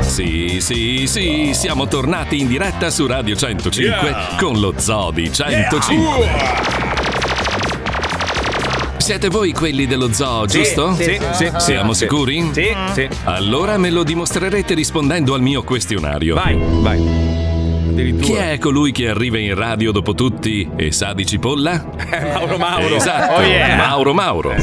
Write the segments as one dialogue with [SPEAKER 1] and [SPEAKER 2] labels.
[SPEAKER 1] Sì, sì, sì, siamo tornati in diretta su Radio 105
[SPEAKER 2] Yeah.
[SPEAKER 1] con lo Zoo di 105. Siete voi quelli dello zoo,
[SPEAKER 2] Uh. Sì,
[SPEAKER 1] giusto?
[SPEAKER 2] sì, sì, sì.
[SPEAKER 1] Siamo
[SPEAKER 2] Sì.
[SPEAKER 1] sicuri?
[SPEAKER 2] Sì, sì.
[SPEAKER 1] Allora me lo dimostrerete rispondendo al mio questionario.
[SPEAKER 2] Vai, vai.
[SPEAKER 1] Chi è colui che arriva in radio dopo tutti e sa di cipolla?
[SPEAKER 2] Eh, Mauro Mauro.
[SPEAKER 1] Esatto,
[SPEAKER 2] Oh, yeah.
[SPEAKER 1] Mauro Mauro.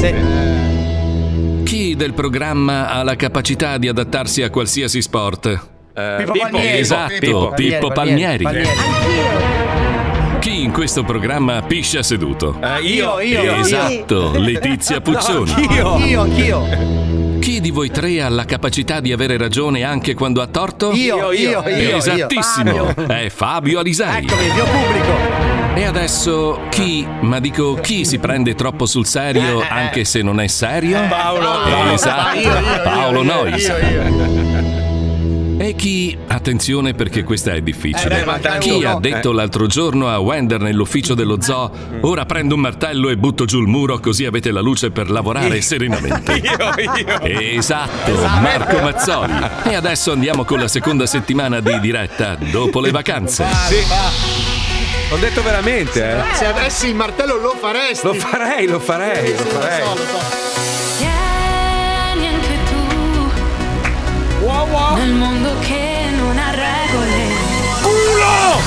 [SPEAKER 1] Chi del programma ha la capacità di adattarsi a qualsiasi sport?
[SPEAKER 2] Pippo Eh, Pippo. Palmieri.
[SPEAKER 1] Esatto,
[SPEAKER 2] Pippo.
[SPEAKER 1] Pippo,
[SPEAKER 2] Palmieri,
[SPEAKER 1] Palmieri.
[SPEAKER 2] Palmieri.
[SPEAKER 1] Chi in questo programma piscia seduto?
[SPEAKER 2] Eh, io, io, io.
[SPEAKER 1] Esatto, Letizia Puccioni.
[SPEAKER 2] No, anch'io.
[SPEAKER 3] anch'io.
[SPEAKER 1] Chi di voi tre ha la capacità di avere ragione anche quando ha torto?
[SPEAKER 3] Io, io, io,
[SPEAKER 1] Esattissimo,
[SPEAKER 3] io.
[SPEAKER 1] è Fabio Alisei. Eccomi,
[SPEAKER 3] il mio pubblico.
[SPEAKER 1] E adesso chi, ma dico chi si prende troppo sul
[SPEAKER 2] Eh,
[SPEAKER 1] serio anche se non è serio?
[SPEAKER 2] Paolo.
[SPEAKER 1] Esatto,
[SPEAKER 2] Io, io, io,
[SPEAKER 1] Paolo
[SPEAKER 2] io,
[SPEAKER 1] Nois. E chi, attenzione perché questa è difficile,
[SPEAKER 2] Eh, beh, ma tanto-
[SPEAKER 1] chi ha
[SPEAKER 2] no,
[SPEAKER 1] detto
[SPEAKER 2] eh.
[SPEAKER 1] l'altro giorno a Wender nell'ufficio dello zoo, ora prendo un martello e butto giù il muro così avete la luce per lavorare serenamente.
[SPEAKER 2] Oh, Io, io.
[SPEAKER 1] Esatto, Marco Mazzoli. E adesso andiamo con la seconda settimana di diretta dopo le vacanze.
[SPEAKER 2] Ho detto veramente, eh.
[SPEAKER 4] Se avessi il martello lo faresti.
[SPEAKER 2] Lo farei, lo farei, lo farei.
[SPEAKER 5] Vieni anche tu Nel mondo che non ha regole Culo!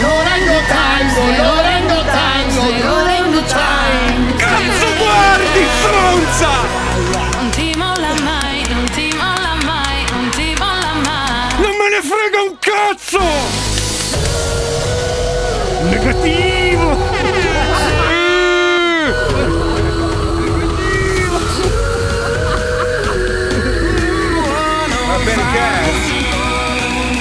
[SPEAKER 4] Lorengo Tango, Lorengo Tango, Lorengo Tango.
[SPEAKER 5] Cazzo guardi, stronza! Non ti molla mai, non ti molla mai, non ti molla mai
[SPEAKER 2] Non me ne frega un cazzo! Negativo! Ma perché?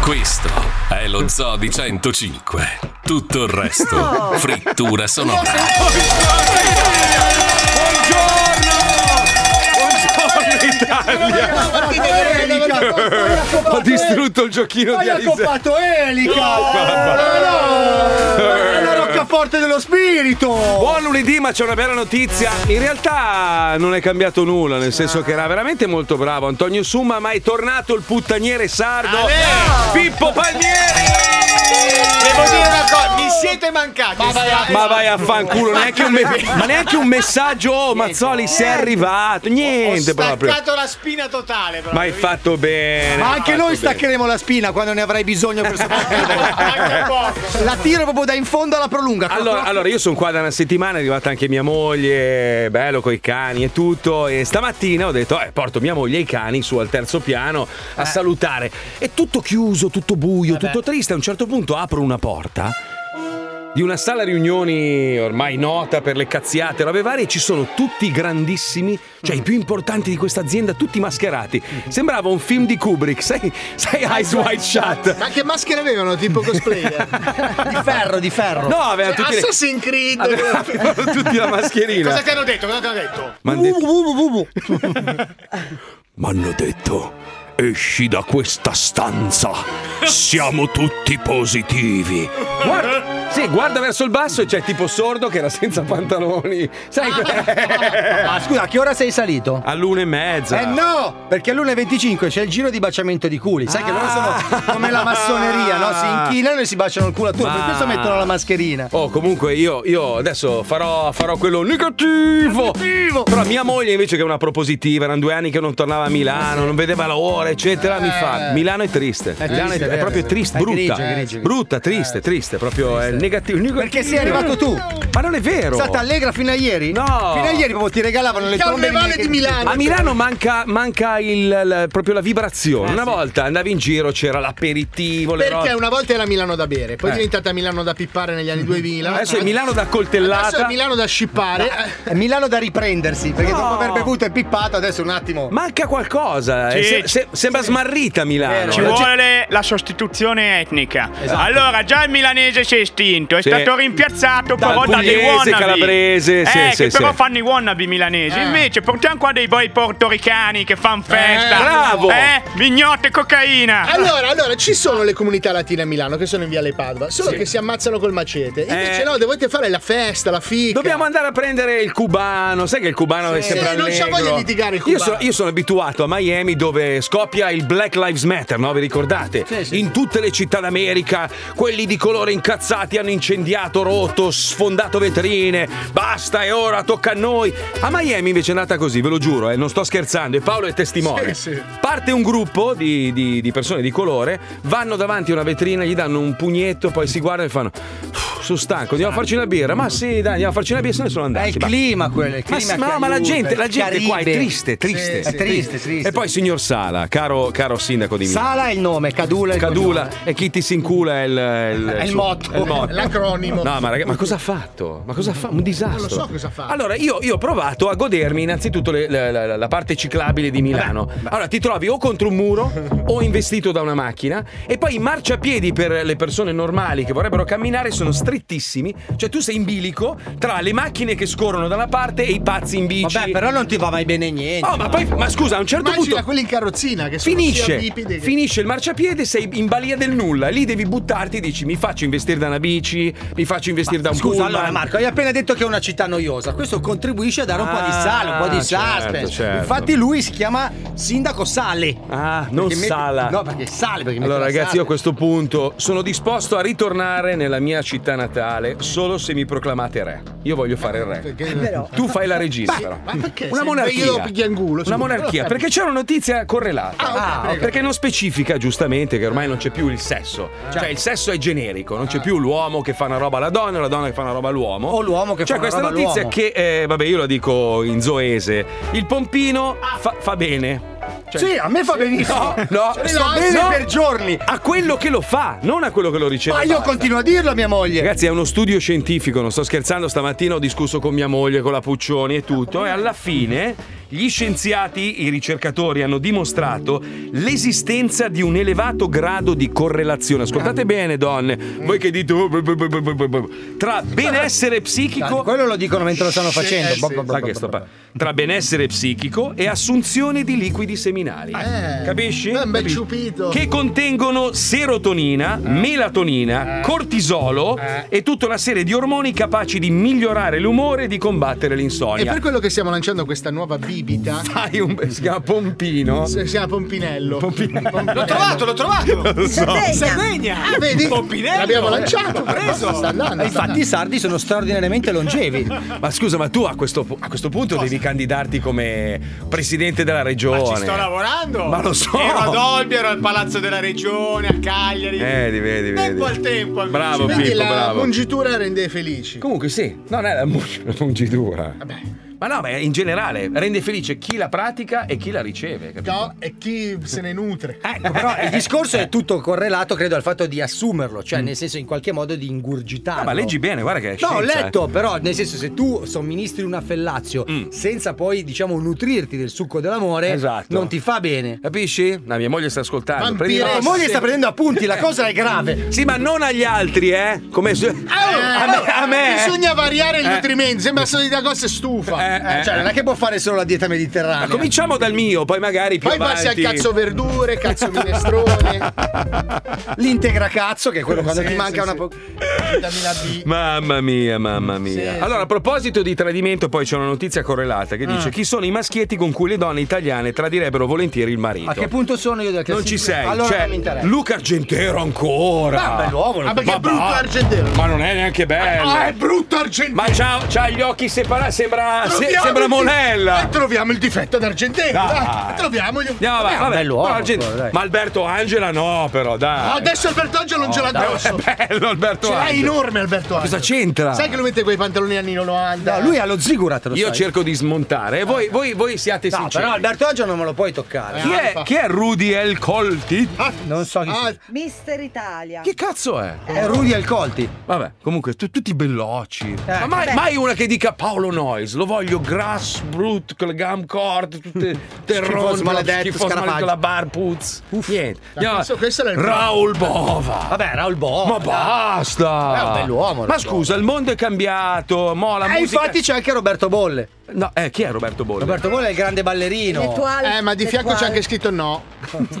[SPEAKER 1] Questo è lo zoo di 105. Tutto il resto, frittura sonora.
[SPEAKER 2] Ho distrutto il giochino
[SPEAKER 3] Ma
[SPEAKER 2] di
[SPEAKER 3] io ho
[SPEAKER 2] Alice.
[SPEAKER 3] comprato Elica! No, no, È la roccaforte dello spirito!
[SPEAKER 2] Buon lunedì, ma c'è una bella notizia. In realtà non è cambiato nulla, nel senso che era veramente molto bravo Antonio Summa, ma è tornato il puttaniere sardo Pippo Palmieri.
[SPEAKER 6] Devo dire una cosa, mi siete mancati.
[SPEAKER 2] Ma vai a fanculo, neanche un, me- ma neanche un messaggio, oh Mazzoli, sei arrivato, niente proprio.
[SPEAKER 6] Staccato la spina totale, però.
[SPEAKER 2] Ma eh, hai fatto bene.
[SPEAKER 3] Ma anche
[SPEAKER 2] hai
[SPEAKER 3] noi
[SPEAKER 2] fatto bene.
[SPEAKER 3] staccheremo la spina quando ne avrai bisogno per
[SPEAKER 6] Manca poco.
[SPEAKER 3] La tiro proprio da in fondo alla prolunga.
[SPEAKER 2] Allora, allora, io sono qua da una settimana, è arrivata anche mia moglie, bello coi cani e tutto. E stamattina ho detto: eh, porto mia moglie e i cani su al terzo piano a salutare. È tutto chiuso, tutto buio, tutto triste. A un certo punto apro una porta di una sala riunioni ormai nota per le cazziate, robe varie, e ci sono tutti i grandissimi, cioè i più importanti di questa azienda, tutti mascherati. Sembrava un film di Kubrick, sai, sai Eyes Wide Shut.
[SPEAKER 4] Ma che maschere avevano? Tipo cosplayer.
[SPEAKER 3] di ferro, di ferro.
[SPEAKER 2] No,
[SPEAKER 4] Cioè,
[SPEAKER 2] aveva tutti le-
[SPEAKER 4] Assassin's Creed.
[SPEAKER 2] avevano tutti la mascherina.
[SPEAKER 6] Cosa ti hanno detto? Cosa ti hanno detto?
[SPEAKER 2] M'han detto- M'hanno detto, esci da questa stanza, siamo tutti positivi. Guarda, sì, guarda verso il basso e c'è tipo sordo che era senza pantaloni. Sai,
[SPEAKER 3] Eh, Ma scusa, a che ora sei salito?
[SPEAKER 2] all'una e mezza.
[SPEAKER 3] Eh no, perché all'1.25 c'è il giro di baciamento di culi. Sai che
[SPEAKER 2] Ah.
[SPEAKER 3] loro sono come la massoneria, no? Si inchinano e si baciano il culo a turno. Per questo mettono la mascherina.
[SPEAKER 2] Oh, comunque io, io adesso farò, farò quello negativo. Però mia moglie invece che è una propositiva, erano due anni che non tornava a Milano, non vedeva l'ora, eccetera, mi fa. Milano è triste. Milano
[SPEAKER 3] Eh. triste,
[SPEAKER 2] è,
[SPEAKER 3] vero,
[SPEAKER 2] proprio
[SPEAKER 3] vero.
[SPEAKER 2] triste,
[SPEAKER 3] È
[SPEAKER 2] brutta.
[SPEAKER 3] grigio, grigio, grigio. Eh.
[SPEAKER 2] Brutta, triste, triste, proprio è negativo. negativo.
[SPEAKER 3] Perché sei arrivato tu.
[SPEAKER 2] Ma non è vero.
[SPEAKER 3] È stata allegra fino a ieri?
[SPEAKER 2] No.
[SPEAKER 3] Fino a ieri proprio ti regalavano le
[SPEAKER 4] C'è un
[SPEAKER 3] trombe
[SPEAKER 4] levale di Milano.
[SPEAKER 2] A Milano manca, manca il, la- proprio la vibrazione.
[SPEAKER 4] Ah,
[SPEAKER 2] Una volta andavi in giro, c'era l'aperitivo, le
[SPEAKER 4] Eh,
[SPEAKER 2] Eh.
[SPEAKER 4] Perché
[SPEAKER 2] robe.
[SPEAKER 4] una volta era Milano da bere, poi è diventata Milano da pippare negli anni 2000.
[SPEAKER 2] Adesso è Mm. Eh, Milano da
[SPEAKER 4] Adesso
[SPEAKER 2] coltellata.
[SPEAKER 4] è Milano da scippare.
[SPEAKER 3] È Milano da riprendersi, perché
[SPEAKER 2] No.
[SPEAKER 3] dopo aver bevuto e pippato adesso un attimo.
[SPEAKER 2] Manca qualcosa. eh. Se- se- Sembra smarrita Milano. eh.
[SPEAKER 7] Ci
[SPEAKER 2] La Esatto.
[SPEAKER 7] vuole la sostituzione etnica. Allora, già il milanese si è estinto, è
[SPEAKER 2] Sì.
[SPEAKER 7] stato rimpiazzato
[SPEAKER 2] Dal
[SPEAKER 7] però da dei
[SPEAKER 2] pugliese,
[SPEAKER 7] wannabe.
[SPEAKER 2] calabrese,
[SPEAKER 7] eh,
[SPEAKER 2] sì,
[SPEAKER 7] che
[SPEAKER 2] sì, Eh.
[SPEAKER 7] però
[SPEAKER 2] sì.
[SPEAKER 7] fanno i wannabe milanesi. Invece, portiamo qua dei boy portoricani che fanno festa.
[SPEAKER 2] Eh, bravo.
[SPEAKER 7] Eh, vignotte e cocaina.
[SPEAKER 2] Ah.
[SPEAKER 4] Allora, allora, ci sono le comunità latine a Milano che sono in Viale Padova, solo che si ammazzano col macete. Invece
[SPEAKER 2] Eh.
[SPEAKER 4] no, dovete fare la festa, la fica.
[SPEAKER 2] Dobbiamo andare a prendere il cubano, sai che il cubano è sempre
[SPEAKER 4] Sì, Eh, non c'ha
[SPEAKER 2] allegro.
[SPEAKER 4] voglia di litigare il
[SPEAKER 2] Io
[SPEAKER 4] cubano.
[SPEAKER 2] sono, io sono abituato a Miami dove scoppia il Black Lives Matter, no? Vi ricordate? in tutte le città d'America, quelli di colore incazzati hanno incendiato, rotto, sfondato vetrine. Basta, è ora, tocca a noi. A Miami invece è andata così, ve lo giuro, eh, non sto scherzando, e Paolo è testimone.
[SPEAKER 4] Sì, sì.
[SPEAKER 2] Parte un gruppo di, di- di persone di colore, vanno davanti a una vetrina, gli danno un pugnetto, poi si guardano e fanno. "Uff, Sono stanco, andiamo a farci una birra. Ma sì, dai, andiamo a farci una birra, se ne sono
[SPEAKER 3] È
[SPEAKER 2] andati.
[SPEAKER 3] il
[SPEAKER 2] va.
[SPEAKER 3] clima quello, è il
[SPEAKER 2] Ma,
[SPEAKER 3] clima
[SPEAKER 2] sì, ma-
[SPEAKER 3] che
[SPEAKER 2] ma la
[SPEAKER 3] aiuta,
[SPEAKER 2] gente, la
[SPEAKER 3] il
[SPEAKER 2] gente qua è
[SPEAKER 3] Caribe.
[SPEAKER 2] triste, triste.
[SPEAKER 3] È triste, triste.
[SPEAKER 2] E poi signor Sala, caro, caro sindaco di Milano.
[SPEAKER 3] Sala è il nome, Cadula è il cognome.
[SPEAKER 2] Cadula e chi ti si incula è il, è il-
[SPEAKER 3] È il
[SPEAKER 2] suo-
[SPEAKER 3] motto.
[SPEAKER 2] è il motto.
[SPEAKER 4] L'acronimo.
[SPEAKER 2] No, ma, raga- ma cosa ha fatto? Ma cosa ha fatto? Un disastro.
[SPEAKER 4] Non lo so cosa ha fatto.
[SPEAKER 2] Allora, io, io ho provato a godermi innanzitutto le- la, la- la parte ciclabile di Milano. Allora, ti trovi o contro un muro o investito da una macchina e poi i marciapiedi per le persone normali che vorrebbero camminare sono strettissimi. Cioè, tu sei in bilico tra le macchine che scorrono da una parte e i pazzi in bici.
[SPEAKER 3] Vabbè, però non ti va mai bene niente.
[SPEAKER 2] Oh, ma poi, ma scusa, a un certo
[SPEAKER 4] Immagina
[SPEAKER 2] punto
[SPEAKER 4] quelli in carrozzina che sono sia
[SPEAKER 2] finisce,
[SPEAKER 4] bipedi che-
[SPEAKER 2] finisce il marciapiede, sei in balia del nulla. Lì devi buttarti e dici: Mi faccio investire da una bici, mi faccio investire da un
[SPEAKER 3] Scusa,
[SPEAKER 2] pullman.
[SPEAKER 3] allora Marco, hai appena detto che è una città noiosa. Questo contribuisce a dare un po' di
[SPEAKER 2] Ah,
[SPEAKER 3] sale, un po' di
[SPEAKER 2] certo,
[SPEAKER 3] suspense.
[SPEAKER 2] certo.
[SPEAKER 3] Infatti lui si chiama sindaco Sale.
[SPEAKER 2] Ah, non
[SPEAKER 3] Perché mette-
[SPEAKER 2] Sala.
[SPEAKER 3] No, perché Sale, perché mette
[SPEAKER 2] Allora,
[SPEAKER 3] la
[SPEAKER 2] ragazzi,
[SPEAKER 3] sale.
[SPEAKER 2] io a questo punto sono disposto a ritornare nella mia città natale solo se mi proclamate re. Io voglio fare il
[SPEAKER 3] Eh,
[SPEAKER 2] re.
[SPEAKER 4] Perché-
[SPEAKER 2] Tu fai la regina,
[SPEAKER 4] Beh,
[SPEAKER 2] però.
[SPEAKER 4] ma perché?
[SPEAKER 2] Una
[SPEAKER 4] Sei
[SPEAKER 2] monarchia.
[SPEAKER 4] bello picchiangulo,
[SPEAKER 2] Una
[SPEAKER 4] scusa.
[SPEAKER 2] monarchia, perché c'è una notizia correlata.
[SPEAKER 4] Ah, ok, prego.
[SPEAKER 2] Perché non specifica giustamente che ormai non c'è più il sesso.
[SPEAKER 3] Certo.
[SPEAKER 2] Cioè, il sesso è generico, non
[SPEAKER 3] Ah.
[SPEAKER 2] c'è più l'uomo che fa una roba alla donna, la donna che fa una roba all'uomo.
[SPEAKER 3] O l'uomo diciamo che
[SPEAKER 2] cioè,
[SPEAKER 3] fa una
[SPEAKER 2] questa
[SPEAKER 3] roba
[SPEAKER 2] notizia
[SPEAKER 3] all'uomo.
[SPEAKER 2] che, eh, vabbè, io la dico in zoese: il pompino fa, fa bene. Cioè-
[SPEAKER 3] Ah. Sì, a me fa benissimo.
[SPEAKER 2] No, no,
[SPEAKER 3] Cioè, sto bene per giorni.
[SPEAKER 2] A quello che lo fa, non a quello che lo riceve.
[SPEAKER 3] Ma io
[SPEAKER 2] Basta.
[SPEAKER 3] continuo a dirlo a mia moglie.
[SPEAKER 2] Ragazzi, è uno studio scientifico, non sto scherzando, stamattina ho discusso con mia moglie, con la Puccioni e tutto, e alla fine gli scienziati, i ricercatori hanno dimostrato l'esistenza di un elevato grado di correlazione. Ascoltate bene, donne, voi che dite "Oh, bu- bu- bu- bu- bu- bu- bu", tra benessere
[SPEAKER 3] Dai,
[SPEAKER 2] psichico
[SPEAKER 3] quello lo dicono mentre lo stanno facendo. Boh, boh, boh,
[SPEAKER 2] Sai
[SPEAKER 3] boh,
[SPEAKER 2] che sto
[SPEAKER 3] boh, boh.
[SPEAKER 2] par- tra benessere psichico e assunzione di liquidi seminali.
[SPEAKER 4] Eh,
[SPEAKER 2] Capisci?
[SPEAKER 4] è un bel
[SPEAKER 2] Capisci?
[SPEAKER 4] ciupito.
[SPEAKER 2] Che contengono serotonina, melatonina, cortisolo e tutta una serie di ormoni capaci di migliorare l'umore e di combattere
[SPEAKER 4] E
[SPEAKER 2] l'insonnia.
[SPEAKER 4] per quello che stiamo lanciando questa nuova bibita,
[SPEAKER 2] Fai un si chiama pompino.
[SPEAKER 4] si si chiama Pompinello.
[SPEAKER 6] L'ho trovato, l'ho trovato.
[SPEAKER 4] Ah, vedi?
[SPEAKER 6] Pompinello.
[SPEAKER 4] L'abbiamo
[SPEAKER 3] Certo,
[SPEAKER 2] Certo,
[SPEAKER 4] lanciato. Preso. Sta andando.
[SPEAKER 3] E
[SPEAKER 4] sta
[SPEAKER 3] infatti i sardi sono straordinariamente longevi.
[SPEAKER 2] Ma scusa, ma tu a questo, pu- a questo punto devi candidarti come presidente della regione.
[SPEAKER 6] Ma ci sto lavorando.
[SPEAKER 2] Ma lo so.
[SPEAKER 6] Ero ad Olbia, ero al Palazzo della Regione, a Cagliari.
[SPEAKER 2] Vedi, Eh, vedi, vedi.
[SPEAKER 6] Tempo al tempo, amici.
[SPEAKER 2] Bravo
[SPEAKER 4] andando. Quindi
[SPEAKER 2] Pippo,
[SPEAKER 4] la
[SPEAKER 2] bravo.
[SPEAKER 4] congitura rende felici.
[SPEAKER 2] Comunque sì, non è la, mu- la mungitura.
[SPEAKER 4] Vabbè.
[SPEAKER 2] Ma no, ma in generale rende felice chi la pratica e chi la riceve, capito?
[SPEAKER 4] No, e chi se ne nutre?
[SPEAKER 3] Ecco, però il discorso
[SPEAKER 2] Eh.
[SPEAKER 3] è tutto correlato, credo, al fatto di assumerlo, cioè nel senso in qualche modo di ingurgitarlo.
[SPEAKER 2] Mm. Ah, ma leggi bene, guarda che è
[SPEAKER 3] No, ho
[SPEAKER 2] scienza,
[SPEAKER 3] letto,
[SPEAKER 2] eh.
[SPEAKER 3] però, nel senso, se tu somministri una fellazio
[SPEAKER 2] Mm.
[SPEAKER 3] senza poi, diciamo, nutrirti del succo dell'amore,
[SPEAKER 2] Esatto.
[SPEAKER 3] non ti fa bene.
[SPEAKER 2] Capisci? No, mia moglie sta ascoltando.
[SPEAKER 4] Vampire-
[SPEAKER 2] prendi- Eh.
[SPEAKER 3] La
[SPEAKER 4] Eh,
[SPEAKER 3] moglie sta prendendo appunti, la cosa è grave.
[SPEAKER 2] Sì, ma non agli altri, eh? Come se- a me, a me, eh.
[SPEAKER 4] Bisogna variare il
[SPEAKER 2] Eh.
[SPEAKER 4] nutrimento. Sembra solo di da cosa stufa.
[SPEAKER 2] Eh, eh,
[SPEAKER 3] Cioè, non è che può fare solo la dieta
[SPEAKER 2] Ma
[SPEAKER 3] mediterranea.
[SPEAKER 2] cominciamo dal mio, poi magari più
[SPEAKER 4] Poi passi al
[SPEAKER 2] avanti.
[SPEAKER 4] cazzo verdure, cazzo minestrone.
[SPEAKER 3] L'integra cazzo, che è
[SPEAKER 2] Eh,
[SPEAKER 3] quello quando
[SPEAKER 4] Sì,
[SPEAKER 3] ti manca
[SPEAKER 4] sì,
[SPEAKER 3] una
[SPEAKER 4] sì.
[SPEAKER 3] po'.
[SPEAKER 4] Vitamina B.
[SPEAKER 2] Mamma mia, mamma mia.
[SPEAKER 4] Sì.
[SPEAKER 2] Allora, a proposito di tradimento, poi c'è una notizia correlata che dice chi sono i maschietti con cui le donne italiane tradirebbero volentieri il marito.
[SPEAKER 3] A che punto sono io del
[SPEAKER 2] Non ci sei.
[SPEAKER 3] Allora
[SPEAKER 2] cioè,
[SPEAKER 3] non mi interessa.
[SPEAKER 2] Luca Argentero ancora.
[SPEAKER 3] Ah, bell'uomo,
[SPEAKER 4] Ah, perché è
[SPEAKER 2] Ma
[SPEAKER 4] brutto
[SPEAKER 2] va.
[SPEAKER 4] argentino.
[SPEAKER 2] Ma non è neanche bello.
[SPEAKER 4] Ah, è brutto argentino.
[SPEAKER 2] Ma c'ha, c'ha gli occhi separati, sembra, se-
[SPEAKER 4] Troviamo
[SPEAKER 2] Ah, sembra
[SPEAKER 4] il dif-
[SPEAKER 2] Monella.
[SPEAKER 4] Eh, troviamo il difetto d'argentino.
[SPEAKER 2] Dai.
[SPEAKER 4] dai. Troviamogli. un-
[SPEAKER 2] Andiamo avanti.
[SPEAKER 3] un bell'uomo,
[SPEAKER 2] Però Argent-
[SPEAKER 3] quello, dai.
[SPEAKER 2] Ma Alberto Angela no, però,
[SPEAKER 4] Ah,
[SPEAKER 2] dai.
[SPEAKER 4] Adesso Alberto Angelo non ce l'ha addosso.
[SPEAKER 2] È bello Alberto
[SPEAKER 4] Ce l'ha
[SPEAKER 2] Angela.
[SPEAKER 4] enorme Alberto Angelo.
[SPEAKER 2] Cosa c'entra?
[SPEAKER 4] Sai che lo mette quei pantaloni anni 90?
[SPEAKER 3] No, lui ha lo zigurat, lo
[SPEAKER 2] Io
[SPEAKER 3] sai.
[SPEAKER 2] cerco di smontare. Voi, voi, voi siate
[SPEAKER 3] No,
[SPEAKER 2] sinceri.
[SPEAKER 3] però Alberto Angelo non me lo puoi toccare.
[SPEAKER 2] chi, è, chi è Rudy El Colti?
[SPEAKER 3] Non so chi
[SPEAKER 4] Ah,
[SPEAKER 3] sia.
[SPEAKER 8] Mister Italia.
[SPEAKER 2] Che cazzo è?
[SPEAKER 3] È Rudy Alcolti.
[SPEAKER 2] Vabbè, comunque, tu- tutti bellocci.
[SPEAKER 8] Eh,
[SPEAKER 2] Ma mai,
[SPEAKER 8] vabbè.
[SPEAKER 2] mai una che dica Paolo Noyes, lo voglio voglio grass, brut, con le gam corte, tutte terrose,
[SPEAKER 3] maledetto,
[SPEAKER 2] maledetto,
[SPEAKER 3] scarafaggio.
[SPEAKER 2] la bar puzz. Niente. Andiamo-
[SPEAKER 4] Questo- questo era il
[SPEAKER 2] Raul Bova.
[SPEAKER 3] Vabbè, Raul Bo.
[SPEAKER 2] Ma basta!
[SPEAKER 3] È un bell'uomo,
[SPEAKER 2] Ma
[SPEAKER 3] Raul
[SPEAKER 2] scusa, il mondo è cambiato. Mo la
[SPEAKER 3] E
[SPEAKER 2] musica.
[SPEAKER 3] infatti c'è anche Roberto Bolle.
[SPEAKER 2] No, eh, chi è Roberto Bolle?
[SPEAKER 3] Roberto Bolle è il grande ballerino.
[SPEAKER 4] Eh, ma di fianco c'è anche scritto no.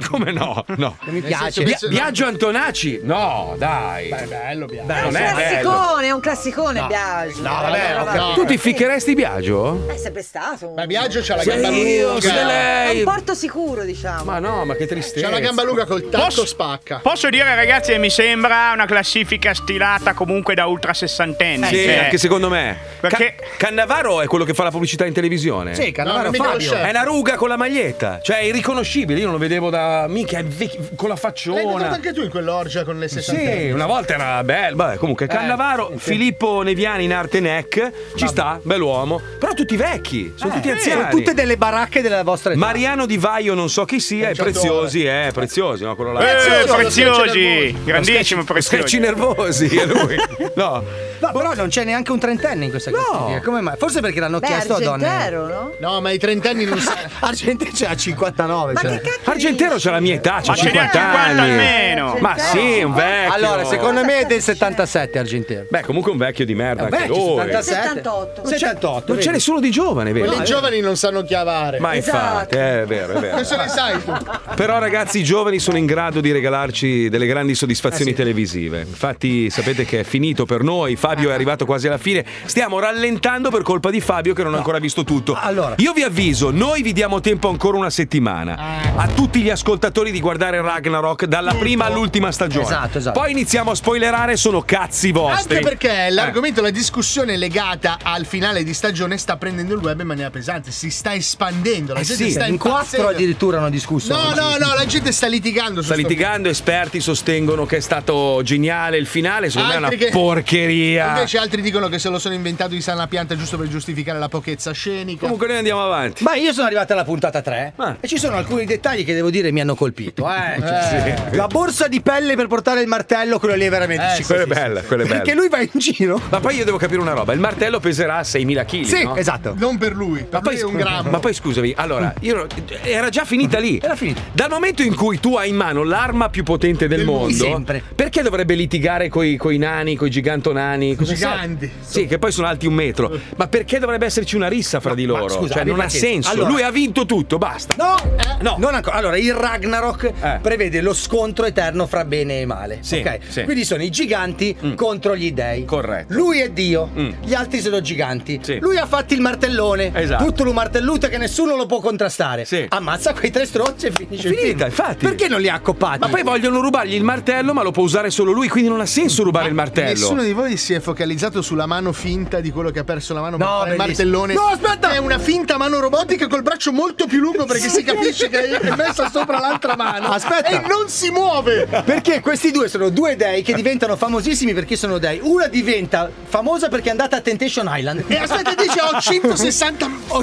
[SPEAKER 2] Come no? No.
[SPEAKER 3] Mi piace.
[SPEAKER 2] Bia- Biagio Antonacci? No, dai.
[SPEAKER 4] È bello, Bianca.
[SPEAKER 3] Beh,
[SPEAKER 2] non
[SPEAKER 8] un
[SPEAKER 2] è bello.
[SPEAKER 8] classicone, è un classicone Biagio.
[SPEAKER 3] No, vabbè,
[SPEAKER 8] Allora,
[SPEAKER 3] ho capito.
[SPEAKER 2] Tu ti ficcheresti Biagio?
[SPEAKER 8] È sempre stato. un-
[SPEAKER 4] Ma Biagio c'ha la
[SPEAKER 2] Sei
[SPEAKER 4] gamba
[SPEAKER 2] io, sei
[SPEAKER 4] lunga.
[SPEAKER 8] È un
[SPEAKER 2] lei.
[SPEAKER 8] porto sicuro, diciamo.
[SPEAKER 2] Ma no, ma che
[SPEAKER 4] C'ha
[SPEAKER 2] tristezza.
[SPEAKER 4] la gamba lunga col tacco
[SPEAKER 7] Posso-
[SPEAKER 4] spacca.
[SPEAKER 7] Posso dire, ragazzi, che mi sembra una classifica stilata comunque da ultra sessantenni.
[SPEAKER 2] Sì,
[SPEAKER 7] cioè-
[SPEAKER 2] anche secondo me.
[SPEAKER 7] Perché-
[SPEAKER 2] Ca- Cannavaro è quello che fa la pubblicità in televisione.
[SPEAKER 3] Sì,
[SPEAKER 4] No,
[SPEAKER 3] Cannavaro
[SPEAKER 4] non mi
[SPEAKER 3] Fabio.
[SPEAKER 4] conosce.
[SPEAKER 2] È una ruga con la maglietta, cioè è irriconoscibile. Io non lo vedevo da mica, è vecchi- con la
[SPEAKER 4] L'hai notato
[SPEAKER 2] facciona.
[SPEAKER 4] anche tu in quell'orgia con le 60
[SPEAKER 2] Sì, una volta era bello. Vabbè, comunque, Cannavaro, Filippo Neviani in arte e neck, ci sta, bell'uomo. Però tutti vecchi, sono tutti anziani.
[SPEAKER 3] Sono tutte delle baracche della vostra età.
[SPEAKER 2] Eh, Mariano Di Vaio, non so chi sia, è
[SPEAKER 4] certo
[SPEAKER 2] preziosi, eh, preziosi, no? Quello là.
[SPEAKER 7] Eh,
[SPEAKER 4] Prezioso,
[SPEAKER 7] preziosi,
[SPEAKER 4] prezioso.
[SPEAKER 7] grandissimo
[SPEAKER 2] Scherci
[SPEAKER 7] preziosi.
[SPEAKER 2] nervosi, è lui. No.
[SPEAKER 3] No, però non c'è neanche un trentenne in questa classifica. Come mai? Forse perché l'hanno
[SPEAKER 8] Beh,
[SPEAKER 3] chiesto a donne.
[SPEAKER 8] Argentero, no?
[SPEAKER 4] No, ma i trentenni non sa.
[SPEAKER 3] Argentero c'è a 59.
[SPEAKER 8] Ma
[SPEAKER 3] cioè.
[SPEAKER 8] che cacchio
[SPEAKER 2] Argentero
[SPEAKER 8] dici?
[SPEAKER 2] c'ha la mia età, c'ha
[SPEAKER 7] Ma ce n'è
[SPEAKER 2] 50
[SPEAKER 7] 50
[SPEAKER 2] anni.
[SPEAKER 7] almeno.
[SPEAKER 8] Sì.
[SPEAKER 2] Ma sì, un vecchio.
[SPEAKER 3] Allora, secondo me è del 77 Argentero.
[SPEAKER 2] Beh, comunque un vecchio di merda anche
[SPEAKER 3] vecchio,
[SPEAKER 2] lui.
[SPEAKER 3] 77.
[SPEAKER 8] 78.
[SPEAKER 3] Non c'è- 78,
[SPEAKER 2] Eh, Non ce
[SPEAKER 3] vedi?
[SPEAKER 2] n'è solo di giovane, vero?
[SPEAKER 4] Quelli giovani non sanno chiavare.
[SPEAKER 2] Ma
[SPEAKER 8] Esatto.
[SPEAKER 2] infatti, eh, è vero, è vero.
[SPEAKER 4] Questo ne sai tu.
[SPEAKER 2] Però ragazzi, i giovani sono in grado di regalarci delle grandi
[SPEAKER 4] Ah,
[SPEAKER 2] soddisfazioni televisive. Infatti, sapete che è finito per noi, Fabio è arrivato quasi alla fine. Stiamo rallentando per colpa di Fabio che non ha ancora visto tutto.
[SPEAKER 3] Allora.
[SPEAKER 2] Io vi avviso, noi vi diamo tempo ancora una settimana a tutti gli ascoltatori di guardare Ragnarok dalla prima all'ultima stagione.
[SPEAKER 3] Esatto, esatto.
[SPEAKER 2] Poi iniziamo a spoilerare, sono cazzi vostri.
[SPEAKER 4] Anche perché
[SPEAKER 2] Eh.
[SPEAKER 4] l'argomento, la discussione legata al finale di stagione sta prendendo il web in maniera pesante, si sta espandendo, la
[SPEAKER 2] Eh
[SPEAKER 4] gente
[SPEAKER 2] sì,
[SPEAKER 4] sta
[SPEAKER 3] In
[SPEAKER 4] impazzendo.
[SPEAKER 3] quattro addirittura hanno discusso.
[SPEAKER 4] No, no, no, la gente sta litigando su
[SPEAKER 2] Eh. Sta
[SPEAKER 4] sto-
[SPEAKER 2] litigando, esperti sostengono che è stato geniale il finale, secondo me è
[SPEAKER 4] Altri
[SPEAKER 2] una
[SPEAKER 4] che-
[SPEAKER 2] porcheria.
[SPEAKER 4] Invece altri dicono che se lo sono inventato di sana pianta giusto per giustificare la pochezza scenica.
[SPEAKER 2] Comunque noi andiamo avanti.
[SPEAKER 3] Ma io sono arrivato alla puntata 3
[SPEAKER 2] Ah. certo.
[SPEAKER 3] e ci sono alcuni dettagli che devo dire mi hanno colpito. eh. La borsa di pelle per portare il martello, quello lì è veramente
[SPEAKER 4] Eh,
[SPEAKER 3] ci-
[SPEAKER 2] Quella è bella, quella è bella.
[SPEAKER 3] Perché lui va in giro.
[SPEAKER 2] Ma poi io devo capire una roba, il martello peserà 6.000 kg,
[SPEAKER 3] Sì,
[SPEAKER 2] no?
[SPEAKER 3] esatto.
[SPEAKER 4] Non per lui, per
[SPEAKER 2] Ma poi,
[SPEAKER 4] lui è un grammo.
[SPEAKER 2] ma poi scusami, allora, io- era già finita lì.
[SPEAKER 3] Era finita.
[SPEAKER 2] Dal momento in cui tu hai in mano l'arma più potente del, mondo,
[SPEAKER 3] sempre.
[SPEAKER 2] perché dovrebbe litigare coi, coi nani, coi gigantonani? Cosa sa-
[SPEAKER 4] Giganti.
[SPEAKER 2] Sì, che poi sono alti un metro. Ma perché dovrebbe esserci una rissa fra di loro?
[SPEAKER 3] scusa,
[SPEAKER 2] cioè,
[SPEAKER 3] abbi
[SPEAKER 2] non ha
[SPEAKER 3] pazienza.
[SPEAKER 2] senso.
[SPEAKER 3] Allora-
[SPEAKER 2] Lui ha vinto tutto, basta.
[SPEAKER 3] No,
[SPEAKER 2] Eh, no.
[SPEAKER 3] non ancora. Allora, il Ragnarok
[SPEAKER 2] Eh.
[SPEAKER 3] prevede lo scontro eterno fra bene e male.
[SPEAKER 2] Sì,
[SPEAKER 3] ok?
[SPEAKER 2] sì. Mm.
[SPEAKER 3] Quindi sono i giganti contro gli dei.
[SPEAKER 2] Corretto.
[SPEAKER 3] Lui è Dio,
[SPEAKER 2] Mm.
[SPEAKER 3] gli altri sono giganti.
[SPEAKER 2] Sì.
[SPEAKER 3] Lui ha fatto il martellone.
[SPEAKER 2] Esatto.
[SPEAKER 3] Tutto lo martelluto che nessuno lo può contrastare.
[SPEAKER 2] Sì.
[SPEAKER 3] Ammazza quei tre strozzi e finisce il
[SPEAKER 2] Finita,
[SPEAKER 3] film.
[SPEAKER 2] infatti.
[SPEAKER 3] Perché non li ha accoppati?
[SPEAKER 2] Ma poi vogliono rubargli il martello, ma lo può usare solo lui, quindi non ha senso rubare il martello.
[SPEAKER 4] Nessuno di voi si è focalizzato sulla mano finta di quello che ha perso la mano per
[SPEAKER 3] No,
[SPEAKER 4] fare il
[SPEAKER 3] bellissimo.
[SPEAKER 4] martellone.
[SPEAKER 3] No, aspetta!
[SPEAKER 4] È una finta mano robotica col braccio molto più lungo perché si capisce che è messa sopra l'altra mano.
[SPEAKER 3] Aspetta.
[SPEAKER 4] E non si muove.
[SPEAKER 3] Perché questi due sono due dei che diventano famosissimi perché sono dei. Una diventa famosa perché è andata a Temptation Island.
[SPEAKER 4] E aspetta, dice ho 160
[SPEAKER 3] Ho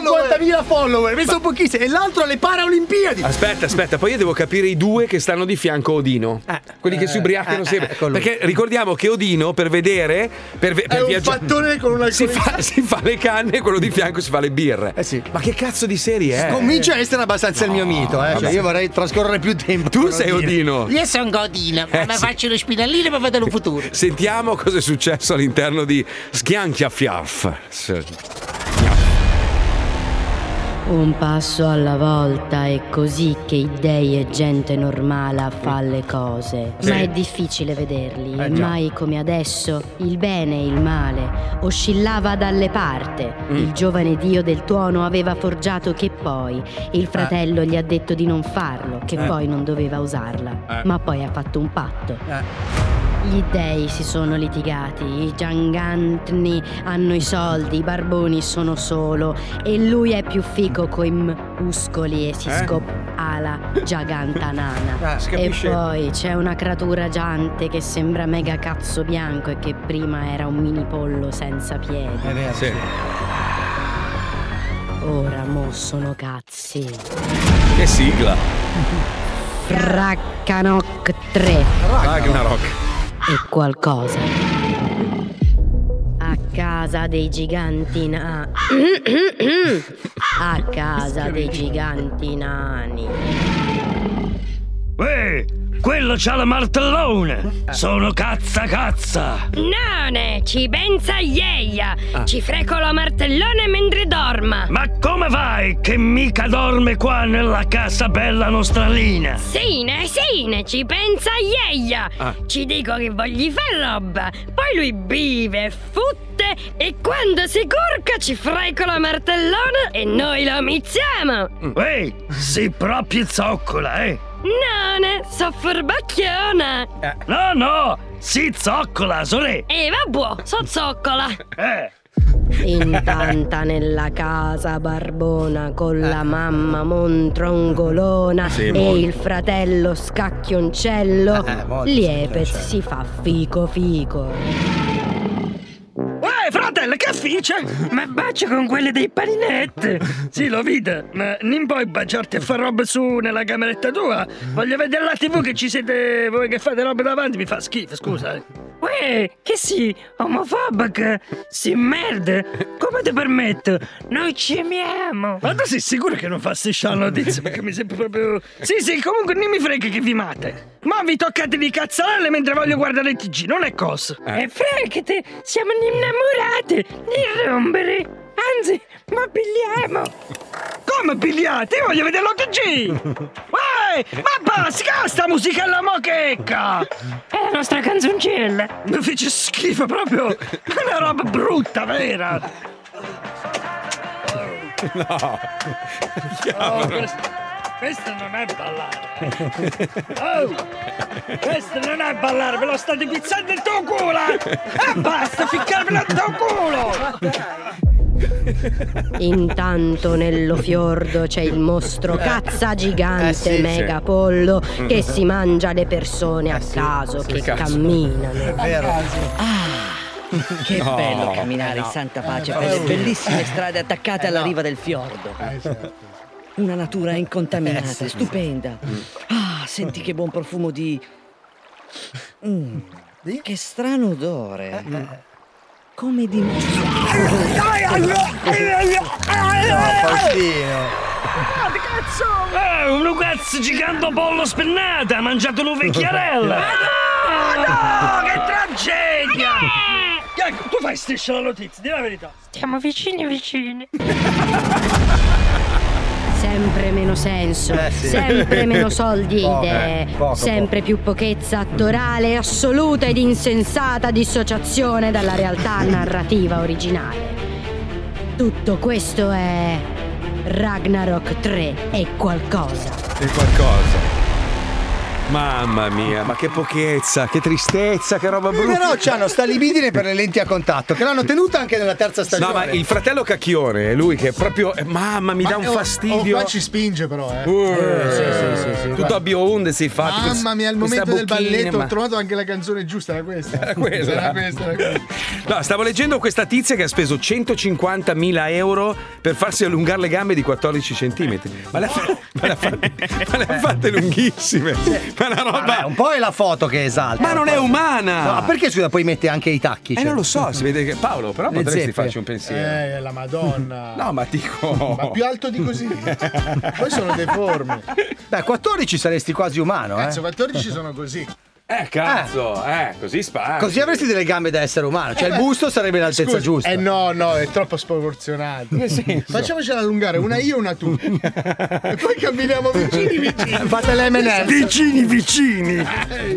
[SPEAKER 3] 150.000 follower, mi sono pochissimi. E l'altro alle Paralimpiadi.
[SPEAKER 2] Aspetta, aspetta, poi io devo capire i due che stanno di fianco a Odino. quelli che si ubriacano
[SPEAKER 3] Ah, eh,
[SPEAKER 2] sempre.
[SPEAKER 3] eh, con lui.
[SPEAKER 2] Perché ricordiamo che Odino per vedere, per, ve-
[SPEAKER 4] È
[SPEAKER 2] per
[SPEAKER 4] un
[SPEAKER 2] viaggiare-
[SPEAKER 4] fattone con una
[SPEAKER 2] si fa, si fa le canne e quello di fianco si fa le birre.
[SPEAKER 3] Eh sì.
[SPEAKER 2] Ma che cazzo di serie è?
[SPEAKER 3] Comincia a essere abbastanza il mio mito, eh. Cioè, io vorrei trascorrere più tempo.
[SPEAKER 2] tu sei Odino.
[SPEAKER 9] Io sono Godina,
[SPEAKER 2] Eh,
[SPEAKER 9] ma
[SPEAKER 2] sì.
[SPEAKER 9] faccio lo spinallino per vedere un futuro.
[SPEAKER 2] Sentiamo cosa è successo all'interno di Schianchia Fiaf.
[SPEAKER 10] Un passo alla volta è così che i dei e gente normale fa le cose. Ma è difficile vederli, e mai come adesso il bene e il male oscillava dalle parti.
[SPEAKER 11] Mm.
[SPEAKER 10] Il
[SPEAKER 12] Mm.
[SPEAKER 10] giovane dio del tuono aveva forgiato che poi il fratello gli ha detto di non farlo, che poi non doveva usarla, ma poi ha fatto un patto. Gli dei si sono litigati, i giangantni hanno i soldi, i barboni sono solo e lui è più fico coi m- muscoli e si scopala giagantanana. e poi c'è una creatura giante che sembra mega cazzo bianco e che prima era un mini pollo senza piedi.
[SPEAKER 2] Sì.
[SPEAKER 10] Ora mo sono cazzi.
[SPEAKER 2] Che sigla.
[SPEAKER 10] Raccanoc 3
[SPEAKER 2] Ah, Ragnarok.
[SPEAKER 10] e qualcosa. A casa dei giganti na... A casa dei giganti nani.
[SPEAKER 13] Uè, quello c'ha la martellone! Sono cazza cazza!
[SPEAKER 14] Nane, ci pensa Ieia!
[SPEAKER 13] Ah.
[SPEAKER 14] Ci frecolo a martellone mentre dorma!
[SPEAKER 13] Ma come vai che mica dorme qua nella casa bella nostralina?
[SPEAKER 14] Sine, sine, ci pensa Ieia!
[SPEAKER 13] Ah.
[SPEAKER 14] Ci dico che voglio fare roba, poi lui vive, futte e quando si curca ci frecolo a martellone e noi lo mizziamo!
[SPEAKER 13] Uè, Mm. si proprio zoccola, eh!
[SPEAKER 14] Nane, so furbacchiona!
[SPEAKER 13] No, no, si zoccola, Eh. sorè!
[SPEAKER 14] E vabbò, so zoccola!
[SPEAKER 10] Intanta nella casa barbona con la mamma montrongolona
[SPEAKER 15] Sì,
[SPEAKER 10] e
[SPEAKER 15] molto.
[SPEAKER 10] il fratello scacchioncello,
[SPEAKER 15] Eh, molto
[SPEAKER 10] Liepez si fa fico fico.
[SPEAKER 15] Uè, fratello, che affice! Ma bacio con quelle dei paninette! Sì, lo vede, ma non puoi baciarti e fare roba su nella cameretta tua. Voglio vedere la tv che ci siete voi che fate roba davanti, mi fa schifo, scusa. eh.
[SPEAKER 16] Uè, che si, omofobica, si merda, come ti permetto? Noi ci amiamo!
[SPEAKER 15] Ma tu sei sicuro che non fasti scià la notizia? Perché mi sembra proprio... Sì, sì, comunque non mi frega che vi mate. Ma vi toccate di cazzarelle mentre voglio guardare il TG, non è cosa.
[SPEAKER 16] E Eh. fregate, siamo innamorate, di rompere! Anzi, ma pigliamo!
[SPEAKER 15] Come pigliate? Io voglio vedere l'OTG! Uè, ma basta, sta musicella mochecca! È la nostra canzoncella! Mi fece schifo proprio! È una roba brutta, vera!
[SPEAKER 5] No.
[SPEAKER 15] Oh, questo, questo non è ballare! Oh, questo non è ballare, ve lo state pizzando il tuo culo! eh? E basta, ficcarvelo il tuo culo!
[SPEAKER 10] Intanto nello fiordo c'è il mostro cazza gigante
[SPEAKER 15] Eh, sì, sì.
[SPEAKER 10] megapollo che si mangia le persone a caso
[SPEAKER 15] sì,
[SPEAKER 10] che
[SPEAKER 15] cazzo.
[SPEAKER 10] camminano. È
[SPEAKER 15] vero.
[SPEAKER 17] Che
[SPEAKER 10] No.
[SPEAKER 17] bello camminare in
[SPEAKER 10] No.
[SPEAKER 17] santa pace
[SPEAKER 10] Eh,
[SPEAKER 17] per le
[SPEAKER 10] sì.
[SPEAKER 17] bellissime strade attaccate alla riva del fiordo. Una natura incontaminata, certo. Eh, sì. stupenda. Ah, senti che buon profumo di... Mm, Che strano odore. Mm. Come di... eh,
[SPEAKER 13] Ah,
[SPEAKER 15] Cazzo!
[SPEAKER 13] Eh, un cazzo gigante pollo spennata, ha mangiato una vecchiarella!
[SPEAKER 15] Ma no, che tragedia! Ecco, tu fai striscia la notizia, di la verità.
[SPEAKER 16] Siamo vicini vicini.
[SPEAKER 10] Sempre meno senso,
[SPEAKER 16] Eh, sì.
[SPEAKER 10] sempre meno soldi e
[SPEAKER 16] Poco,
[SPEAKER 10] idee,
[SPEAKER 16] eh, poco,
[SPEAKER 10] sempre più pochezza attorale, assoluta ed insensata dissociazione dalla realtà narrativa originale. Tutto questo è Ragnarok 3 e qualcosa.
[SPEAKER 2] Di qualcosa. Mamma mia, ma che pochezza, che tristezza, che roba brutta.
[SPEAKER 3] Eh, Però c'hanno sta libidine per le lenti a contatto, che l'hanno tenuta anche nella terza stagione.
[SPEAKER 2] No, ma il fratello cacchione è lui che è proprio. eh, Mamma, mi dà un
[SPEAKER 4] oh,
[SPEAKER 2] fastidio.
[SPEAKER 4] Oh, qua ci spinge però, eh.
[SPEAKER 2] Uh,
[SPEAKER 4] Eh,
[SPEAKER 2] tutto a bionde si fa.
[SPEAKER 4] Mamma
[SPEAKER 2] questa-
[SPEAKER 4] mia, al
[SPEAKER 2] questa
[SPEAKER 4] momento del
[SPEAKER 2] bocchina,
[SPEAKER 4] balletto
[SPEAKER 2] ma-
[SPEAKER 4] ho trovato anche la canzone giusta, era questa. Era
[SPEAKER 2] quella.
[SPEAKER 4] Era questa, era questa.
[SPEAKER 2] No, stavo leggendo questa tizia che ha speso 150.000 euro per farsi allungare le gambe di 14 centimetri. Ma le ha fa- ma le ha fatte, ma le ha fatte lunghissime. Ma la roba.
[SPEAKER 3] Vabbè, un po' è la foto che esalta.
[SPEAKER 2] Ma non è umana!
[SPEAKER 3] No, ma perché scusa, poi mette anche i tacchi? cioè?
[SPEAKER 2] Eh, non lo so, si vede che Paolo, però
[SPEAKER 3] Le
[SPEAKER 2] potresti
[SPEAKER 3] zeppe.
[SPEAKER 2] farci un pensiero.
[SPEAKER 4] Eh, la Madonna.
[SPEAKER 2] No, ma dico.
[SPEAKER 4] Ma più alto di così.
[SPEAKER 3] Eh,
[SPEAKER 4] Poi sono deformi.
[SPEAKER 3] Beh, 14 saresti quasi umano, eh.
[SPEAKER 4] Cazzo, 14 sono così.
[SPEAKER 2] Eh, cazzo, eh, così spara.
[SPEAKER 3] Così avresti delle gambe da essere umano, cioè
[SPEAKER 4] Eh,
[SPEAKER 3] il busto sarebbe l'altezza
[SPEAKER 4] Scusa,
[SPEAKER 3] giusta.
[SPEAKER 4] Eh no, no, è troppo sproporzionato.
[SPEAKER 2] Eh,
[SPEAKER 4] Facciamocela allungare, una io e una tu. e poi camminiamo vicini vicini.
[SPEAKER 3] Fate le M&M's.
[SPEAKER 2] Vicini, vicini.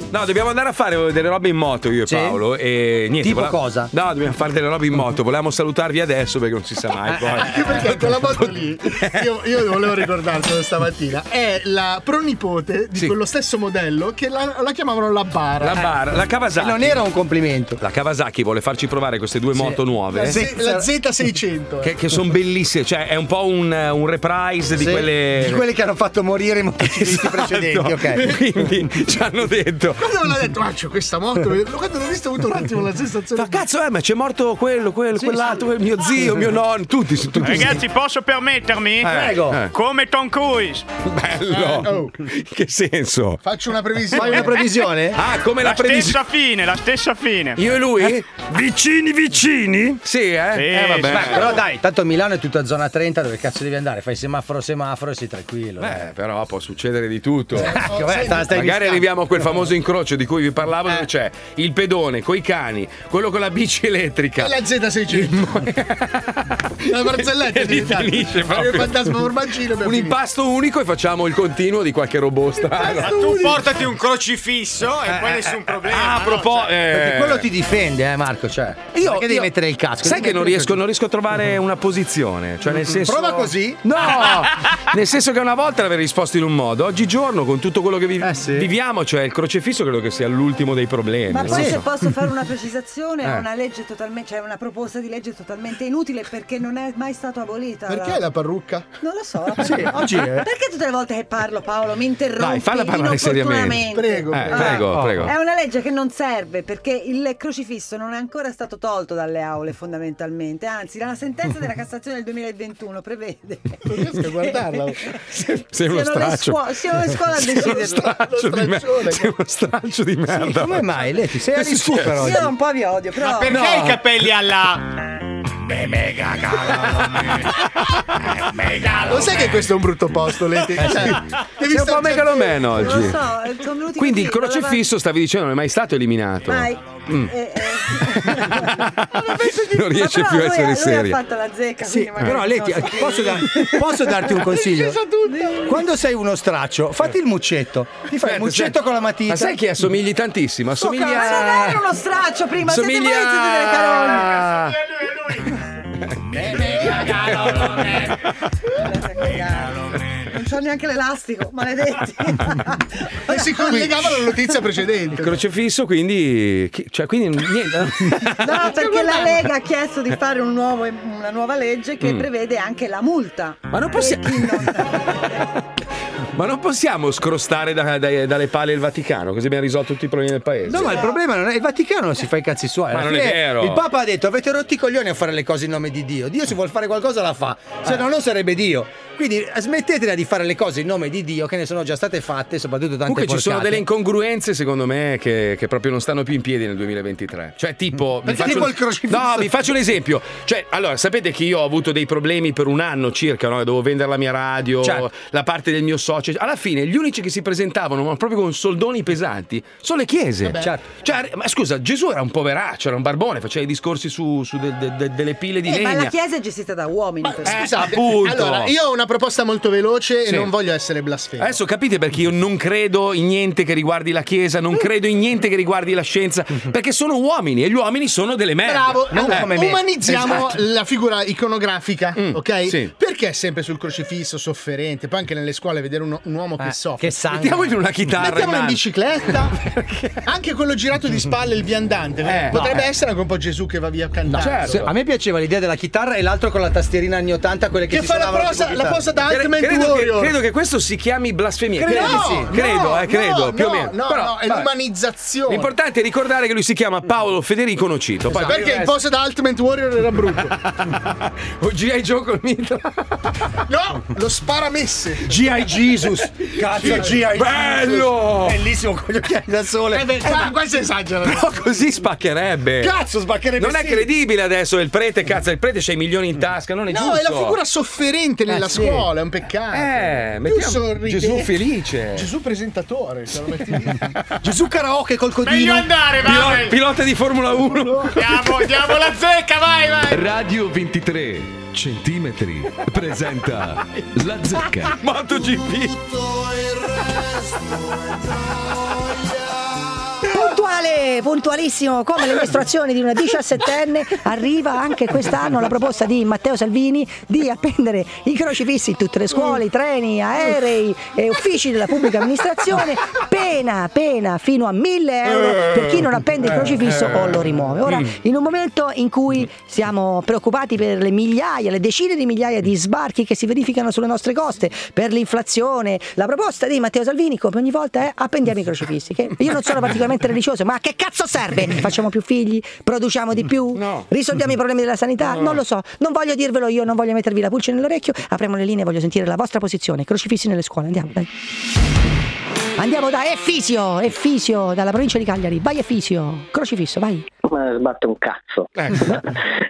[SPEAKER 2] No, dobbiamo andare a fare eh, delle robe in moto io e Paolo. E niente,
[SPEAKER 3] Tipo
[SPEAKER 2] volevamo-
[SPEAKER 3] cosa?
[SPEAKER 2] No, dobbiamo fare delle robe in moto. Volevamo salutarvi adesso perché non si sa mai. Poi.
[SPEAKER 4] Anche perché quella moto lì, io, io volevo ricordartelo stamattina, è la pronipote di
[SPEAKER 2] Sì.
[SPEAKER 4] quello stesso modello che la, la chiamavano la bara.
[SPEAKER 2] La
[SPEAKER 3] Eh,
[SPEAKER 2] bara, la Kawasaki.
[SPEAKER 4] Non era
[SPEAKER 3] un complimento.
[SPEAKER 2] La Kawasaki vuole farci provare queste due moto nuove.
[SPEAKER 4] Eh, La, Z- la Z600.
[SPEAKER 2] Che, sono bellissime, cioè è un po' un, un reprise di
[SPEAKER 3] Sì,
[SPEAKER 2] quelle. Esatto.
[SPEAKER 3] di quelle che hanno fatto morire i motociclisti precedenti, ok.
[SPEAKER 2] Quindi ci hanno detto.
[SPEAKER 4] Quando me l'ha detto, ah, c'ho questa moto, quando l'ho vista ho avuto un attimo la sensazione.
[SPEAKER 2] Ma cazzo, eh, ma c'è morto quello, quello, quell'altro, quel- mio zio, mio nonno, tutti, tutti.
[SPEAKER 7] Ragazzi, posso permettermi?
[SPEAKER 2] Eh, Prego. eh.
[SPEAKER 7] Come Tom Cruise.
[SPEAKER 2] Bello.
[SPEAKER 4] Eh, oh.
[SPEAKER 2] Che senso?
[SPEAKER 4] Faccio una previsione.
[SPEAKER 3] Fai una previsione?
[SPEAKER 2] Ah, come la, previsione.
[SPEAKER 7] stessa fine, la stessa fine. Eh.
[SPEAKER 2] Io e lui?
[SPEAKER 15] Vicini, vicini?
[SPEAKER 2] Sì, eh?
[SPEAKER 7] Sì,
[SPEAKER 3] Eh, vabbè.
[SPEAKER 7] sì.
[SPEAKER 3] Beh, però dai, tanto Milano è tutta zona 30, dove cazzo devi andare? Fai semaforo semaforo e sei tranquillo.
[SPEAKER 2] Beh, Eh, però può succedere di tutto.
[SPEAKER 3] Ecco, beh, te la stai
[SPEAKER 2] Magari
[SPEAKER 3] Eh. rischiando.
[SPEAKER 2] arriviamo a quel famoso incrocio di cui vi parlavo, dove c'è il pedone coi cani, quello con la bici elettrica.
[SPEAKER 4] E la Z600. la barzelletta
[SPEAKER 2] E lì
[SPEAKER 4] diventata.
[SPEAKER 2] finisce proprio.
[SPEAKER 4] Il fantasma formaggino abbiamo
[SPEAKER 2] Un
[SPEAKER 4] finito.
[SPEAKER 2] impasto unico e facciamo il continuo di qualche robot strano.
[SPEAKER 6] Ma tu portati un crocifisso e poi nessun problema.
[SPEAKER 2] Eh,
[SPEAKER 6] Cioè,
[SPEAKER 2] Ah, a proposito,
[SPEAKER 3] Perché quello ti difende, eh, Marco. Cioè,
[SPEAKER 2] Io-
[SPEAKER 3] perché devi
[SPEAKER 2] io-
[SPEAKER 3] mettere il casco? Mhm.
[SPEAKER 2] Sai
[SPEAKER 3] Devi
[SPEAKER 2] che non
[SPEAKER 3] mettere il
[SPEAKER 2] riesco, non riesco a trovare una posizione. Cioè, nel senso.
[SPEAKER 4] Prova così.
[SPEAKER 2] No!
[SPEAKER 3] Ah,
[SPEAKER 2] nel senso che una volta l'avevi risposto in un modo, oggigiorno, con tutto quello che vi- viviamo, cioè il crocefisso credo che sia l'ultimo dei problemi.
[SPEAKER 8] Ma
[SPEAKER 2] nel
[SPEAKER 8] poi se
[SPEAKER 2] senso-
[SPEAKER 8] posso fare una precisazione,
[SPEAKER 2] Eh.
[SPEAKER 8] è una legge totalmente, cioè una proposta di legge totalmente inutile perché non è mai stata abolita.
[SPEAKER 4] Perché la parrucca?
[SPEAKER 8] Non lo so.
[SPEAKER 4] Sì, oggi è-
[SPEAKER 8] Perché tutte le volte che parlo Paolo mi interrompi?
[SPEAKER 2] Dai, falla parlare seriamente.
[SPEAKER 8] inopportunamente?
[SPEAKER 2] Prego, Eh, prego. prego,
[SPEAKER 8] Ah,
[SPEAKER 2] prego.
[SPEAKER 8] È una legge che non serve perché il crocifisso non è ancora stato tolto dalle aule fondamentalmente, anzi la sentenza della Cassazione del 2021 prevede non riesco a guardarla.
[SPEAKER 2] Sei
[SPEAKER 8] siano
[SPEAKER 2] uno
[SPEAKER 8] le
[SPEAKER 2] straccio.
[SPEAKER 8] scuo- siano le scuole a
[SPEAKER 2] Sei uno
[SPEAKER 8] deciderlo.
[SPEAKER 2] straccio di me- Sei uno straccio di merda.
[SPEAKER 3] come mai, Leti? Sei a
[SPEAKER 2] Che
[SPEAKER 3] risucchio
[SPEAKER 2] succede?
[SPEAKER 3] oggi.
[SPEAKER 8] Io un po' vi odio, però
[SPEAKER 6] Ma perché i
[SPEAKER 8] No.
[SPEAKER 6] capelli alla.
[SPEAKER 4] Lo sai che questo è un brutto posto, Leti? Cioè,
[SPEAKER 2] Eh, sì. Sei un po' megalomeno
[SPEAKER 8] Non lo
[SPEAKER 2] oggi.
[SPEAKER 8] so, eh, sono venuti
[SPEAKER 2] Quindi il
[SPEAKER 8] così, dalla
[SPEAKER 2] crocefisso, stavi dicendo, non è mai stato eliminato.
[SPEAKER 8] Mai.
[SPEAKER 2] Mm.
[SPEAKER 8] Eh,
[SPEAKER 2] Non riesce
[SPEAKER 8] Ma
[SPEAKER 2] più a
[SPEAKER 8] però
[SPEAKER 2] essere
[SPEAKER 8] lui, Lui
[SPEAKER 2] serio.
[SPEAKER 8] ha fatto la zecca,
[SPEAKER 3] Sì,
[SPEAKER 8] quindi magari
[SPEAKER 3] Eh, però Leti,
[SPEAKER 8] non so.
[SPEAKER 3] posso, dar- posso darti un consiglio? Quando sei uno straccio, fatti il muccetto. Ti fai il muccetto con la matita.
[SPEAKER 2] Certo, Ma sai che assomigli tantissimo? Assomiglia.
[SPEAKER 8] Ma non era uno straccio prima, siete voi
[SPEAKER 2] Somiglia-
[SPEAKER 8] che siete delle carole. Non c'ho neanche l'elastico, maledetti.
[SPEAKER 4] E si collegava alla notizia precedente.
[SPEAKER 2] Crocefisso, quindi. chi- Cioè, quindi niente.
[SPEAKER 8] No, perché la Lega ha chiesto di fare un nuovo- una nuova legge che
[SPEAKER 2] Mm.
[SPEAKER 8] prevede anche la multa.
[SPEAKER 2] Ma non possiamo. Ma non possiamo scrostare da- da- dalle pale il Vaticano, così abbiamo risolto tutti i problemi del paese.
[SPEAKER 3] No, ma il problema non è il Vaticano non si fa i cazzi suoi.
[SPEAKER 2] Ma
[SPEAKER 3] Alla
[SPEAKER 2] non è
[SPEAKER 3] fine
[SPEAKER 2] vero.
[SPEAKER 3] Il Papa ha detto: avete rotto i coglioni a fare le cose in nome di Dio. Dio, se vuol fare qualcosa, la fa,
[SPEAKER 2] Eh.
[SPEAKER 3] se no non sarebbe Dio. Quindi eh, smettetela di fare le cose in nome di Dio, che ne sono già state fatte, soprattutto tante
[SPEAKER 2] Comunque ci sono
[SPEAKER 3] porcate.
[SPEAKER 2] delle incongruenze, secondo me, che, che proprio non stanno più in piedi nel 2023. Cioè, tipo. vi
[SPEAKER 3] Perché
[SPEAKER 2] faccio-
[SPEAKER 3] Mm. tipo il crocifisso?
[SPEAKER 2] No, vi faccio un esempio. Cioè, allora, sapete che io ho avuto dei problemi per un anno circa, no? Dovevo vendere la mia radio,
[SPEAKER 3] Certo.
[SPEAKER 2] la parte del mio socio. Alla fine, gli unici che si presentavano, ma proprio con soldoni pesanti, sono le chiese.
[SPEAKER 3] Vabbè. Certo.
[SPEAKER 2] Cioè, ma scusa, Gesù era un poveraccio, era un barbone, faceva i discorsi su, su de- de- de- delle pile di
[SPEAKER 8] Eh, ma
[SPEAKER 2] legna.
[SPEAKER 8] la chiesa è gestita da uomini. però.
[SPEAKER 4] Scusate,
[SPEAKER 2] appunto.
[SPEAKER 4] allora io ho una proposta molto veloce
[SPEAKER 2] Sì.
[SPEAKER 4] e non voglio essere blasfemo.
[SPEAKER 2] Adesso capite perché io non credo in niente che riguardi la Chiesa,
[SPEAKER 4] Mm.
[SPEAKER 2] non credo in niente che riguardi la scienza, perché sono uomini e gli uomini sono delle merde.
[SPEAKER 4] Mm-hmm. Bravo,
[SPEAKER 2] Eh, Non
[SPEAKER 4] allora,
[SPEAKER 2] come me.
[SPEAKER 4] umanizziamo
[SPEAKER 2] Esatto. Mm,
[SPEAKER 4] la figura iconografica, ok?
[SPEAKER 2] sì.
[SPEAKER 4] Perché sempre sul crocifisso sofferente? Poi anche nelle scuole vedere un, un uomo che soffre.
[SPEAKER 3] Ah, che sangue.
[SPEAKER 2] Mettiamolo in una chitarra.
[SPEAKER 4] Mettiamolo in
[SPEAKER 2] mano.
[SPEAKER 4] bicicletta. anche quello girato di spalle, il viandante.
[SPEAKER 2] Eh,
[SPEAKER 4] Potrebbe
[SPEAKER 3] no.
[SPEAKER 4] essere anche un po' Gesù che va via
[SPEAKER 3] No,
[SPEAKER 4] cantando.
[SPEAKER 2] certo.
[SPEAKER 3] se- a me piaceva l'idea della chitarra e l'altro con la tastierina anni 80, quelle che,
[SPEAKER 4] Che
[SPEAKER 3] si
[SPEAKER 4] fa la
[SPEAKER 3] suonavano
[SPEAKER 4] prosa-
[SPEAKER 3] tipo
[SPEAKER 4] la
[SPEAKER 3] chitarra.
[SPEAKER 4] posa da
[SPEAKER 2] Cre-
[SPEAKER 4] Ultimate
[SPEAKER 2] credo, che,
[SPEAKER 4] Warrior.
[SPEAKER 2] credo che questo si chiami blasfemia.
[SPEAKER 4] Credo
[SPEAKER 2] Credo,
[SPEAKER 4] no,
[SPEAKER 2] sì.
[SPEAKER 4] no,
[SPEAKER 2] credo, eh, credo,
[SPEAKER 4] no,
[SPEAKER 2] più o
[SPEAKER 4] no,
[SPEAKER 2] meno.
[SPEAKER 4] no,
[SPEAKER 2] Però,
[SPEAKER 4] no, è
[SPEAKER 2] vabbè.
[SPEAKER 4] l'umanizzazione.
[SPEAKER 2] L'importante è ricordare che lui si chiama Paolo Federico Nocito. Poi per
[SPEAKER 4] Perché
[SPEAKER 2] il
[SPEAKER 4] il post da Ultimate Warrior era brutto.
[SPEAKER 2] resto- o G.I. Oh, Joe col mitra.
[SPEAKER 4] No, lo sparamesse.
[SPEAKER 3] G.I. Jesus, cazzo, G.I.
[SPEAKER 2] Bello!
[SPEAKER 3] Bellissimo con gli occhiali da sole.
[SPEAKER 4] Eh beh, qua, qua si esagera.
[SPEAKER 2] Però così spaccherebbe.
[SPEAKER 4] Cazzo, sbaccherebbe
[SPEAKER 2] Non è
[SPEAKER 4] sì.
[SPEAKER 2] credibile adesso il prete, cazzo, il prete c'ha i milioni in tasca, non è
[SPEAKER 4] No,
[SPEAKER 2] giusto. Eh,
[SPEAKER 4] è la figura sofferente nella
[SPEAKER 2] sì.
[SPEAKER 4] scuola, è un peccato.
[SPEAKER 2] Eh,
[SPEAKER 4] Tu
[SPEAKER 2] mettiamo
[SPEAKER 4] sorridente.
[SPEAKER 2] Gesù felice.
[SPEAKER 4] Gesù presentatore, se lo metti lì.
[SPEAKER 3] Gesù karaoke col codino.
[SPEAKER 6] Meglio andare,
[SPEAKER 2] Pilo-
[SPEAKER 6] vai!
[SPEAKER 2] pilota di Formula 1.
[SPEAKER 6] Diamo, diamo la zecca, vai, vai!
[SPEAKER 18] Radio 23 centimetri presenta La Zecca.
[SPEAKER 2] MotoGP.
[SPEAKER 11] Puntuale, puntualissimo come le mestruazioni di una 17enne, arriva anche quest'anno la proposta di Matteo Salvini di appendere i crocifissi in tutte le scuole, i treni, aerei e uffici della pubblica amministrazione, pena, pena fino a 1000 euro per chi non appende il crocifisso o lo rimuove. Ora, in un momento in cui siamo preoccupati per le migliaia, le decine di migliaia di sbarchi che si verificano sulle nostre coste, per l'inflazione, la proposta di Matteo Salvini, come ogni volta, è appendiamo i crocifissi. Che io non sono particolarmente religioso, ma a che cazzo serve? Facciamo più figli? Produciamo di più? Risolviamo i problemi della sanità? Non lo so, non voglio dirvelo io, non voglio mettervi la pulce nell'orecchio. Apriamo le linee, voglio sentire la vostra posizione. Crocifissi nelle scuole, andiamo. dai. Andiamo da Efisio, Efisio, dalla provincia di Cagliari. Vai Efisio, crocifisso, vai.
[SPEAKER 19] Ma sbatte un cazzo.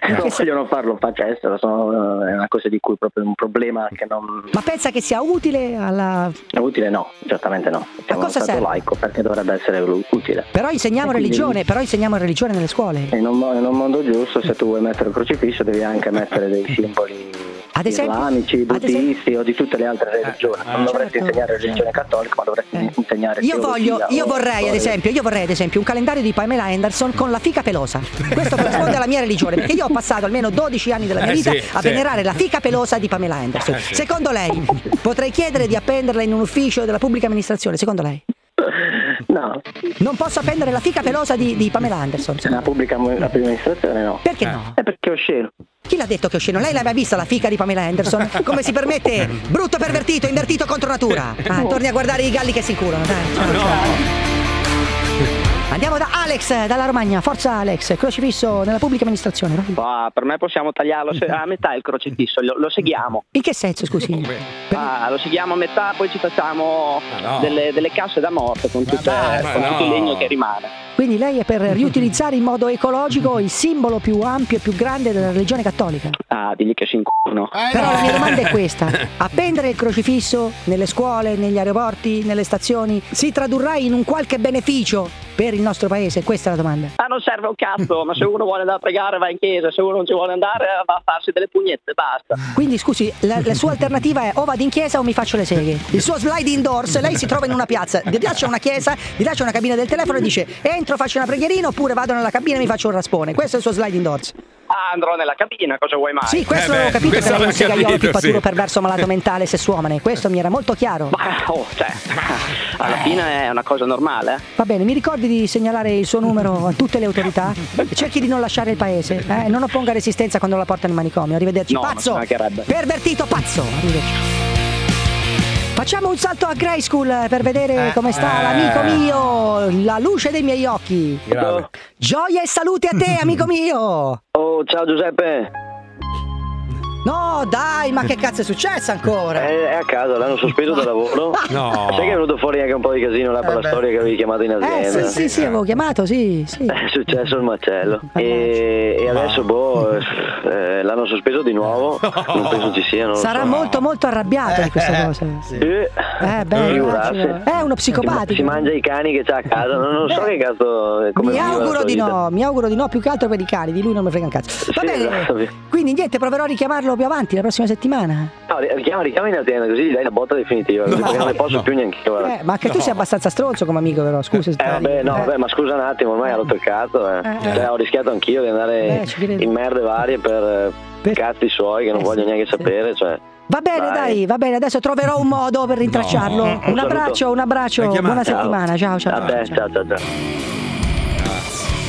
[SPEAKER 19] non vogliono farlo, faccia estera, sono- eh, è una cosa di cui proprio un problema che non...
[SPEAKER 11] Ma pensa che sia utile alla...
[SPEAKER 19] È utile no, certamente no.
[SPEAKER 11] cosa
[SPEAKER 19] Siamo uno stato
[SPEAKER 11] serve?
[SPEAKER 19] laico perché dovrebbe essere u- utile.
[SPEAKER 11] Però insegniamo
[SPEAKER 19] E quindi- Eh,
[SPEAKER 11] religione, però insegniamo religione nelle scuole.
[SPEAKER 19] In un, mo- in un mondo giusto, se tu vuoi mettere il crocifisso, devi anche mettere dei simboli
[SPEAKER 11] Ad esempio-
[SPEAKER 19] islamici,
[SPEAKER 11] ad esempio- Certo. Eh.
[SPEAKER 19] buddisti o di tutte le altre religioni. non dovresti insegnare religione cattolica, ma dovresti insegnare
[SPEAKER 11] Io voglio,
[SPEAKER 19] teologia
[SPEAKER 11] io
[SPEAKER 19] o
[SPEAKER 11] vorrei ad
[SPEAKER 19] storia.
[SPEAKER 11] esempio, io vorrei ad esempio un calendario di Pamela Anderson con la fica pelosa. Questo corrisponde alla mia religione, perché io ho passato almeno 12 anni della mia
[SPEAKER 1] Eh,
[SPEAKER 11] vita
[SPEAKER 1] sì,
[SPEAKER 11] a
[SPEAKER 1] sì.
[SPEAKER 11] venerare la fica pelosa di Pamela Anderson.
[SPEAKER 1] Eh, sì.
[SPEAKER 11] Secondo lei potrei chiedere di appenderla in un ufficio della pubblica amministrazione, secondo lei?
[SPEAKER 19] No.
[SPEAKER 11] Non posso appendere la fica pelosa di, di Pamela Anderson.
[SPEAKER 19] La pubblica la prima amministrazione no.
[SPEAKER 11] Perché no?
[SPEAKER 19] È perché è osceno.
[SPEAKER 11] Chi l'ha detto che è osceno? Lei l'ha mai vista la fica di Pamela Anderson? Come si permette? Brutto pervertito, invertito contro natura. Ah, torni a guardare i galli che si curano, dai.
[SPEAKER 19] Ah,
[SPEAKER 11] ciao, ciao. Andiamo da Alex, dalla Romagna. Forza Alex, crocifisso nella pubblica amministrazione. vai.
[SPEAKER 20] Ah, per me possiamo tagliarlo se- a metà il crocifisso, lo, lo seghiamo.
[SPEAKER 11] In che senso, scusi?
[SPEAKER 20] Ah, lo seghiamo a metà, poi ci facciamo delle, delle casse da morte con, tutte,
[SPEAKER 11] Ah, ma
[SPEAKER 20] con tutto il
[SPEAKER 11] no.
[SPEAKER 20] legno che rimane.
[SPEAKER 11] Quindi lei è per riutilizzare in modo ecologico il simbolo più ampio e più grande della religione cattolica.
[SPEAKER 20] Ah, digli che si incuno.
[SPEAKER 11] Però Eh, la mia domanda è questa: appendere il crocifisso nelle scuole, negli aeroporti, nelle stazioni si tradurrà in un qualche beneficio per il nostro paese? Questa è la domanda.
[SPEAKER 20] Ah, non serve un cazzo, ma se uno vuole andare a pregare va in chiesa, se uno non ci vuole andare va a farsi delle pugnette, basta.
[SPEAKER 11] Quindi scusi, la, la sua alternativa è o vado in chiesa o mi faccio le seghe. Il suo slide indoors, lei si trova in una piazza, di là c'è una chiesa, di là c'è una cabina del telefono e dice entro, faccio una preghierina oppure vado nella cabina e mi faccio un raspone. Questo è il suo slide indoors.
[SPEAKER 20] Ah, andrò nella cabina, cosa vuoi mai?
[SPEAKER 11] Sì, Eh questo l'avevo capito che era un segaiolo pippaturo perverso malato mentale sessuomane. Questo mi era molto chiaro.
[SPEAKER 20] Ma, oh, cioè, alla fine è una cosa normale. eh.
[SPEAKER 11] Va bene, mi ricordi di segnalare il suo numero a tutte le autorità? Cerchi di non lasciare il paese, eh? non opponga resistenza quando la portano in manicomio. Arrivederci,
[SPEAKER 20] No, ma
[SPEAKER 11] pazzo!
[SPEAKER 20] ci mancherebbe.
[SPEAKER 11] Pervertito pazzo! Arrivederci. Facciamo un salto a Grey School eh, per vedere come sta
[SPEAKER 1] eh.
[SPEAKER 11] l'amico mio, la luce dei miei occhi.
[SPEAKER 19] Grave.
[SPEAKER 11] Gioia e salute a te, amico mio!
[SPEAKER 19] Oh, ciao Giuseppe.
[SPEAKER 11] No, dai, ma che cazzo è successo ancora?
[SPEAKER 19] Eh, È, è a casa, l'hanno sospeso da lavoro.
[SPEAKER 2] No.
[SPEAKER 19] Sai che è venuto fuori anche un po' di casino là per
[SPEAKER 11] Eh
[SPEAKER 19] la
[SPEAKER 11] beh.
[SPEAKER 19] storia che avevi chiamato in
[SPEAKER 11] Eh,
[SPEAKER 19] azienda.
[SPEAKER 11] sì, sì, sì, avevo chiamato, sì, sì.
[SPEAKER 19] È successo il macello. E, e adesso, boh, eh, l'hanno sospeso di nuovo. Non penso ci siano.
[SPEAKER 11] Sarà molto, molto arrabbiato di questa cosa.
[SPEAKER 19] Eh,
[SPEAKER 11] Eh, beh,
[SPEAKER 19] figurarsi.
[SPEAKER 11] immagino. è uno
[SPEAKER 19] Si,
[SPEAKER 11] psicopatico.
[SPEAKER 19] si mangia i cani che c'ha a casa. Non, non so che cazzo. Come
[SPEAKER 11] Mi
[SPEAKER 19] vive la
[SPEAKER 11] auguro
[SPEAKER 19] sua
[SPEAKER 11] di
[SPEAKER 19] vita.
[SPEAKER 11] no, mi auguro di no più che altro per i cani, di lui non mi frega un cazzo. Va
[SPEAKER 19] Sì,
[SPEAKER 11] bene,
[SPEAKER 19] esatto.
[SPEAKER 11] quindi niente, proverò a richiamarlo più avanti la prossima settimana.
[SPEAKER 19] No, ri- richiama, richiama in azienda così gli dai la botta definitiva.
[SPEAKER 11] No.
[SPEAKER 19] perché non ne posso più neanche io. guarda.
[SPEAKER 11] Eh, ma anche tu sei abbastanza stronzo come amico però, scusa. se
[SPEAKER 19] Ah, Eh
[SPEAKER 11] sbagli.
[SPEAKER 19] vabbè, no,
[SPEAKER 11] Eh,
[SPEAKER 19] vabbè, ma scusa un attimo, ormai ha rotto il cazzo. eh.
[SPEAKER 11] Eh,
[SPEAKER 19] Cioè,
[SPEAKER 11] eh.
[SPEAKER 19] ho rischiato anch'io di andare
[SPEAKER 11] Eh, ci credo. Eh,
[SPEAKER 19] in merde varie per, eh, cazzi suoi che non voglio neanche sapere. Cioè.
[SPEAKER 11] Va bene, dai. va bene, adesso troverò un modo per rintracciarlo.
[SPEAKER 19] Un
[SPEAKER 11] Un
[SPEAKER 19] saluto.
[SPEAKER 11] abbraccio, un abbraccio, buona settimana, ciao ciao.
[SPEAKER 19] A te, ciao ciao. ciao.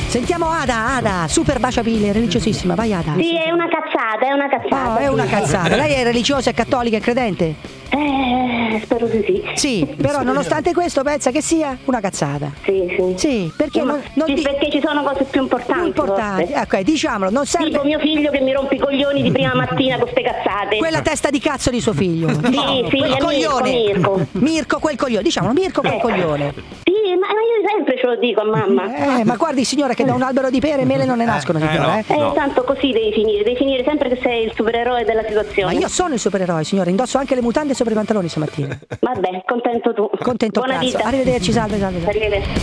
[SPEAKER 11] Sentiamo Ada, Ada, super baciapile, religiosissima, vai Ada.
[SPEAKER 21] Sì, è una cazzata, è una cazzata.
[SPEAKER 11] Oh, è una cazzata. Lei è religiosa, è cattolica, e credente?
[SPEAKER 21] Eh, spero di sì.
[SPEAKER 11] Sì, però nonostante questo pensa che sia una cazzata.
[SPEAKER 21] Sì, sì.
[SPEAKER 11] perché,
[SPEAKER 21] Ma
[SPEAKER 11] non, non
[SPEAKER 21] sì,
[SPEAKER 11] di-
[SPEAKER 21] perché ci sono cose più importanti.
[SPEAKER 11] importanti.
[SPEAKER 21] forse.
[SPEAKER 11] Ecco, eh, diciamolo, non serve...
[SPEAKER 21] Tipo mio figlio che mi rompe i coglioni di prima mattina con ste cazzate.
[SPEAKER 11] Quella testa di cazzo di suo figlio. Diciamolo,
[SPEAKER 21] sì,
[SPEAKER 11] quel
[SPEAKER 21] è Mirko,
[SPEAKER 11] coglione.
[SPEAKER 21] Mirko. Eh.
[SPEAKER 11] Mirko, quel coglione. Diciamolo, Mirko, quel coglione.
[SPEAKER 21] Sì, ma, ma io sempre ce lo dico a mamma.
[SPEAKER 11] Eh, ma guardi signora che da un albero di pere mele non ne nascono, signora. Eh,
[SPEAKER 21] Eh, tanto così devi finire, devi finire sempre che sei il supereroe della
[SPEAKER 11] Ma
[SPEAKER 21] situazione.
[SPEAKER 11] io sono il supereroe, signora. Indosso anche le mutande sopra i pantaloni stamattina.
[SPEAKER 21] Vabbè, contento tu.
[SPEAKER 11] Contento
[SPEAKER 21] Buona
[SPEAKER 11] cazzo.
[SPEAKER 21] vita.
[SPEAKER 11] Arrivederci, salve, salve, salve.
[SPEAKER 21] Arrivederci.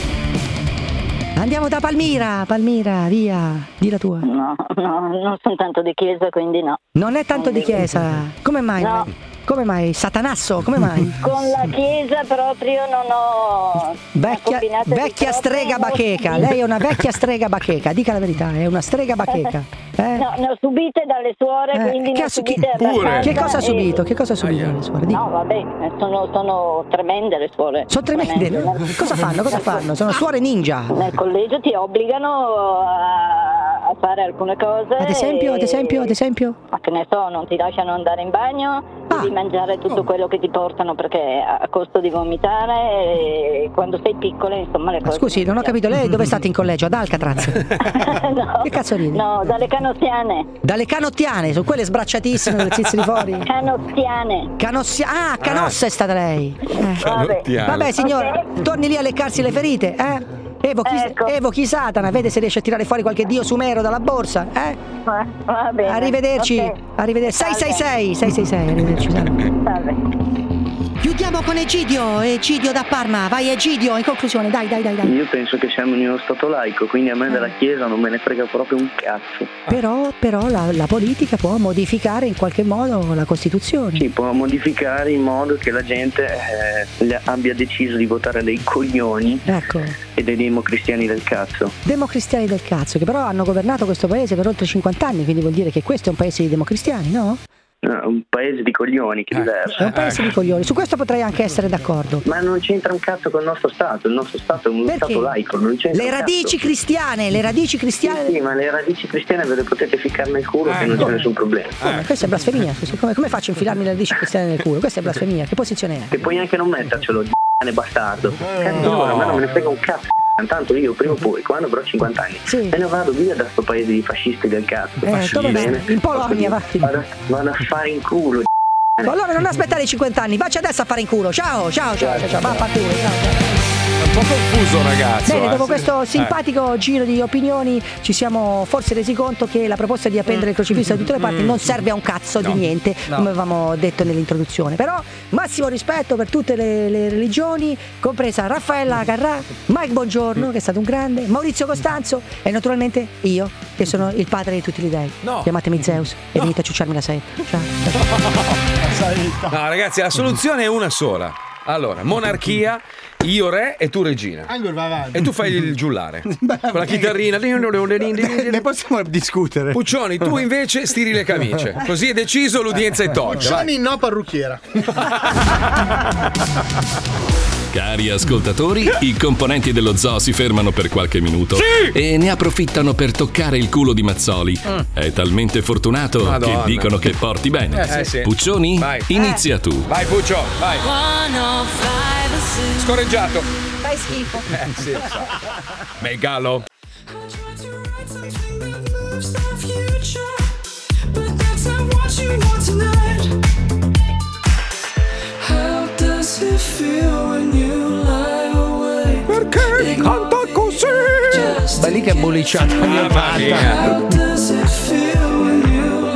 [SPEAKER 11] Andiamo da Palmira, Palmira, via, di la tua.
[SPEAKER 12] No, no, non sono tanto di chiesa, quindi no.
[SPEAKER 11] Non è tanto di chiesa. Come mai? non è- Come mai? Satanasso, come mai?
[SPEAKER 12] Con la chiesa proprio non ho...
[SPEAKER 11] Vecchia,
[SPEAKER 12] combinate di
[SPEAKER 11] vecchia
[SPEAKER 12] troppo,
[SPEAKER 11] strega
[SPEAKER 12] no?
[SPEAKER 11] bacheca, lei è una vecchia strega bacheca, dica la verità, è una strega bacheca. Eh?
[SPEAKER 12] No, ne ho subite dalle suore,
[SPEAKER 11] Eh,
[SPEAKER 12] quindi ne
[SPEAKER 11] che,
[SPEAKER 12] ho
[SPEAKER 11] ha su-
[SPEAKER 12] subite
[SPEAKER 11] chi-
[SPEAKER 12] abbastanza
[SPEAKER 11] che cosa ha
[SPEAKER 12] e-
[SPEAKER 11] subito? Che cosa ha subito? le suore? Dica.
[SPEAKER 12] No, vabbè, eh, sono, sono tremende le suore.
[SPEAKER 11] Sono tremende, no? Cosa fanno? Cosa fanno? Sono suore ninja.
[SPEAKER 12] Nel collegio ti obbligano a, a fare alcune cose.
[SPEAKER 11] Ad esempio, ad
[SPEAKER 12] e-
[SPEAKER 11] esempio, Ah, ad esempio.
[SPEAKER 12] Ma che ne so, non ti lasciano andare in bagno,
[SPEAKER 21] devi mangiare tutto quello che ti portano perché a costo di vomitare e quando sei piccola insomma le
[SPEAKER 11] Ma
[SPEAKER 21] cose...
[SPEAKER 11] scusi, non ho capito, lei dove è stata in collegio? Ad Alcatraz?
[SPEAKER 21] no.
[SPEAKER 11] Che cazzo ridi?
[SPEAKER 21] No, dalle canossiane.
[SPEAKER 11] Dalle canottiane, sono quelle sbracciatissime del Tizi di fuori.
[SPEAKER 21] Canossiane.
[SPEAKER 11] Canossia- ah, Canossa è stata lei. Eh.
[SPEAKER 21] Canottiane.
[SPEAKER 11] Vabbè, signora, torni lì a leccarsi le ferite, eh? Evochi,
[SPEAKER 21] Ecco.
[SPEAKER 11] evochi Satana, vede se riesce a tirare fuori qualche dio sumero dalla borsa, eh?
[SPEAKER 21] Va bene.
[SPEAKER 11] Arrivederci,
[SPEAKER 21] Ok.
[SPEAKER 11] arrivederci. 666, 666, arrivederci. Salve. Chiudiamo con Egidio, Egidio da Parma, vai Egidio, in conclusione, dai, dai, dai, dai.
[SPEAKER 17] Io penso che siamo in uno stato laico, quindi a me della
[SPEAKER 11] Mm.
[SPEAKER 17] Chiesa non me ne frega proprio un cazzo.
[SPEAKER 11] Però, però la, la politica può modificare in qualche modo la Costituzione.
[SPEAKER 17] Si può modificare in modo che la gente eh, le- abbia deciso di votare dei coglioni
[SPEAKER 11] Ecco,
[SPEAKER 17] e dei democristiani del cazzo.
[SPEAKER 11] democristiani del cazzo, che però hanno governato questo paese per oltre 50 anni, quindi vuol dire che questo è un paese di democristiani, no?
[SPEAKER 17] No, un paese di coglioni che è diverso.
[SPEAKER 11] È un paese di coglioni, su questo potrei anche essere d'accordo.
[SPEAKER 17] Ma non c'entra un cazzo col nostro Stato, il nostro Stato è uno
[SPEAKER 11] Perché?
[SPEAKER 17] Stato laico, non c'entra
[SPEAKER 11] Le
[SPEAKER 17] un
[SPEAKER 11] radici
[SPEAKER 17] cazzo.
[SPEAKER 11] cristiane, le radici cristiane...
[SPEAKER 17] Sì, sì, ma le radici cristiane ve le potete ficcare nel culo che non c'è nessun problema.
[SPEAKER 11] Come? Eh, Questa è blasfemia, scusi, come, come faccio a infilarmi le radici cristiane nel culo? Questa è blasfemia, che posizione è?
[SPEAKER 17] E puoi anche non mettercelo, d***ane bastardo. Cazzo, a me non me ne frega un cazzo. Tanto io prima o poi, quando avrò 50 anni, me ne vado via da sto paese di fascisti del cazzo.
[SPEAKER 11] Eh, dove vai? In Polonia, va.
[SPEAKER 17] Vado, vado a fare in culo. d***ane.
[SPEAKER 11] Allora non aspettare i 50 anni, vacci adesso a fare in culo. Ciao, ciao, ciao, ciao, ciao, va a far culo, ciao.
[SPEAKER 2] Un po' confuso, ragazzo.
[SPEAKER 11] Bene,
[SPEAKER 2] eh.
[SPEAKER 11] dopo questo
[SPEAKER 2] Eh.
[SPEAKER 11] simpatico giro di opinioni ci siamo forse resi conto che la proposta di appendere il crocifisso da tutte le parti non serve a un cazzo
[SPEAKER 2] Mm. No.
[SPEAKER 11] di niente,
[SPEAKER 2] No.
[SPEAKER 11] come avevamo detto nell'introduzione. Però massimo rispetto per tutte le, le religioni, compresa Raffaella Carrà, Mike Buongiorno, che è stato un grande, Maurizio Costanzo e naturalmente io, che sono il padre di tutti gli dei.
[SPEAKER 2] No.
[SPEAKER 11] Chiamatemi Zeus e venite a ciucciarmi la sete. Ciao.
[SPEAKER 2] No, ragazzi, la soluzione è una sola. Allora, monarchia, io re e tu regina.
[SPEAKER 4] Angor va avanti.
[SPEAKER 2] E tu fai il giullare con la chitarrina.
[SPEAKER 4] Ne possiamo discutere.
[SPEAKER 2] Puccioni, tu invece stiri le camicie. Così è deciso, l'udienza è tolta. vai.
[SPEAKER 4] Puccioni no parrucchiera.
[SPEAKER 1] Cari ascoltatori, i componenti dello zoo si fermano per qualche minuto e ne approfittano per toccare il culo di Mazzoli. È talmente fortunato
[SPEAKER 2] Mm. Madonna.
[SPEAKER 1] che dicono che porti bene.
[SPEAKER 2] Eh, sì.
[SPEAKER 1] Puccioni, inizia tu.
[SPEAKER 2] Vai, Puccio, vai. Scorreggiato.
[SPEAKER 8] Fai schifo.
[SPEAKER 2] Eh, sì, lo so. Megalo.
[SPEAKER 5] Perché canta così?
[SPEAKER 3] Beh, lì che è bollicciato.
[SPEAKER 2] Mamma mia.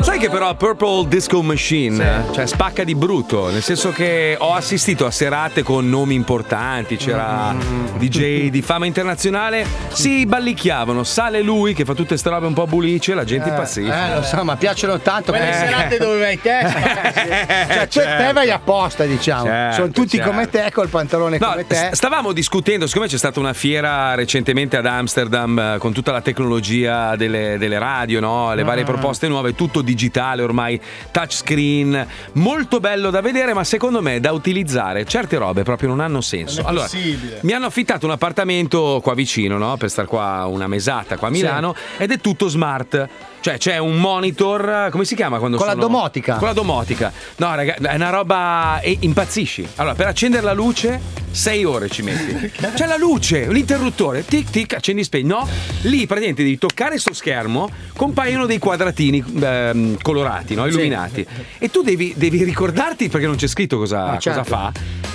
[SPEAKER 2] Sai che però Purple Disco Machine cioè, spacca di brutto, nel senso che ho assistito a serate con nomi importanti, c'era
[SPEAKER 3] Mm-hmm.
[SPEAKER 2] DJ di fama internazionale, si ballicchiavano, sale lui che fa tutte ste robe un po' bulice, la gente impazzisce.
[SPEAKER 3] Eh, lo so, ma piacciono tanto. eh.
[SPEAKER 2] Quelle
[SPEAKER 3] che-
[SPEAKER 2] serate dove
[SPEAKER 4] vai te?
[SPEAKER 2] Eh.
[SPEAKER 3] Cioè, tu e te vai apposta, diciamo.
[SPEAKER 2] Certo,
[SPEAKER 3] Sono tutti
[SPEAKER 2] certo.
[SPEAKER 3] come te, col pantalone
[SPEAKER 2] No,
[SPEAKER 3] come te.
[SPEAKER 2] s- stavamo discutendo, siccome c'è stata una fiera recentemente ad Amsterdam eh, con tutta la tecnologia delle, delle radio, no? le varie
[SPEAKER 18] Mm.
[SPEAKER 2] proposte nuove, tutto digitale ormai, touchscreen, molto bello da vedere, ma secondo me da utilizzare certe robe proprio non hanno senso.
[SPEAKER 18] Non è
[SPEAKER 2] allora,
[SPEAKER 18] possibile.
[SPEAKER 2] mi hanno affittato un appartamento qua vicino, no? per star qua una mesata qua a Milano, ed è tutto smart. Cioè c'è un monitor, eh, come si chiama quando
[SPEAKER 3] Con la
[SPEAKER 2] sono-
[SPEAKER 3] domotica.
[SPEAKER 2] Con la domotica. No, raga, è una roba. E impazzisci. Allora, per accendere la luce, sei ore ci metti. C'è la luce, un interruttore. Tic tic, accendi spegni. No, lì praticamente devi toccare sto schermo, compaiono dei quadratini ehm, colorati, no? illuminati. E tu devi, devi ricordarti, perché non c'è scritto cosa, cosa fa.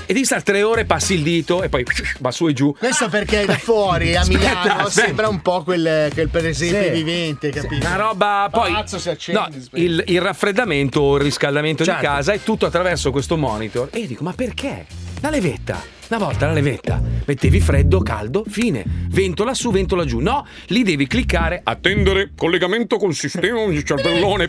[SPEAKER 2] E devi stare tre ore, passi il dito e poi va su e giù.
[SPEAKER 4] Questo perché da fuori a
[SPEAKER 2] Aspetta,
[SPEAKER 4] Milano
[SPEAKER 2] aspetta.
[SPEAKER 4] sembra un po' quel, quel presepe
[SPEAKER 2] Sì.
[SPEAKER 4] vivente, capito?
[SPEAKER 2] Una roba poi
[SPEAKER 4] Palazzo si
[SPEAKER 2] no,
[SPEAKER 4] accende. spegni.
[SPEAKER 2] il, il raffreddamento o il riscaldamento
[SPEAKER 4] Certo.
[SPEAKER 2] di casa è tutto attraverso questo monitor e io dico ma perché? La levetta una volta la levetta mettevi freddo, caldo, fine ventola su, ventola giù no, lì devi cliccare attendere collegamento col sistema di cervellone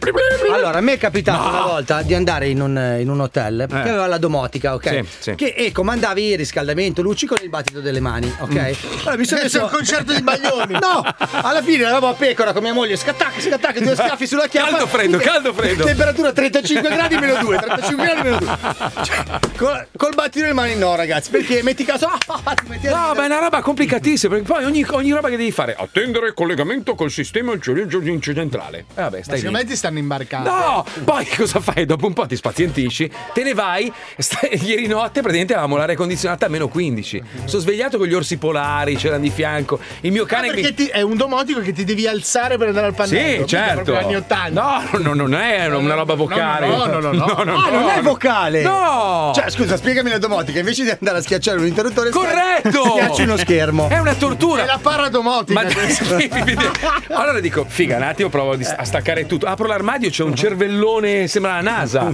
[SPEAKER 3] Allora, a me è capitato
[SPEAKER 2] No.
[SPEAKER 3] una volta di andare in un, in un hotel perché
[SPEAKER 2] Eh.
[SPEAKER 3] aveva la domotica, ok?
[SPEAKER 2] Sì, sì.
[SPEAKER 3] Che, e comandavi il riscaldamento, luci con il battito delle mani, ok?
[SPEAKER 4] Mm.
[SPEAKER 3] Allora mi sono
[SPEAKER 4] Adesso
[SPEAKER 3] messo
[SPEAKER 4] è un concerto di Baglioni.
[SPEAKER 3] no, alla fine eravamo a pecora con mia moglie, scattac, scattac, due schiaffi sulla chiave.
[SPEAKER 2] Caldo, freddo, caldo, freddo.
[SPEAKER 3] Temperatura 35 gradi meno 2, 35 gradi meno 2.
[SPEAKER 2] due
[SPEAKER 3] Col, col battito delle mani no, ragazzi, perché perché metti caso. Ah, metti-
[SPEAKER 2] No, ma è una roba complicatissima, perché poi ogni, ogni roba che devi fare, attendere collegamento col sistema giudice centrale. Eh, vabbè,
[SPEAKER 4] Ma
[SPEAKER 2] stai lì.
[SPEAKER 4] secondo me ti stanno imbarcando.
[SPEAKER 2] No, poi che cosa fai? Dopo un po' ti spazientisci, te ne vai. Sta- ieri notte praticamente avevamo l'aria condizionata a meno 15. Sono svegliato con gli orsi polari, c'erano di fianco. Il mio cane... mi-
[SPEAKER 4] Ah, Perché ti- è un domotico che ti devi alzare per andare al pannello.
[SPEAKER 2] Sì,
[SPEAKER 4] mica
[SPEAKER 2] certo.
[SPEAKER 4] proprio anni 80.
[SPEAKER 2] No, no, non è una roba vocale.
[SPEAKER 4] no, no, no, no.
[SPEAKER 3] Ah, non è vocale!
[SPEAKER 2] No!
[SPEAKER 3] Cioè, scusa, spiegami la domotica. Invece di andare a schiacciare un interruttore,
[SPEAKER 2] Corretto!
[SPEAKER 3] schiacci uno schermo.
[SPEAKER 2] È una tortura.
[SPEAKER 4] È la paradomotica.
[SPEAKER 2] Ma- allora dico, figa, un attimo provo a dis- a staccare tutto. Apro l'armadio, c'è un cervellone, sembra la NASA.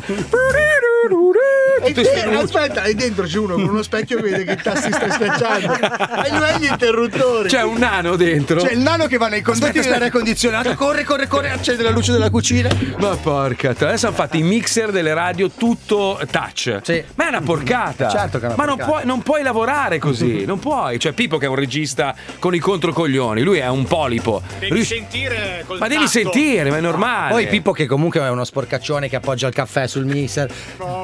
[SPEAKER 4] E
[SPEAKER 2] Tutte
[SPEAKER 4] te-
[SPEAKER 2] ste luci.
[SPEAKER 4] aspetta, e dentro c'è uno con uno specchio che vede che tassi sta schiacciando. E lui ha gli interruttori.
[SPEAKER 2] C'è un nano dentro.
[SPEAKER 3] C'è Cioè, il nano che va nei condotti
[SPEAKER 2] Aspetta,
[SPEAKER 3] dell'aria
[SPEAKER 2] aspetta.
[SPEAKER 3] condizionata, corre, corre, corre, accende la luce della cucina.
[SPEAKER 2] Ma porca tra adesso hanno fatto i mixer delle radio tutto touch. Ma è una porcata.
[SPEAKER 3] Certo che è una
[SPEAKER 2] Ma non
[SPEAKER 3] porcata.
[SPEAKER 2] puoi, non puoi lavorare così, non puoi. Cioè, Pippo che è un regista con i controcoglioni, lui è un polipo.
[SPEAKER 6] Devi
[SPEAKER 2] Rius-
[SPEAKER 6] sentire col
[SPEAKER 2] ma devi
[SPEAKER 6] tatto.
[SPEAKER 2] sentire, ma è normale.
[SPEAKER 3] Poi Pippo, che comunque è uno sporcaccione che appoggia il caffè sul mixer,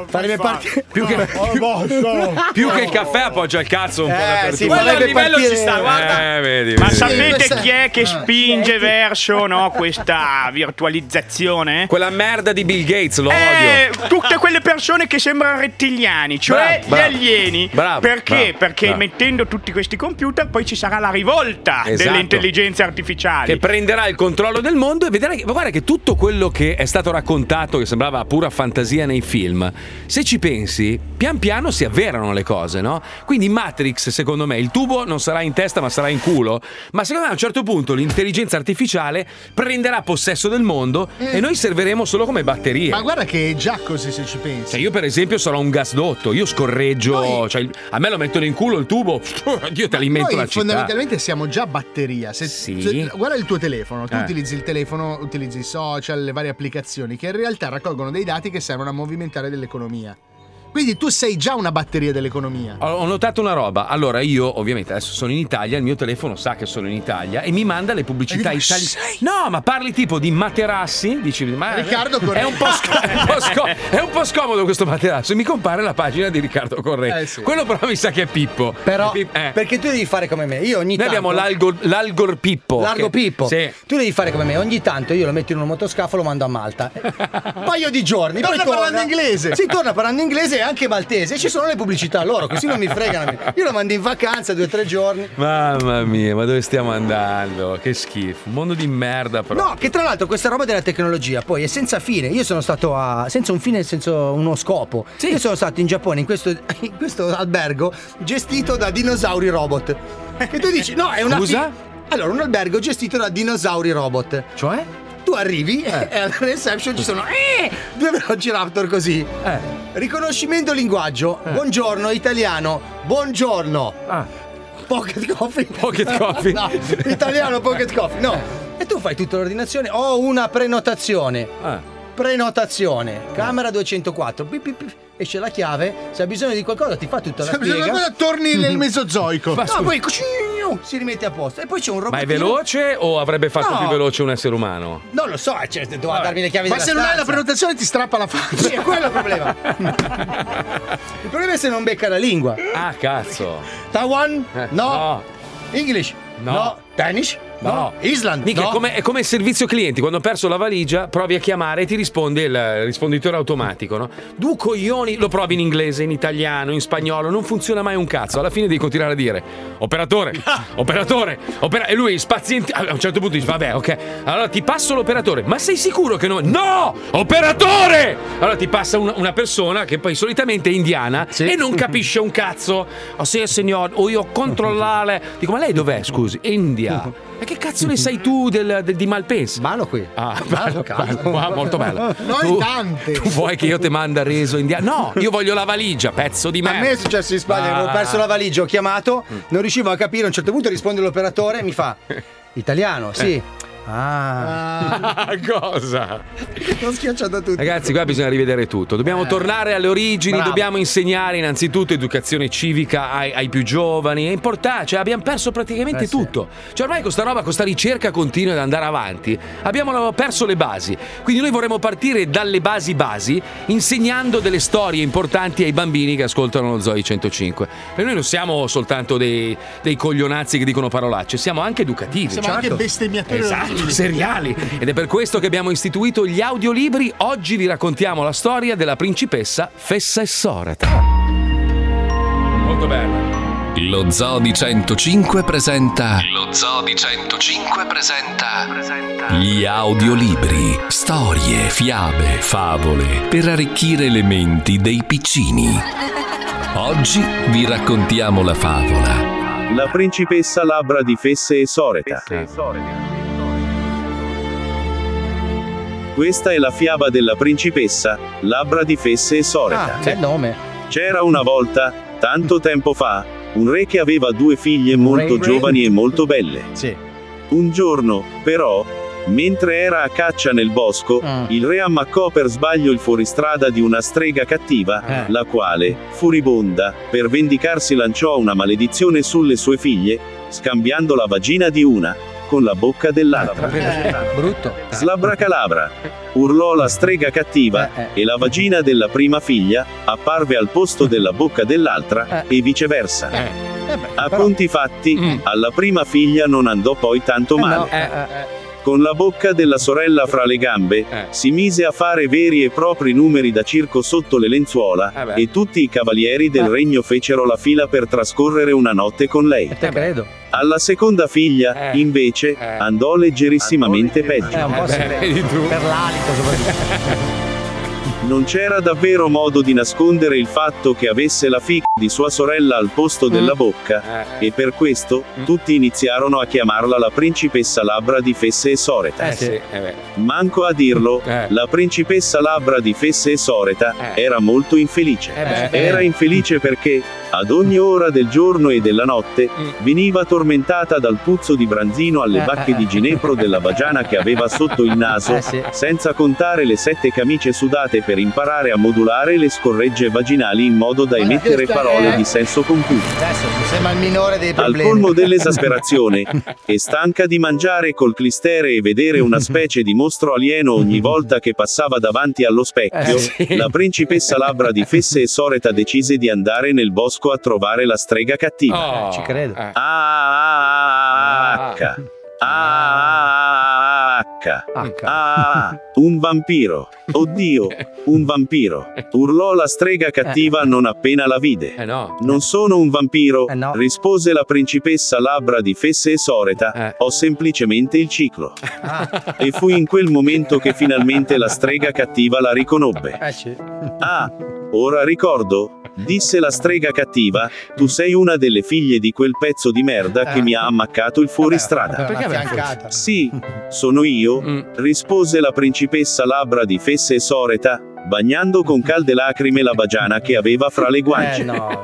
[SPEAKER 3] farebbe partire.
[SPEAKER 2] Più che, più che il caffè appoggia il cazzo un po'
[SPEAKER 3] Oh. Eh,
[SPEAKER 2] dappertutto.
[SPEAKER 3] sì, farebbe partire-
[SPEAKER 2] Eh, vedi,
[SPEAKER 7] Ma
[SPEAKER 2] vedi.
[SPEAKER 7] sapete chi è che
[SPEAKER 3] Ah,
[SPEAKER 7] spinge verso no, questa virtualizzazione?
[SPEAKER 2] Quella merda di Bill Gates, lo
[SPEAKER 7] Eh,
[SPEAKER 2] odio.
[SPEAKER 7] tutte quelle persone che sembrano rettiliani, cioè
[SPEAKER 2] Bravo, bravo,
[SPEAKER 7] gli alieni.
[SPEAKER 2] bravo,
[SPEAKER 7] Perché?
[SPEAKER 2] bravo,
[SPEAKER 7] Perché
[SPEAKER 2] bravo.
[SPEAKER 7] mettendo tutti questi computer poi ci sarà la rivolta
[SPEAKER 2] Esatto.
[SPEAKER 7] delle intelligenze artificiali.
[SPEAKER 2] Che prenderà il controllo del mondo e vedrai che, ma guarda che tutto quello che è stato raccontato, che sembrava pura fantasia nei film, se ci pensi, pian piano si avverano le cose, no? Quindi Matrix, secondo me, il tubo non sarà in testa ma sarà in culo, ma secondo me a un certo punto l'intelligenza artificiale prenderà possesso del mondo e noi serviremo solo come batterie.
[SPEAKER 4] Ma guarda che è già così se ci pensi.
[SPEAKER 2] Cioè, io, per esempio, sarò un gasdotto, io scorreggio, cioè, il- a me lo mettono in culo il tubo, io ti alimento
[SPEAKER 4] Noi
[SPEAKER 2] la città.
[SPEAKER 4] fondamentalmente siamo già batteria. Se-
[SPEAKER 2] Sì.
[SPEAKER 4] se- guarda il tuo telefono, tu
[SPEAKER 2] Eh.
[SPEAKER 4] utilizzi il telefono, utilizzi i social, le varie applicazioni che in realtà raccolgono dei dati che servono a movimentare dell'economia. Quindi tu sei già una batteria dell'economia.
[SPEAKER 2] Ho ho notato una roba. Allora, io ovviamente adesso sono in Italia, il mio telefono sa che sono in Italia e mi manda le pubblicità
[SPEAKER 4] Ma sei?
[SPEAKER 2] italiane. No, ma parli tipo di materassi, dici, ma
[SPEAKER 4] Riccardo Correa.
[SPEAKER 2] è un, po sco- è un po' sco- è un po' scomodo questo materasso. E mi compare la pagina di Riccardo Correa.
[SPEAKER 4] Eh,
[SPEAKER 2] Quello però mi sa che è Pippo.
[SPEAKER 3] Però,
[SPEAKER 2] Pip- eh.
[SPEAKER 3] perché tu devi fare come me. Io
[SPEAKER 2] Noi
[SPEAKER 3] ogni tanto.
[SPEAKER 2] abbiamo l'algor, l'algor Pippo.
[SPEAKER 3] Largo
[SPEAKER 2] che-
[SPEAKER 3] Pippo,
[SPEAKER 2] Sì.
[SPEAKER 3] tu devi fare come me. Ogni tanto io lo metto in un motoscafo e lo mando a Malta. Un paio di giorni. poi
[SPEAKER 4] Torna parlando inglese.
[SPEAKER 3] Sì, torna parlando inglese e anche maltese. E ci sono le pubblicità loro, così non mi fregano. a me. Io lo mando in vacanza due o tre giorni.
[SPEAKER 2] Mamma mia, ma dove stiamo andando? Che schifo. Un mondo di merda, però.
[SPEAKER 3] No, che tra l'altro questa roba della tecnologia poi è senza fine. Io sono stato a. senza un fine, senza uno scopo. Io sono stato in Giappone in questo, in questo albergo gestito da dinosauri robot. Che tu dici, no, è una.
[SPEAKER 2] Scusa?
[SPEAKER 3] Allora, un albergo gestito da dinosauri robot.
[SPEAKER 2] Cioè? Eh.
[SPEAKER 3] Tu arrivi e alla reception ci sono eh, due velociraptor così.
[SPEAKER 2] Eh.
[SPEAKER 3] Riconoscimento linguaggio. Buongiorno italiano. Buongiorno. Pocket coffee.
[SPEAKER 2] Ah. Pocket coffee. Eh.
[SPEAKER 3] No, italiano pocket coffee. No. E tu fai tutta l'ordinazione. Ho una prenotazione.
[SPEAKER 2] Ah.
[SPEAKER 3] Prenotazione. Camera 204. Pip, pip, pip. Esce la chiave. Se hai bisogno di qualcosa ti fa tutta la
[SPEAKER 4] Se bisogna-
[SPEAKER 3] spiega.
[SPEAKER 4] guarda, torni nel mesozoico.
[SPEAKER 3] No, poi cuscigno, si rimette a posto. E poi c'è un robot.
[SPEAKER 2] Ma è veloce o avrebbe fatto
[SPEAKER 3] No.
[SPEAKER 2] più veloce un essere umano?
[SPEAKER 3] Non lo so, cioè, doveva darmi le chiavi
[SPEAKER 4] Ma
[SPEAKER 3] della
[SPEAKER 4] se non hai la
[SPEAKER 3] stanza.
[SPEAKER 4] prenotazione ti strappa la faccia.
[SPEAKER 3] Sì, è quello il problema. il problema è se non becca la lingua.
[SPEAKER 2] Ah, cazzo.
[SPEAKER 3] Taiwan?
[SPEAKER 2] Eh,
[SPEAKER 3] No.
[SPEAKER 2] no.
[SPEAKER 3] English? No. Danish? No. Island?
[SPEAKER 2] Mica,
[SPEAKER 3] no.
[SPEAKER 2] è come- è come il servizio clienti, quando ho perso la valigia provi a chiamare e ti risponde il risponditore automatico, no? Du coglioni, lo provi in inglese, in italiano, in spagnolo, non funziona mai un cazzo, alla fine devi continuare a dire operatore, operatore, opera- e lui spazienti, a un certo punto dice vabbè ok, allora ti passo l'operatore, ma sei sicuro che no? No! Operatore! Allora ti passa una, una persona che poi solitamente è indiana e non capisce un cazzo, oh sì signor, o io controllare, dico ma lei dov'è scusi? India. Ma che cazzo ne sai tu del- del- di Malpensa?
[SPEAKER 3] Malo qui.
[SPEAKER 2] Ah, bello, bello. Ah, molto bello.
[SPEAKER 4] Noi
[SPEAKER 2] tu,
[SPEAKER 4] tante.
[SPEAKER 2] tu vuoi che io te manda reso indiano? No, io voglio la valigia, pezzo di merda.
[SPEAKER 3] A me è successo in Spagna, avevo
[SPEAKER 2] Ah. Mm.
[SPEAKER 3] perso la valigia, ho
[SPEAKER 2] Eh.
[SPEAKER 3] chiamato, non riuscivo a capire, a un certo punto risponde l'operatore e mi fa italiano, sì. Ah.
[SPEAKER 2] Cosa?
[SPEAKER 3] L'ho schiacciato tutto.
[SPEAKER 2] Ragazzi, qua bisogna rivedere tutto. Dobbiamo
[SPEAKER 9] Eh.
[SPEAKER 2] tornare alle origini,
[SPEAKER 3] Bravo.
[SPEAKER 2] dobbiamo insegnare innanzitutto educazione civica ai, ai più giovani. È importante, cioè, abbiamo perso praticamente
[SPEAKER 9] Eh, sì.
[SPEAKER 2] tutto. Cioè, ormai questa roba, questa ricerca continua ad andare avanti. Abbiamo perso le basi. Quindi noi vorremmo partire dalle basi basi, insegnando delle storie importanti ai bambini che ascoltano lo Zoe 105. E noi non siamo soltanto dei, dei coglionazzi che dicono parolacce, siamo anche educativi.
[SPEAKER 4] Siamo anche bestemmiatori
[SPEAKER 2] Esatto,
[SPEAKER 4] orribili.
[SPEAKER 2] seriali. Ed è per questo che abbiamo istituito gli audiolibri. Oggi vi raccontiamo la storia della principessa Fessa e Sorata. Molto bella.
[SPEAKER 1] Lo Zoo di 105 presenta. Lo Zoo di 105 presenta. Gli audiolibri. Storie, fiabe, favole. Per arricchire le menti dei piccini. Oggi vi raccontiamo la favola.
[SPEAKER 22] La principessa labbra di Fesse e Soreta. Questa è la fiaba della principessa, labbra di Fesse e Soreta.
[SPEAKER 3] Ah, bel nome.
[SPEAKER 2] Eh,
[SPEAKER 22] C'era una volta, tanto tempo fa, un re che aveva due figlie molto
[SPEAKER 3] Re- re-
[SPEAKER 22] giovani e molto belle.
[SPEAKER 3] Sì.
[SPEAKER 22] Un giorno, però, mentre era a caccia nel bosco,
[SPEAKER 3] Ah.
[SPEAKER 22] il re ammaccò per sbaglio il fuoristrada di una strega cattiva,
[SPEAKER 3] Eh.
[SPEAKER 22] la quale, furibonda, per vendicarsi lanciò una maledizione sulle sue figlie, scambiando la vagina di una con la bocca dell'altra.
[SPEAKER 3] Brutto.
[SPEAKER 22] Slabracalabra, urlò la strega cattiva, e la vagina della prima figlia apparve al posto della bocca dell'altra, e viceversa. A conti fatti, alla prima figlia non andò poi
[SPEAKER 5] Eh,
[SPEAKER 22] tanto male.
[SPEAKER 2] eh,
[SPEAKER 22] Con la bocca della sorella fra le gambe,
[SPEAKER 3] Eh.
[SPEAKER 22] si mise a fare veri e propri numeri da circo sotto le
[SPEAKER 3] Eh
[SPEAKER 22] lenzuola, e tutti i cavalieri del regno fecero la fila per trascorrere una notte con lei.
[SPEAKER 3] Eh, Te credo.
[SPEAKER 22] Alla seconda figlia, invece, andò leggerissimamente peggio.
[SPEAKER 3] Eh, un po' sì. Per l'alito soprattutto.
[SPEAKER 22] Non c'era davvero modo di nascondere il fatto che avesse la fica di sua sorella al
[SPEAKER 9] Mm.
[SPEAKER 22] posto della
[SPEAKER 9] Eh,
[SPEAKER 22] bocca, e per questo tutti iniziarono a chiamarla la principessa labbra di Fesse e Soreta.
[SPEAKER 2] Eh sì, eh beh.
[SPEAKER 22] Manco a dirlo,
[SPEAKER 9] Eh.
[SPEAKER 22] la principessa labbra di Fesse e Soreta era molto infelice.
[SPEAKER 2] Eh beh.
[SPEAKER 22] Era infelice perché, ad ogni ora del giorno e della notte, veniva tormentata dal puzzo di branzino alle
[SPEAKER 9] Mm. Eh,
[SPEAKER 22] bacche
[SPEAKER 9] eh,
[SPEAKER 22] di
[SPEAKER 9] eh.
[SPEAKER 22] ginepro della bagiana che aveva sotto il naso,
[SPEAKER 9] Eh sì.
[SPEAKER 22] senza contare le sette camicie sudate per imparare a modulare le scorregge vaginali in modo da emettere
[SPEAKER 3] questa
[SPEAKER 22] parole
[SPEAKER 3] è-
[SPEAKER 9] eh.
[SPEAKER 22] di senso compiuto.
[SPEAKER 3] Adesso mi sembra il minore dei
[SPEAKER 22] Al
[SPEAKER 3] problemi.
[SPEAKER 22] colmo dell'esasperazione, e stanca di mangiare col clistere e vedere una specie di mostro alieno ogni volta che passava davanti allo
[SPEAKER 9] Eh,
[SPEAKER 22] specchio,
[SPEAKER 9] sì.
[SPEAKER 22] la principessa labbra di Fesse e Soreta decise di andare nel bosco a trovare la strega cattiva.
[SPEAKER 9] Oh, Eh, ci credo. eh.
[SPEAKER 22] Ah, ah, ah, ah, ah, ah, ah, ah, ah, ah, un vampiro. Oddio, un vampiro. Urlò la strega cattiva non appena la vide. Non sono un vampiro, rispose la principessa labbra di Fesse e Soreta. Ho semplicemente il ciclo. E fu in quel momento che finalmente la strega cattiva la riconobbe.
[SPEAKER 3] Eh sì.
[SPEAKER 22] Ah, ora ricordo, disse la strega cattiva, tu sei una delle figlie di quel pezzo di merda che mi ha ammaccato il
[SPEAKER 3] Ah,
[SPEAKER 22] fuoristrada.
[SPEAKER 9] Perché aveva fiancata?
[SPEAKER 22] Sì, sono io, rispose la principessa labbra di Fesse e Soreta, bagnando con calde lacrime la bagiana che aveva fra le guance.
[SPEAKER 9] Eh, no.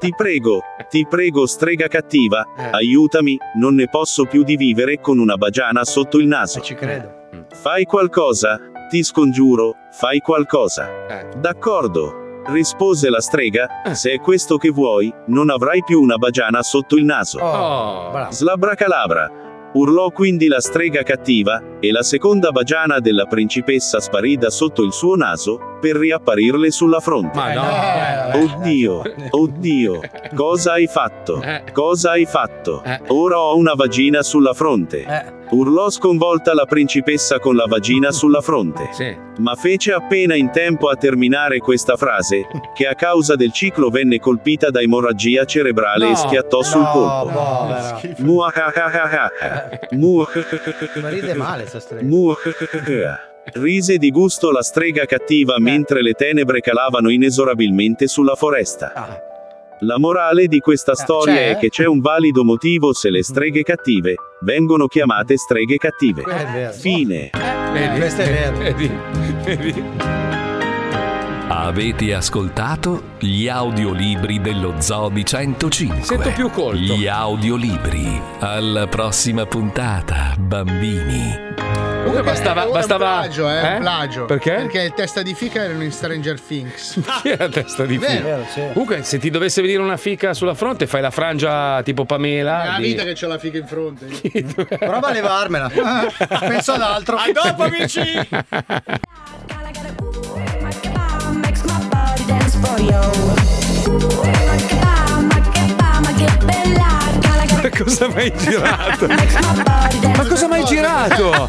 [SPEAKER 22] Ti prego, ti prego, strega cattiva, aiutami, non ne posso più di vivere con una bagiana sotto il naso. Ci
[SPEAKER 3] credo.
[SPEAKER 22] Fai qualcosa, ti scongiuro, fai qualcosa. D'accordo, rispose la strega, se è questo che vuoi, non avrai più una bagiana sotto il naso.
[SPEAKER 2] Oh,
[SPEAKER 22] Slabracalabra. Urlò quindi la strega cattiva, e la seconda bagiana della principessa sparì da sotto il suo naso, per riapparirle sulla fronte.
[SPEAKER 2] Ma no. Eh,
[SPEAKER 22] Oddio, oddio, cosa hai fatto?
[SPEAKER 2] Eh.
[SPEAKER 22] Cosa hai fatto? Ora ho una vagina sulla
[SPEAKER 2] Eh.
[SPEAKER 22] fronte. Urlò sconvolta la principessa con la vagina sulla fronte. Ma fece appena in tempo a terminare questa frase, che a causa del ciclo venne colpita da emorragia cerebrale
[SPEAKER 9] No.
[SPEAKER 22] e schiattò sul
[SPEAKER 9] No,
[SPEAKER 22] colpo.
[SPEAKER 2] Eh,
[SPEAKER 9] povera.
[SPEAKER 22] Muahahahaha. Muahahahaha.
[SPEAKER 3] Ma ride male sta strega.
[SPEAKER 22] Muahahaha. Rise di gusto la strega cattiva mentre le tenebre calavano inesorabilmente sulla foresta. La morale di questa storia
[SPEAKER 9] c'è?
[SPEAKER 22] è che c'è un valido motivo se le streghe cattive vengono chiamate streghe cattive.
[SPEAKER 9] Quello è vero.
[SPEAKER 22] Fine.
[SPEAKER 9] Vedi?
[SPEAKER 3] questo è Eh, vero.
[SPEAKER 2] Vedi? Vedi?
[SPEAKER 1] Avete ascoltato gli audiolibri dello Zoo di 105.
[SPEAKER 2] Sento più colto.
[SPEAKER 1] Gli audiolibri. Alla prossima puntata, bambini.
[SPEAKER 4] Comunque
[SPEAKER 2] bastava-
[SPEAKER 4] è un
[SPEAKER 2] bastava-
[SPEAKER 4] plagio, eh,
[SPEAKER 2] eh?
[SPEAKER 4] un plagio.
[SPEAKER 2] Perché?
[SPEAKER 4] Perché il testa di fica erano in Stranger Things.
[SPEAKER 2] Chi è la testa di
[SPEAKER 4] Vero,
[SPEAKER 2] fica?
[SPEAKER 4] sì.
[SPEAKER 2] Comunque, se ti dovesse venire una fica sulla fronte, fai la frangia tipo Pamela.
[SPEAKER 4] È la
[SPEAKER 2] Ah, di-
[SPEAKER 4] vita che c'ho la fica in fronte.
[SPEAKER 3] Prova a levarmela. Ah, Penso ad altro.
[SPEAKER 4] A dopo, amici!
[SPEAKER 2] Ma cosa mai girato? Ma cosa mai girato?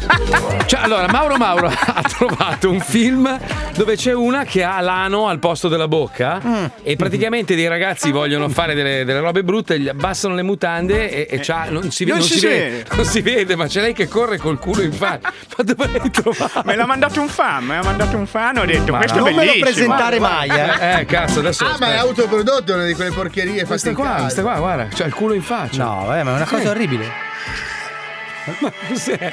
[SPEAKER 2] Cioè, allora, Mauro Mauro ha trovato un film dove c'è una che ha l'ano al posto della bocca e praticamente dei ragazzi vogliono fare delle, delle robe brutte, gli abbassano le mutande e, e
[SPEAKER 7] Eh.
[SPEAKER 2] c'ha- non, si,
[SPEAKER 7] Non
[SPEAKER 2] non
[SPEAKER 7] si
[SPEAKER 2] si vede.
[SPEAKER 7] vede.
[SPEAKER 2] non si vede, ma c'è lei che corre col culo in faccia. Ma dove l'hai trovato?
[SPEAKER 7] Me l'ha mandato un fan, me l'ha mandato un fan, ho detto,
[SPEAKER 2] Ma
[SPEAKER 7] questo
[SPEAKER 2] no.
[SPEAKER 7] è
[SPEAKER 2] Non me lo
[SPEAKER 7] bellissimo.
[SPEAKER 2] presentare mai, eh. Eh, cazzo, adesso-
[SPEAKER 4] Ah, ma è
[SPEAKER 2] aspetta.
[SPEAKER 4] autoprodotto, una di quelle porcherie fatte
[SPEAKER 2] Questa
[SPEAKER 4] in
[SPEAKER 2] qua,
[SPEAKER 4] casa.
[SPEAKER 2] questa qua, guarda, c'ha il culo in faccia.
[SPEAKER 3] No, vabbè, ma è una cosa orribile.
[SPEAKER 2] Ma cos'è?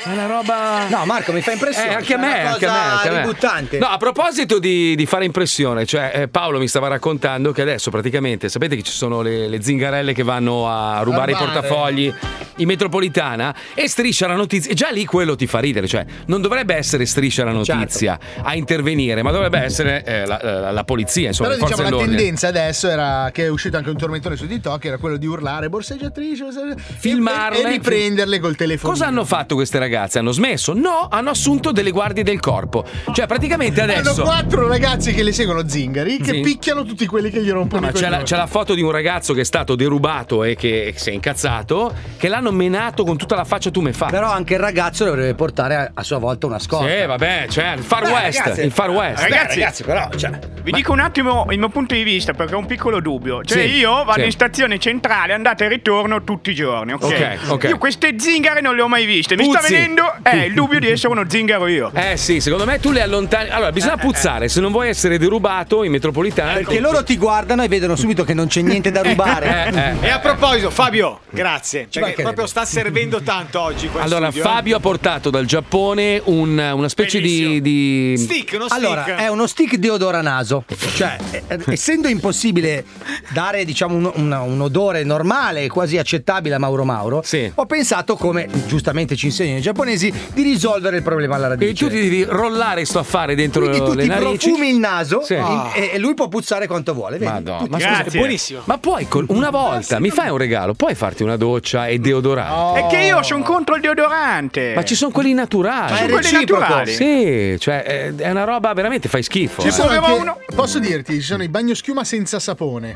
[SPEAKER 2] È una roba.
[SPEAKER 3] No, Marco, mi fa impressione. cioè,
[SPEAKER 2] Eh, anche a
[SPEAKER 3] È
[SPEAKER 2] me,
[SPEAKER 3] una
[SPEAKER 2] anche a me,
[SPEAKER 3] cosa
[SPEAKER 2] anche a me.
[SPEAKER 3] ributtante.
[SPEAKER 2] No, a proposito di, di fare impressione, cioè eh, Paolo mi stava raccontando che adesso praticamente sapete che ci sono le, le zingarelle che vanno a rubare i
[SPEAKER 16] rubare.
[SPEAKER 2] portafogli in metropolitana e striscia la notizia. E già lì quello ti fa ridere, cioè non dovrebbe essere striscia la notizia a intervenire, ma dovrebbe essere eh, la, la- la polizia, insomma,
[SPEAKER 4] Però
[SPEAKER 2] le forze
[SPEAKER 4] diciamo la
[SPEAKER 2] dell'ordine.
[SPEAKER 4] tendenza adesso era che è uscito anche un tormentone su TikTok, era quello di urlare borseggiatrice, borseggiatrice", e-
[SPEAKER 2] Filmarle.
[SPEAKER 4] e, e riprenderle col telefono.
[SPEAKER 2] Cosa hanno fatto queste ragazze? Hanno smesso? No, hanno assunto delle guardie del corpo. Cioè, praticamente adesso.
[SPEAKER 4] Hanno quattro ragazzi che le seguono zingari che
[SPEAKER 2] Sì.
[SPEAKER 4] picchiano tutti quelli che gli rompono
[SPEAKER 2] Ma
[SPEAKER 4] i
[SPEAKER 2] c'è la,
[SPEAKER 4] coglioni.
[SPEAKER 2] c'è la foto di un ragazzo che è stato derubato e che si è incazzato, che l'hanno menato con tutta la faccia tu me fa.
[SPEAKER 3] Però anche il ragazzo dovrebbe portare a, a sua volta una scorta.
[SPEAKER 2] Eh, vabbè, cioè, il Far
[SPEAKER 7] Beh,
[SPEAKER 2] West,
[SPEAKER 7] ragazzi,
[SPEAKER 2] il Far West.
[SPEAKER 7] Ragazzi,
[SPEAKER 3] però, cioè,
[SPEAKER 7] vi dico un attimo il mio punto di vista perché ho un piccolo dubbio. Cioè,
[SPEAKER 2] Sì,
[SPEAKER 7] io vado
[SPEAKER 2] sì.
[SPEAKER 7] in stazione centrale, andate e ritorno tutti i giorni, ok?
[SPEAKER 2] Ok, ok.
[SPEAKER 7] Io queste zingare non le ho mai viste. Mi sta
[SPEAKER 2] Puzzi.
[SPEAKER 7] venendo eh, il dubbio di essere uno zingaro io.
[SPEAKER 2] Eh sì, secondo me tu le allontani. Allora, bisogna puzzare, se non vuoi essere derubato in metropolitana.
[SPEAKER 3] Perché loro ti guardano e vedono subito che non c'è niente da rubare.
[SPEAKER 2] Eh, eh.
[SPEAKER 6] E a proposito, Fabio, grazie. Perché
[SPEAKER 2] mancherebbe.
[SPEAKER 6] proprio sta servendo tanto oggi. qua in
[SPEAKER 2] Allora,
[SPEAKER 6] studio, eh.
[SPEAKER 2] Fabio ha portato dal Giappone un- una specie di, di.
[SPEAKER 6] Stick, uno stick.
[SPEAKER 3] Ehm, Allora, è uno stick di odore a naso. Cioè, eh, eh, essendo impossibile dare, diciamo, un, un- un odore normale, quasi accettabile a Mauro Mauro, ho pensato come giustamente ci insegnano i giapponesi di risolvere il problema alla radice.
[SPEAKER 2] E tu ti devi rollare sto affare dentro
[SPEAKER 3] Quindi tu
[SPEAKER 2] le
[SPEAKER 3] ti
[SPEAKER 2] narici.
[SPEAKER 3] profumi il naso
[SPEAKER 2] Sì. Ah.
[SPEAKER 3] in- e, e lui può puzzare quanto vuole. Vedi?
[SPEAKER 2] Madonna,
[SPEAKER 3] Tutti-
[SPEAKER 2] ma scusa, è buonissimo. Ma puoi col- una volta mi fai un regalo, puoi farti una doccia e deodorare.
[SPEAKER 7] È che io sono contro il deodorante.
[SPEAKER 2] Ma ci sono quelli naturali.
[SPEAKER 7] Ma Sono è quelli reciproco. naturali.
[SPEAKER 2] Ah, Sì, cioè è- è una roba veramente fai schifo.
[SPEAKER 4] Ci
[SPEAKER 2] eh.
[SPEAKER 4] sono anche- Posso dirti, ci sono i bagnoschiuma senza sapone.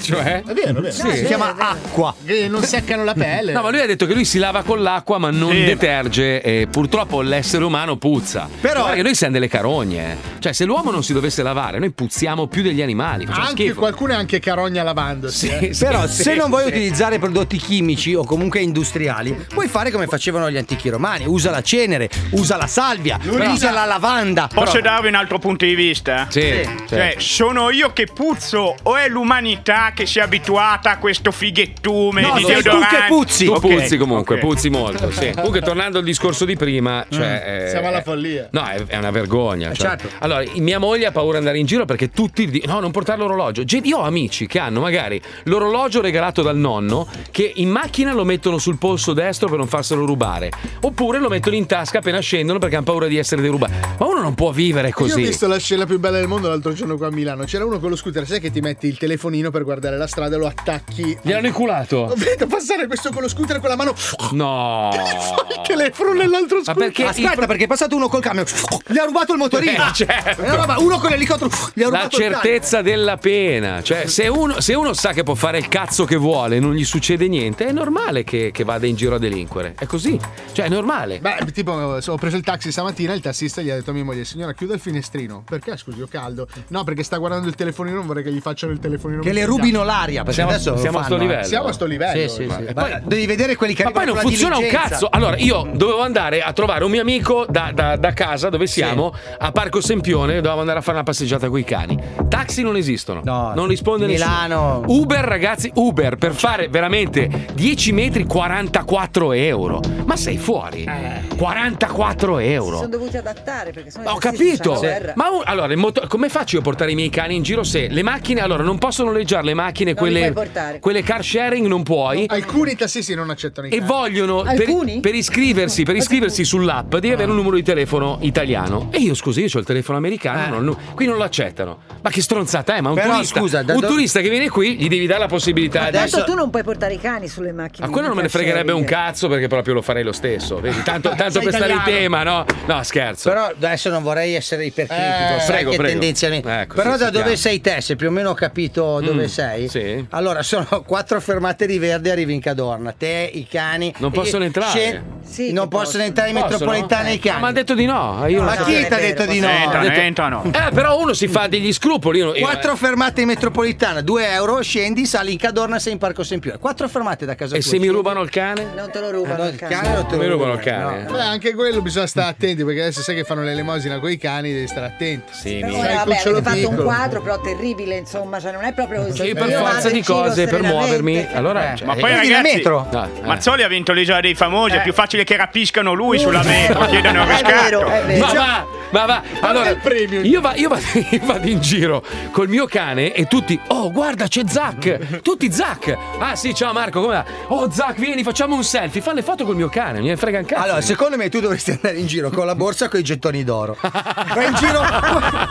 [SPEAKER 2] Cioè?
[SPEAKER 4] È vero, è vero.
[SPEAKER 2] Sì.
[SPEAKER 4] No, è
[SPEAKER 2] Si
[SPEAKER 4] vero,
[SPEAKER 2] chiama
[SPEAKER 4] è vero.
[SPEAKER 3] acqua.
[SPEAKER 4] Che non seccano la pelle.
[SPEAKER 2] No, ma lui ha detto che lui si lava con l'acqua ma non
[SPEAKER 4] Sì.
[SPEAKER 2] deterge e purtroppo l'essere umano puzza.
[SPEAKER 4] Però-
[SPEAKER 2] Guarda che noi siamo delle carogne. eh. Cioè se l'uomo non si dovesse lavare, noi puzziamo più degli animali. Facciamo
[SPEAKER 4] Anche
[SPEAKER 2] schifo.
[SPEAKER 4] qualcuno è anche carogna lavandosi.
[SPEAKER 2] Sì,
[SPEAKER 4] eh.
[SPEAKER 2] sì.
[SPEAKER 3] Però se non vuoi
[SPEAKER 2] sì.
[SPEAKER 3] utilizzare prodotti chimici o comunque industriali, puoi fare come facevano gli antichi romani, usa la cenere, usa la salvia,
[SPEAKER 7] L'urina.
[SPEAKER 3] usa la lavanda.
[SPEAKER 7] Posso
[SPEAKER 3] Però-
[SPEAKER 7] darvi un altro punto di vista?
[SPEAKER 3] Sì,
[SPEAKER 2] certo.
[SPEAKER 3] sì.
[SPEAKER 7] Cioè, sono io che puzzo o è l'umanità che si è abituata a questo fighettume
[SPEAKER 2] No,
[SPEAKER 7] di
[SPEAKER 2] sei tu
[SPEAKER 7] deodorante?
[SPEAKER 2] che puzzi. Tu
[SPEAKER 7] Ok,
[SPEAKER 2] puzzi comunque,
[SPEAKER 7] ok.
[SPEAKER 2] puzzi molto. sì. Comunque, tornando al discorso di prima, cioè, eh,
[SPEAKER 4] Siamo alla
[SPEAKER 2] eh,
[SPEAKER 4] follia.
[SPEAKER 2] No, è, è una vergogna. cioè.
[SPEAKER 4] certo.
[SPEAKER 2] Allora, i- mia moglie ha paura di andare in giro perché tutti dicono: no, non portare l'orologio. Gen- Io ho amici che hanno magari l'orologio regalato dal nonno che in macchina lo mettono sul polso destro per non farselo rubare. Oppure lo mettono in tasca appena scendono perché hanno paura di essere derubati. Ma uno non può vivere
[SPEAKER 4] Io
[SPEAKER 2] così.
[SPEAKER 4] ho visto la scena più bella del mondo l'altro giorno qua a Milano. C'era uno con lo scooter, sai che ti metti il telefonino per guardare la strada e lo attacchi.
[SPEAKER 2] Gli hanno
[SPEAKER 4] Ho
[SPEAKER 2] inculato.
[SPEAKER 4] vedo passare questo con lo scooter con la mano.
[SPEAKER 2] No.
[SPEAKER 4] Il telefono nell'altro scooter.
[SPEAKER 2] perché-
[SPEAKER 3] Aspetta,
[SPEAKER 2] il-
[SPEAKER 3] perché è passato uno col camion, gli ha rubato il motorino.
[SPEAKER 2] Eh, certo.
[SPEAKER 3] Una roba, uno con l'elicottero, gli ha
[SPEAKER 2] La
[SPEAKER 3] rubato il camion.
[SPEAKER 2] certezza della pena, cioè se uno, se uno sa che può fare il cazzo che vuole e non gli succede niente, è normale che, che vada in giro a delinquere, è così, cioè è normale.
[SPEAKER 4] Beh, tipo, so, ho preso il taxi stamattina e il tassista gli ha detto a mia moglie: Signora, chiuda il finestrino. Perché? Scusi, ho caldo. No, perché sta guardando il telefonino, non vorrei che gli facciano il telefonino.
[SPEAKER 3] Che le
[SPEAKER 4] mentre
[SPEAKER 3] rubino
[SPEAKER 4] guida.
[SPEAKER 3] l'aria, perché adesso lo fanno, eh.
[SPEAKER 4] Siamo a sto livello.
[SPEAKER 3] Sì, sì,
[SPEAKER 4] ormai.
[SPEAKER 3] sì. Ma Eh, devi vedere quelli che
[SPEAKER 2] Ma poi non
[SPEAKER 3] arrivano con
[SPEAKER 2] funziona
[SPEAKER 3] la
[SPEAKER 2] un cazzo.
[SPEAKER 3] diligenza.
[SPEAKER 2] Allora, io dovevo andare a trovare un mio amico da, da- da casa dove siamo, a Parco Sempione, dovevo andare a fare una passeggiata coi cani. Taxi non esistono, non risponde
[SPEAKER 3] Milano.
[SPEAKER 2] nessuno. Uber, ragazzi, Uber per fare veramente 10 metri 44 euro. Ma sei fuori?
[SPEAKER 3] Eh.
[SPEAKER 2] 44
[SPEAKER 8] Si sono
[SPEAKER 2] euro.
[SPEAKER 8] dovuti adattare perché sono
[SPEAKER 2] Ho capito,
[SPEAKER 8] Ma
[SPEAKER 2] ma un- allora il moto- come faccio io a portare i miei cani in giro se le macchine, allora non possono noleggiare le macchine,
[SPEAKER 4] Non li
[SPEAKER 2] quelle,
[SPEAKER 4] puoi portare.
[SPEAKER 2] quelle car sharing non puoi,
[SPEAKER 4] Alcuni tassisti non accettano i
[SPEAKER 2] e
[SPEAKER 4] cani.
[SPEAKER 2] vogliono per, per iscriversi, per iscriversi sull'app devi avere un numero di telefono italiano. E io scusa, io ho il telefono americano, non ho il nu- qui non lo accettano. Ma che stronzata è? Ma un,
[SPEAKER 3] Eh. Però,
[SPEAKER 2] turista,
[SPEAKER 3] scusa, da
[SPEAKER 2] un
[SPEAKER 3] dove-
[SPEAKER 2] turista che viene qui gli devi dare la possibilità
[SPEAKER 8] Tanto
[SPEAKER 2] di.
[SPEAKER 8] tu non puoi portare i cani sulle macchine. eh.
[SPEAKER 2] A quello non me ne fregherebbe un cazzo perché proprio lo farei lo stesso. Vedi, tanto, tanto
[SPEAKER 3] Sei
[SPEAKER 2] per stare in
[SPEAKER 3] italiano.
[SPEAKER 2] tema, no? No, scherzo.
[SPEAKER 3] Però adesso non vorrei essere ipercritico,
[SPEAKER 2] Eh,
[SPEAKER 3] sai
[SPEAKER 2] prego,
[SPEAKER 3] che
[SPEAKER 2] prego.
[SPEAKER 3] tendenzialmente.
[SPEAKER 2] Ecco,
[SPEAKER 3] Però
[SPEAKER 2] sì,
[SPEAKER 3] da
[SPEAKER 2] sappiamo.
[SPEAKER 3] dove sei te, se più o meno ho capito dove
[SPEAKER 2] Mm,
[SPEAKER 3] sei.
[SPEAKER 2] sì.
[SPEAKER 3] Allora sono quattro fermate di verde arrivi in Cadorna, te, i cani.
[SPEAKER 2] Non
[SPEAKER 3] e-
[SPEAKER 2] possono entrare.
[SPEAKER 8] Sì,
[SPEAKER 3] non possono, entrare in
[SPEAKER 2] Possono? Eh,
[SPEAKER 3] metropolitana i cani.
[SPEAKER 2] Ma ha detto di no. Io
[SPEAKER 3] Ma
[SPEAKER 2] non so.
[SPEAKER 3] chi ti ha detto di no?
[SPEAKER 2] Ha detto- Eh, però uno si fa degli scrupoli. Io, eh. io-
[SPEAKER 3] Quattro fermate in metropolitana, 2 euro, scendi, sali in Cadorna, sei in Parco Sempione. Quattro fermate da casa
[SPEAKER 2] E
[SPEAKER 3] tua.
[SPEAKER 2] se mi rubano il cane?
[SPEAKER 8] Non te lo rubano il cane.
[SPEAKER 3] non te lo
[SPEAKER 2] Mi rubano
[SPEAKER 3] rubano,
[SPEAKER 2] il cane.
[SPEAKER 4] Beh, anche quello bisogna stare attenti perché adesso sai che fanno l'elemosina con i cani, devi stare attenti. Sì,
[SPEAKER 8] Però vabbè, avete fatto un quadro però terribile, insomma, cioè non è proprio
[SPEAKER 2] Cioè, io per forza di cose, per muovermi. Allora, cioè,
[SPEAKER 7] Ma poi
[SPEAKER 2] eh,
[SPEAKER 7] ragazzi,
[SPEAKER 2] metro. No, eh.
[SPEAKER 7] Mazzoli ha vinto l'isola dei famosi,
[SPEAKER 2] Eh.
[SPEAKER 7] è più facile che rapiscano
[SPEAKER 2] Uh.
[SPEAKER 7] lui sulla metro, chiedano il
[SPEAKER 2] È
[SPEAKER 7] riscatto.
[SPEAKER 2] vero, è vero. Ma va, ma va. Allora, io, va- io vado, io vado in giro col mio cane e tutti, oh guarda c'è Zac, tutti Zac. Ah sì, ciao Marco, come va? Oh Zac, vieni, facciamo un selfie, fa le foto col mio cane, mi frega un cazzo.
[SPEAKER 3] Allora, secondo me tu dovresti andare in giro con la borsa con i gettoni d'oro. Vai in giro.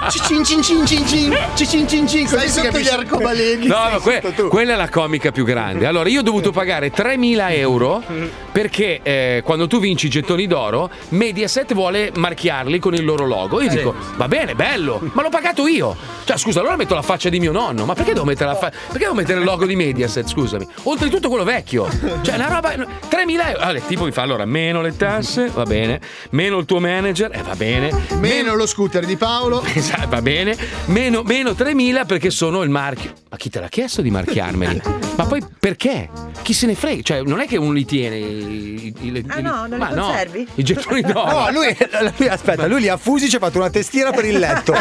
[SPEAKER 3] Cin cin cin cin cin. Cin cin cin.
[SPEAKER 4] Stai sotto gli arcobaleni.
[SPEAKER 2] No, ma que- quella è la comica più grande. Allora, io ho dovuto pagare 3.000 euro perché eh, quando tu vinci i gettoni d'oro, Mediaset vuole marchiarli con il loro logo. Io
[SPEAKER 16] Sì.
[SPEAKER 2] dico, va bene, bello, ma l'ho pagato io. Cioè, scusa, allora metto la faccia di mio nonno, ma perché devo mettere, la fa- perché devo mettere il logo di Mediaset? Scusami. Oltretutto quello vecchio. Cioè, una roba... 3.000 euro. Allora, il tipo mi fa, allora, meno le tasse, va bene, meno il tuo manager, eh, va bene,
[SPEAKER 4] Meno lo scooter di Paolo.
[SPEAKER 2] Esatto, va bene. Meno, meno 3.000 perché sono il marchio. Ma chi te l'ha chiesto di marchiarmeli? Ma poi perché? Chi se ne frega? Cioè, non è che uno li tiene. I, i- le-
[SPEAKER 8] Ah,
[SPEAKER 2] i-
[SPEAKER 8] no, non li
[SPEAKER 2] ma no,
[SPEAKER 8] conservi?
[SPEAKER 2] I gettoni d'oro.
[SPEAKER 3] No, lui, lui- aspetta, lui li ha fusi, ci ha fatto una testiera per il letto.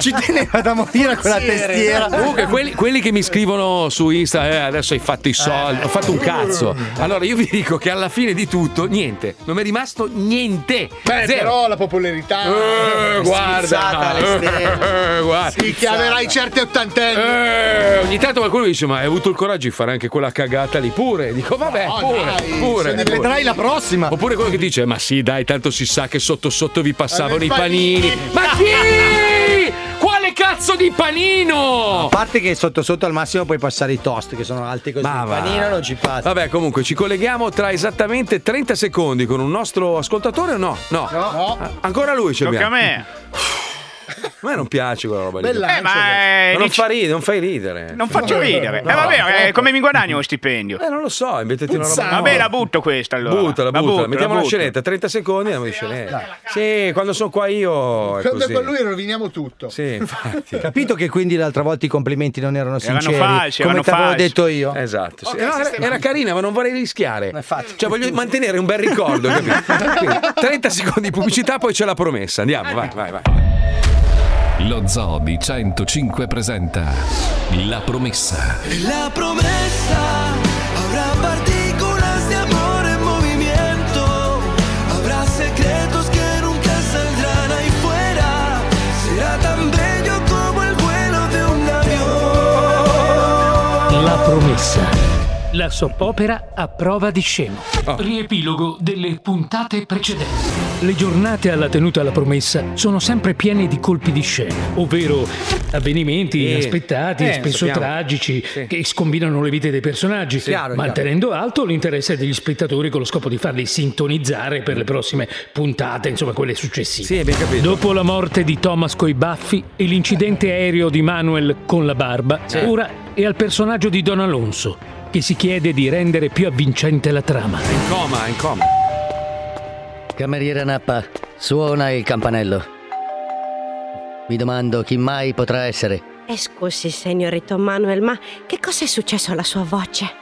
[SPEAKER 3] Ci teneva da morire con la testiera.
[SPEAKER 2] Comunque, quelli, quelli che mi scrivono su Insta, eh, adesso hai fatto i soldi, ho fatto un cazzo. Allora, io vi dico che alla fine di tutto, niente, non mi è rimasto niente.
[SPEAKER 4] Beh,
[SPEAKER 2] Zero.
[SPEAKER 4] però la popolarità.
[SPEAKER 2] Eh, guarda, eh, guarda.
[SPEAKER 4] Ti chiamerai certi ottantenni.
[SPEAKER 2] Eh, ogni tanto qualcuno dice: Ma hai avuto il coraggio di fare anche quella cagata lì pure? Dico, vabbè,
[SPEAKER 4] No,
[SPEAKER 2] pure,
[SPEAKER 4] dai,
[SPEAKER 2] pure,
[SPEAKER 4] se ne
[SPEAKER 2] pure.
[SPEAKER 4] vedrai la prossima.
[SPEAKER 2] Oppure quello che dice: Ma sì, dai, tanto si sa che sotto sotto vi passavano
[SPEAKER 4] Eh,
[SPEAKER 2] i
[SPEAKER 4] panini."
[SPEAKER 2] panini. Ma chi? Quale cazzo di panino?
[SPEAKER 3] A parte che sotto sotto al massimo puoi passare i toast che sono alti così.
[SPEAKER 2] Ma
[SPEAKER 3] il
[SPEAKER 2] Ah, va.
[SPEAKER 3] panino non ci passa.
[SPEAKER 2] Vabbè, comunque ci colleghiamo tra esattamente 30 secondi con un nostro ascoltatore o no? No. Ah, Ancora lui ce
[SPEAKER 7] Tocca
[SPEAKER 2] l'abbiamo.
[SPEAKER 7] a me.
[SPEAKER 2] A me non piace quella roba lì.
[SPEAKER 7] Bella, Eh, ma eh,
[SPEAKER 2] Ma non,
[SPEAKER 7] dici-
[SPEAKER 2] fa ridere, non fai ridere.
[SPEAKER 7] Non faccio ridere. Eh, vabbè, eh, come mi guadagno lo stipendio?
[SPEAKER 2] Eh, non lo so, inventati ecco. una roba.
[SPEAKER 7] Vabbè,
[SPEAKER 2] nuova.
[SPEAKER 7] la butto questa allora.
[SPEAKER 2] Buttala,
[SPEAKER 7] La
[SPEAKER 2] buttala.
[SPEAKER 7] butto,
[SPEAKER 2] Mettiamo
[SPEAKER 7] la
[SPEAKER 2] una
[SPEAKER 7] butto.
[SPEAKER 2] scenetta, 30 secondi andiamo in scenetta. eh. Sì, quando sono qua io. È
[SPEAKER 4] Quando
[SPEAKER 2] così.
[SPEAKER 4] è con lui roviniamo tutto.
[SPEAKER 2] Sì, infatti.
[SPEAKER 3] Capito che quindi l'altra volta i complimenti non erano
[SPEAKER 2] Erano
[SPEAKER 3] sinceri.
[SPEAKER 2] falsi,
[SPEAKER 3] come
[SPEAKER 2] erano
[SPEAKER 3] ti avevo
[SPEAKER 2] falsi.
[SPEAKER 3] detto io.
[SPEAKER 2] Esatto. sì. No, era, era carina, ma non vorrei rischiare. Cioè, voglio mantenere un bel ricordo. capito? Quindi, 30 secondi di pubblicità, poi c'è la promessa. Andiamo, vai, vai, vai.
[SPEAKER 1] Lo Zoo di 105 presenta La promessa.
[SPEAKER 5] La promesa habrá partículas de amor en movimiento, habrá secretos que nunca saldrán ahí fuera, será tan bello como el vuelo de un avión.
[SPEAKER 23] La promessa. La soppopera a prova di scemo.
[SPEAKER 2] Oh.
[SPEAKER 23] Riepilogo delle puntate precedenti. Le giornate alla tenuta alla promessa sono sempre piene di colpi di scena, ovvero avvenimenti
[SPEAKER 16] Eh,
[SPEAKER 23] inaspettati,
[SPEAKER 16] eh,
[SPEAKER 23] spesso
[SPEAKER 16] sappiamo.
[SPEAKER 23] tragici, che scombinano le vite dei personaggi,
[SPEAKER 16] Chiaro,
[SPEAKER 23] mantenendo alto l'interesse degli spettatori con lo scopo di farli sintonizzare per le prossime puntate, insomma quelle successive.
[SPEAKER 2] Sì, abbiamo capito.
[SPEAKER 23] Dopo la morte di Thomas coi baffi e l'incidente aereo di Manuel con la barba,
[SPEAKER 16] Sì.
[SPEAKER 23] ora è al personaggio di Don Alonso, che si chiede di rendere più avvincente la trama.
[SPEAKER 2] In coma, in coma.
[SPEAKER 24] Cameriere Nappa, suona il campanello. Mi domando chi mai potrà essere.
[SPEAKER 16] Eh,
[SPEAKER 25] E scusi, signorito Manuel, ma che cosa è successo alla sua voce?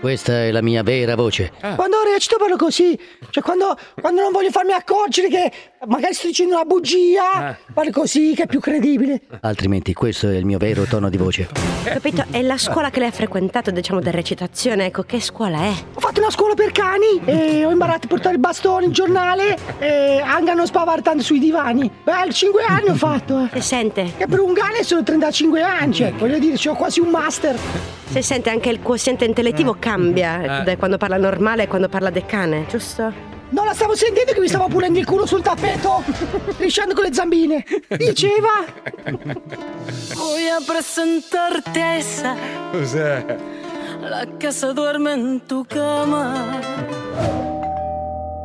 [SPEAKER 24] Questa è la mia vera voce.
[SPEAKER 10] Ah.
[SPEAKER 25] Quando
[SPEAKER 10] ci parlo così. Cioè, quando, quando non voglio farmi accorgere che magari sto dicendo una bugia, parlo così, che è più credibile.
[SPEAKER 24] Altrimenti questo è il mio vero tono di voce.
[SPEAKER 16] Capito? È la scuola che lei ha frequentato, diciamo, da recitazione, ecco, che scuola è?
[SPEAKER 10] Ho fatto una scuola per cani e ho imparato a portare il bastone, il giornale e anche a non spavartando sui divani. Beh, 5 anni ho fatto. Eh.
[SPEAKER 16] Se sente?
[SPEAKER 10] Che per un cane sono 35 anni, cioè, voglio dire, ho quasi un master.
[SPEAKER 16] Se sente anche il quoziente intellettivo cambia
[SPEAKER 10] Eh.
[SPEAKER 16] da quando parla normale e quando parla del cane, giusto?
[SPEAKER 10] No, la stavo sentendo che mi stavo pulendo il culo sul tappeto, lisciando con le zambine. Diceva...
[SPEAKER 26] Voy a presentarte a esa,
[SPEAKER 2] Cos'è?
[SPEAKER 26] la que se duerme en tu cama.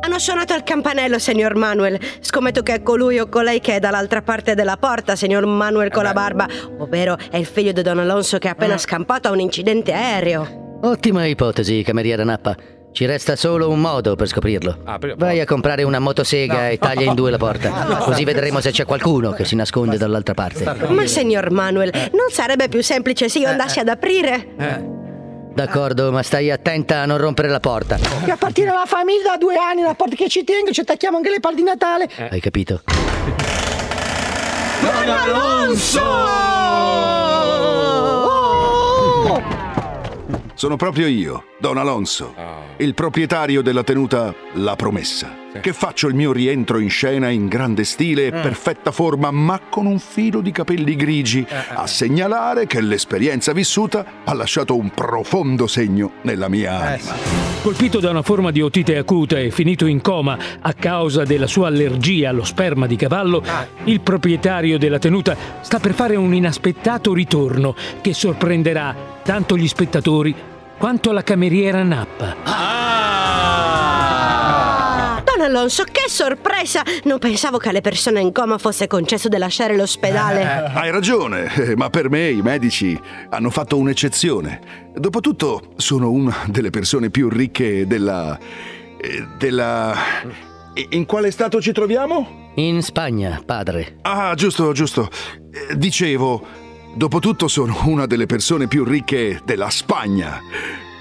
[SPEAKER 16] Hanno suonato al campanello, signor Manuel. Scommetto che è colui o colei che è dall'altra parte della porta, signor Manuel con la barba. Ovvero è il figlio di Don Alonso che è
[SPEAKER 25] Eh.
[SPEAKER 16] appena scampato a un incidente aereo.
[SPEAKER 24] Ottima ipotesi, cameriera Nappa. Ci resta solo un modo per scoprirlo. Vai a comprare una motosega e taglia in due la porta.
[SPEAKER 16] No.
[SPEAKER 24] Così vedremo se c'è qualcuno che si nasconde dall'altra parte.
[SPEAKER 16] Ma signor Manuel,
[SPEAKER 25] Eh.
[SPEAKER 16] non sarebbe più semplice se io andassi ad aprire?
[SPEAKER 24] D'accordo, ma stai attenta a non rompere la porta.
[SPEAKER 10] Che appartiene alla famiglia da due anni, la porta che ci tengo, ci attacchiamo anche le palle di Natale.
[SPEAKER 24] Hai capito?
[SPEAKER 5] Don Alonso!
[SPEAKER 25] Sono proprio io, Don Alonso, il proprietario della tenuta La Promessa, che faccio il mio rientro in scena in grande stile e
[SPEAKER 27] Mm.
[SPEAKER 25] perfetta forma, ma con un filo di capelli grigi, a segnalare che l'esperienza vissuta ha lasciato un profondo segno nella mia anima.
[SPEAKER 23] Colpito da una forma di otite acuta e finito in coma a causa della sua allergia allo sperma di cavallo, il proprietario della tenuta sta per fare un inaspettato ritorno che sorprenderà tanto gli spettatori quanto la cameriera Nappa.
[SPEAKER 16] Don Alonso, che sorpresa! Non pensavo che alle persone in coma fosse concesso di lasciare l'ospedale.
[SPEAKER 25] Eh, Hai ragione, eh, ma per me i medici hanno fatto un'eccezione. Dopotutto sono una delle persone più ricche della... eh, della... e- In quale stato ci troviamo?
[SPEAKER 24] In Spagna, padre.
[SPEAKER 25] Ah, giusto, giusto. Eh, Dicevo, dopotutto sono una delle persone più ricche della Spagna.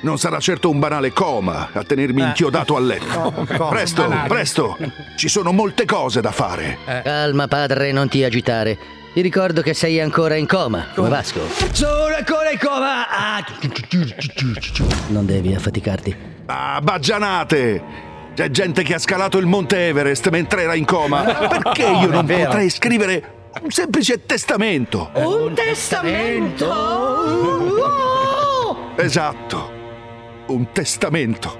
[SPEAKER 25] Non sarà certo un banale coma a tenermi inchiodato al letto. presto,
[SPEAKER 24] banale.
[SPEAKER 25] presto. Ci sono molte cose da fare.
[SPEAKER 24] Calma, padre, non ti agitare. Ti ricordo che sei ancora in coma, come Vasco.
[SPEAKER 10] Sono ancora in coma. Ah,
[SPEAKER 24] Non devi affaticarti.
[SPEAKER 25] Ah, baggianate! C'è gente che ha scalato il Monte Everest mentre era in coma. Perché io
[SPEAKER 5] No, è
[SPEAKER 25] non
[SPEAKER 5] vero.
[SPEAKER 25] potrei scrivere un semplice testamento?
[SPEAKER 5] Un testamento!
[SPEAKER 25] Esatto, un testamento.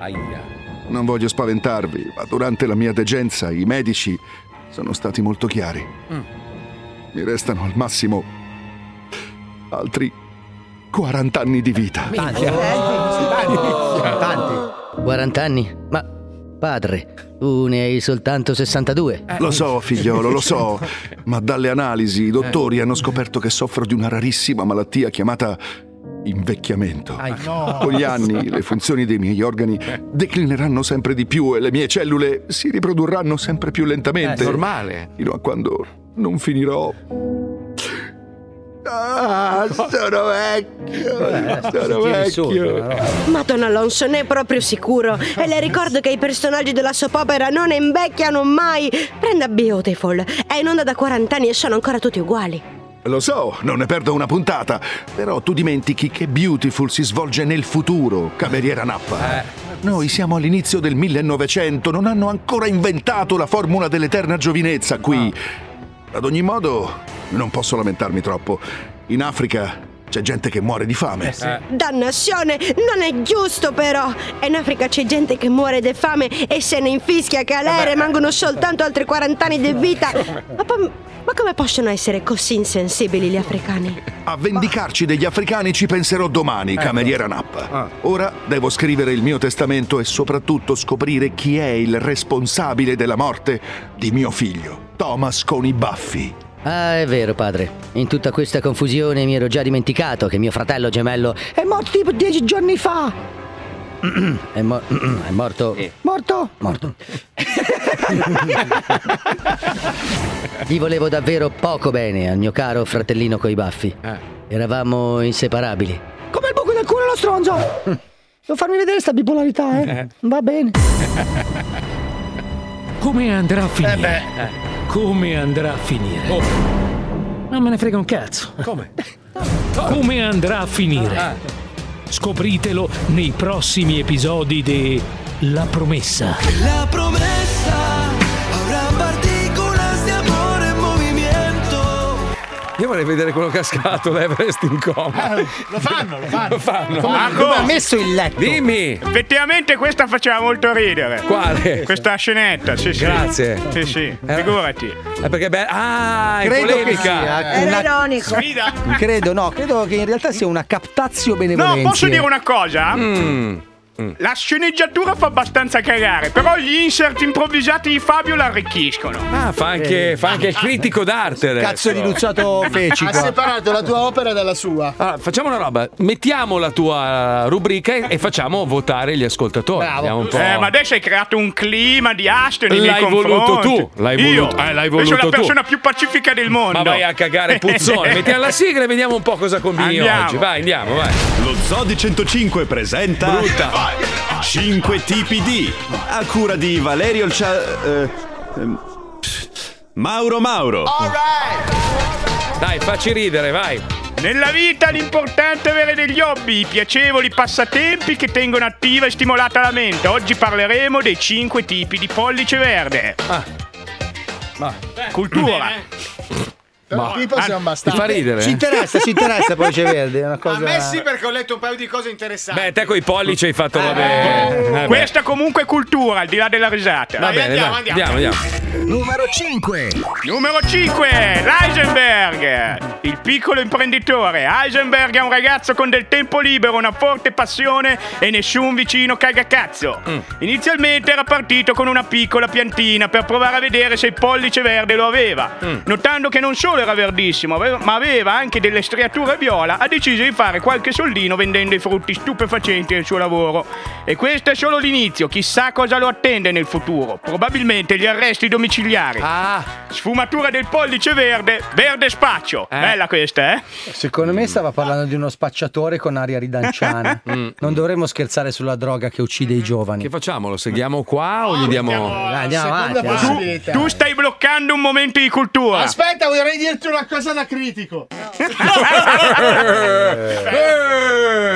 [SPEAKER 25] Non voglio spaventarvi, ma durante la mia degenza i medici sono stati molto chiari. Mi restano al massimo altri 40 anni di vita.
[SPEAKER 24] Tanti.
[SPEAKER 2] Oh.
[SPEAKER 24] Tanti. 40 anni? Ma padre, tu ne hai soltanto 62.
[SPEAKER 25] Eh, Lo so, figliolo, lo so, ma dalle analisi i
[SPEAKER 5] Eh.
[SPEAKER 25] dottori hanno scoperto che soffro di una rarissima malattia chiamata invecchiamento.
[SPEAKER 5] Oh.
[SPEAKER 25] Con gli anni le funzioni dei miei organi declineranno sempre di più e le mie cellule si riprodurranno sempre più lentamente.
[SPEAKER 5] Eh, normale.
[SPEAKER 25] Fino a quando non finirò. Ah, sono vecchio!
[SPEAKER 5] Eh.
[SPEAKER 25] sono vecchio!
[SPEAKER 16] Ma Don Alonso ne è proprio sicuro. E le ricordo che i personaggi della soap opera non invecchiano mai. Prenda Beautiful. È in onda da 40 anni e sono ancora tutti uguali.
[SPEAKER 25] Lo so, non ne perdo una puntata, però tu dimentichi che Beautiful si svolge nel futuro, cameriera Nappa. Noi siamo all'inizio del 1900, non hanno ancora inventato la formula dell'eterna giovinezza qui. Ad ogni modo, non posso lamentarmi troppo. In Africa c'è gente che muore di fame.
[SPEAKER 16] Dannazione, non è giusto però! E in Africa c'è gente che muore di fame e se ne infischia che a lei rimangono soltanto altri 40 anni di vita! Ma, poi- ma come possono essere così insensibili gli africani?
[SPEAKER 25] A vendicarci degli africani ci penserò
[SPEAKER 2] Ecco.
[SPEAKER 25] domani, cameriera
[SPEAKER 2] Ah.
[SPEAKER 25] Nappa. Ora devo scrivere il mio testamento e soprattutto scoprire chi è il responsabile della morte di mio figlio, Thomas con i baffi.
[SPEAKER 24] Ah, è vero, padre. In tutta questa confusione mi ero già dimenticato che mio fratello gemello
[SPEAKER 10] È morto tipo dieci giorni fa.
[SPEAKER 24] è, mo- è morto.
[SPEAKER 10] Morto?
[SPEAKER 24] Morto. Gli volevo davvero poco bene al mio caro fratellino coi baffi. Eravamo inseparabili.
[SPEAKER 10] Come il buco del culo e lo stronzo. Devo farmi vedere sta bipolarità, eh. Va bene.
[SPEAKER 23] Come andrà a finire? Come andrà a finire? Non me ne frega un cazzo. Come? Come andrà a finire? Scopritelo nei prossimi episodi di La promessa.
[SPEAKER 5] La promesa habrá partículas de amor en movimiento.
[SPEAKER 2] Io vorrei vedere quello cascato, l'Everest in coma.
[SPEAKER 6] Lo fanno, lo fanno.
[SPEAKER 2] Lo fanno.
[SPEAKER 7] Marco,
[SPEAKER 3] il letto?
[SPEAKER 2] Dimmi.
[SPEAKER 7] Effettivamente questa faceva molto ridere.
[SPEAKER 2] Quale?
[SPEAKER 7] Questa scenetta, sì, sì.
[SPEAKER 2] Grazie.
[SPEAKER 7] Sì, sì. Figurati.
[SPEAKER 2] È perché è bella. Ah, è
[SPEAKER 3] Credo che
[SPEAKER 2] polemica.
[SPEAKER 3] sia una-
[SPEAKER 8] ironico.
[SPEAKER 3] Credo no, credo che in realtà sia una captazio
[SPEAKER 7] No,
[SPEAKER 3] benevolenza.
[SPEAKER 7] posso dire una cosa?
[SPEAKER 2] Mm.
[SPEAKER 7] La sceneggiatura fa abbastanza cagare, però gli insert improvvisati di Fabio l'arricchiscono.
[SPEAKER 2] Ah, fa
[SPEAKER 3] Eh.
[SPEAKER 2] anche, fa anche il critico d'arte. adesso.
[SPEAKER 4] Oh,
[SPEAKER 2] Eh,
[SPEAKER 4] Ha separato la tua opera dalla sua.
[SPEAKER 2] Allora, Ah, facciamo una roba, mettiamo la tua rubrica e, e facciamo votare gli ascoltatori. Vediamo un po'.
[SPEAKER 7] Eh, ma adesso hai creato un clima di Ashton nei miei
[SPEAKER 2] L'hai voluto
[SPEAKER 7] confronti.
[SPEAKER 2] tu, l'hai
[SPEAKER 7] Io?
[SPEAKER 2] voluto- eh, l'hai
[SPEAKER 7] Io sono
[SPEAKER 2] voluto
[SPEAKER 7] la
[SPEAKER 2] tu.
[SPEAKER 7] persona più pacifica del mondo.
[SPEAKER 2] Ma vai a cagare puzzone, mettiamo la sigla e vediamo un po' cosa combini
[SPEAKER 7] Andiamo.
[SPEAKER 2] oggi. Vai, andiamo, vai.
[SPEAKER 15] Lo Zodi 105 presenta
[SPEAKER 2] Brutta.
[SPEAKER 15] 5 tipi di a cura di Valerio il Cia- eh, ehm, Mauro Mauro.
[SPEAKER 2] Dai, facci ridere, vai.
[SPEAKER 7] Nella vita l'importante è avere degli hobby, piacevoli passatempi che tengono attiva e stimolata la mente. Oggi parleremo dei 5 tipi di pollice verde. Cultura.
[SPEAKER 4] Però qui possiamo bastare.
[SPEAKER 3] Ci interessa, ci interessa poi c'è verde, è una cosa.
[SPEAKER 6] A me sì perché ho letto un paio di cose interessanti.
[SPEAKER 2] Beh, te coi pollici hai fatto vabbè.
[SPEAKER 7] Eh, Questa comunque è cultura, al di là della risata.
[SPEAKER 2] Va bene, dai, andiamo,
[SPEAKER 7] Numero 5. Numero 5, l'Eisenberg. Il piccolo imprenditore. Heisenberg è un ragazzo con del tempo libero, una forte passione e nessun vicino cagacazzo.
[SPEAKER 2] Mm.
[SPEAKER 7] Inizialmente era partito con una piccola piantina per provare a vedere se il pollice verde lo aveva.
[SPEAKER 2] Mm.
[SPEAKER 7] Notando che non solo era verdissimo, aveva- ma aveva anche delle striature viola, ha deciso di fare qualche soldino vendendo i frutti stupefacenti del suo lavoro. E questo è solo l'inizio, chissà cosa lo attende nel futuro. Probabilmente gli arresti domiciliari.
[SPEAKER 3] Ah.
[SPEAKER 7] Sfumatura del pollice verde, verde spaccio. Bella questa, eh?
[SPEAKER 3] Secondo me stava parlando di uno spacciatore con aria ridanciana. non dovremmo scherzare sulla droga che uccide i giovani.
[SPEAKER 2] Mm. Che facciamo? Lo seguiamo qua o gli diamo.
[SPEAKER 3] Dai, andiamo
[SPEAKER 4] Seconda
[SPEAKER 3] avanti. eh. avanti.
[SPEAKER 4] possibilità.
[SPEAKER 7] Tu stai bloccando un momento di cultura.
[SPEAKER 4] Aspetta, vorrei dirti una cosa da critico. Eh.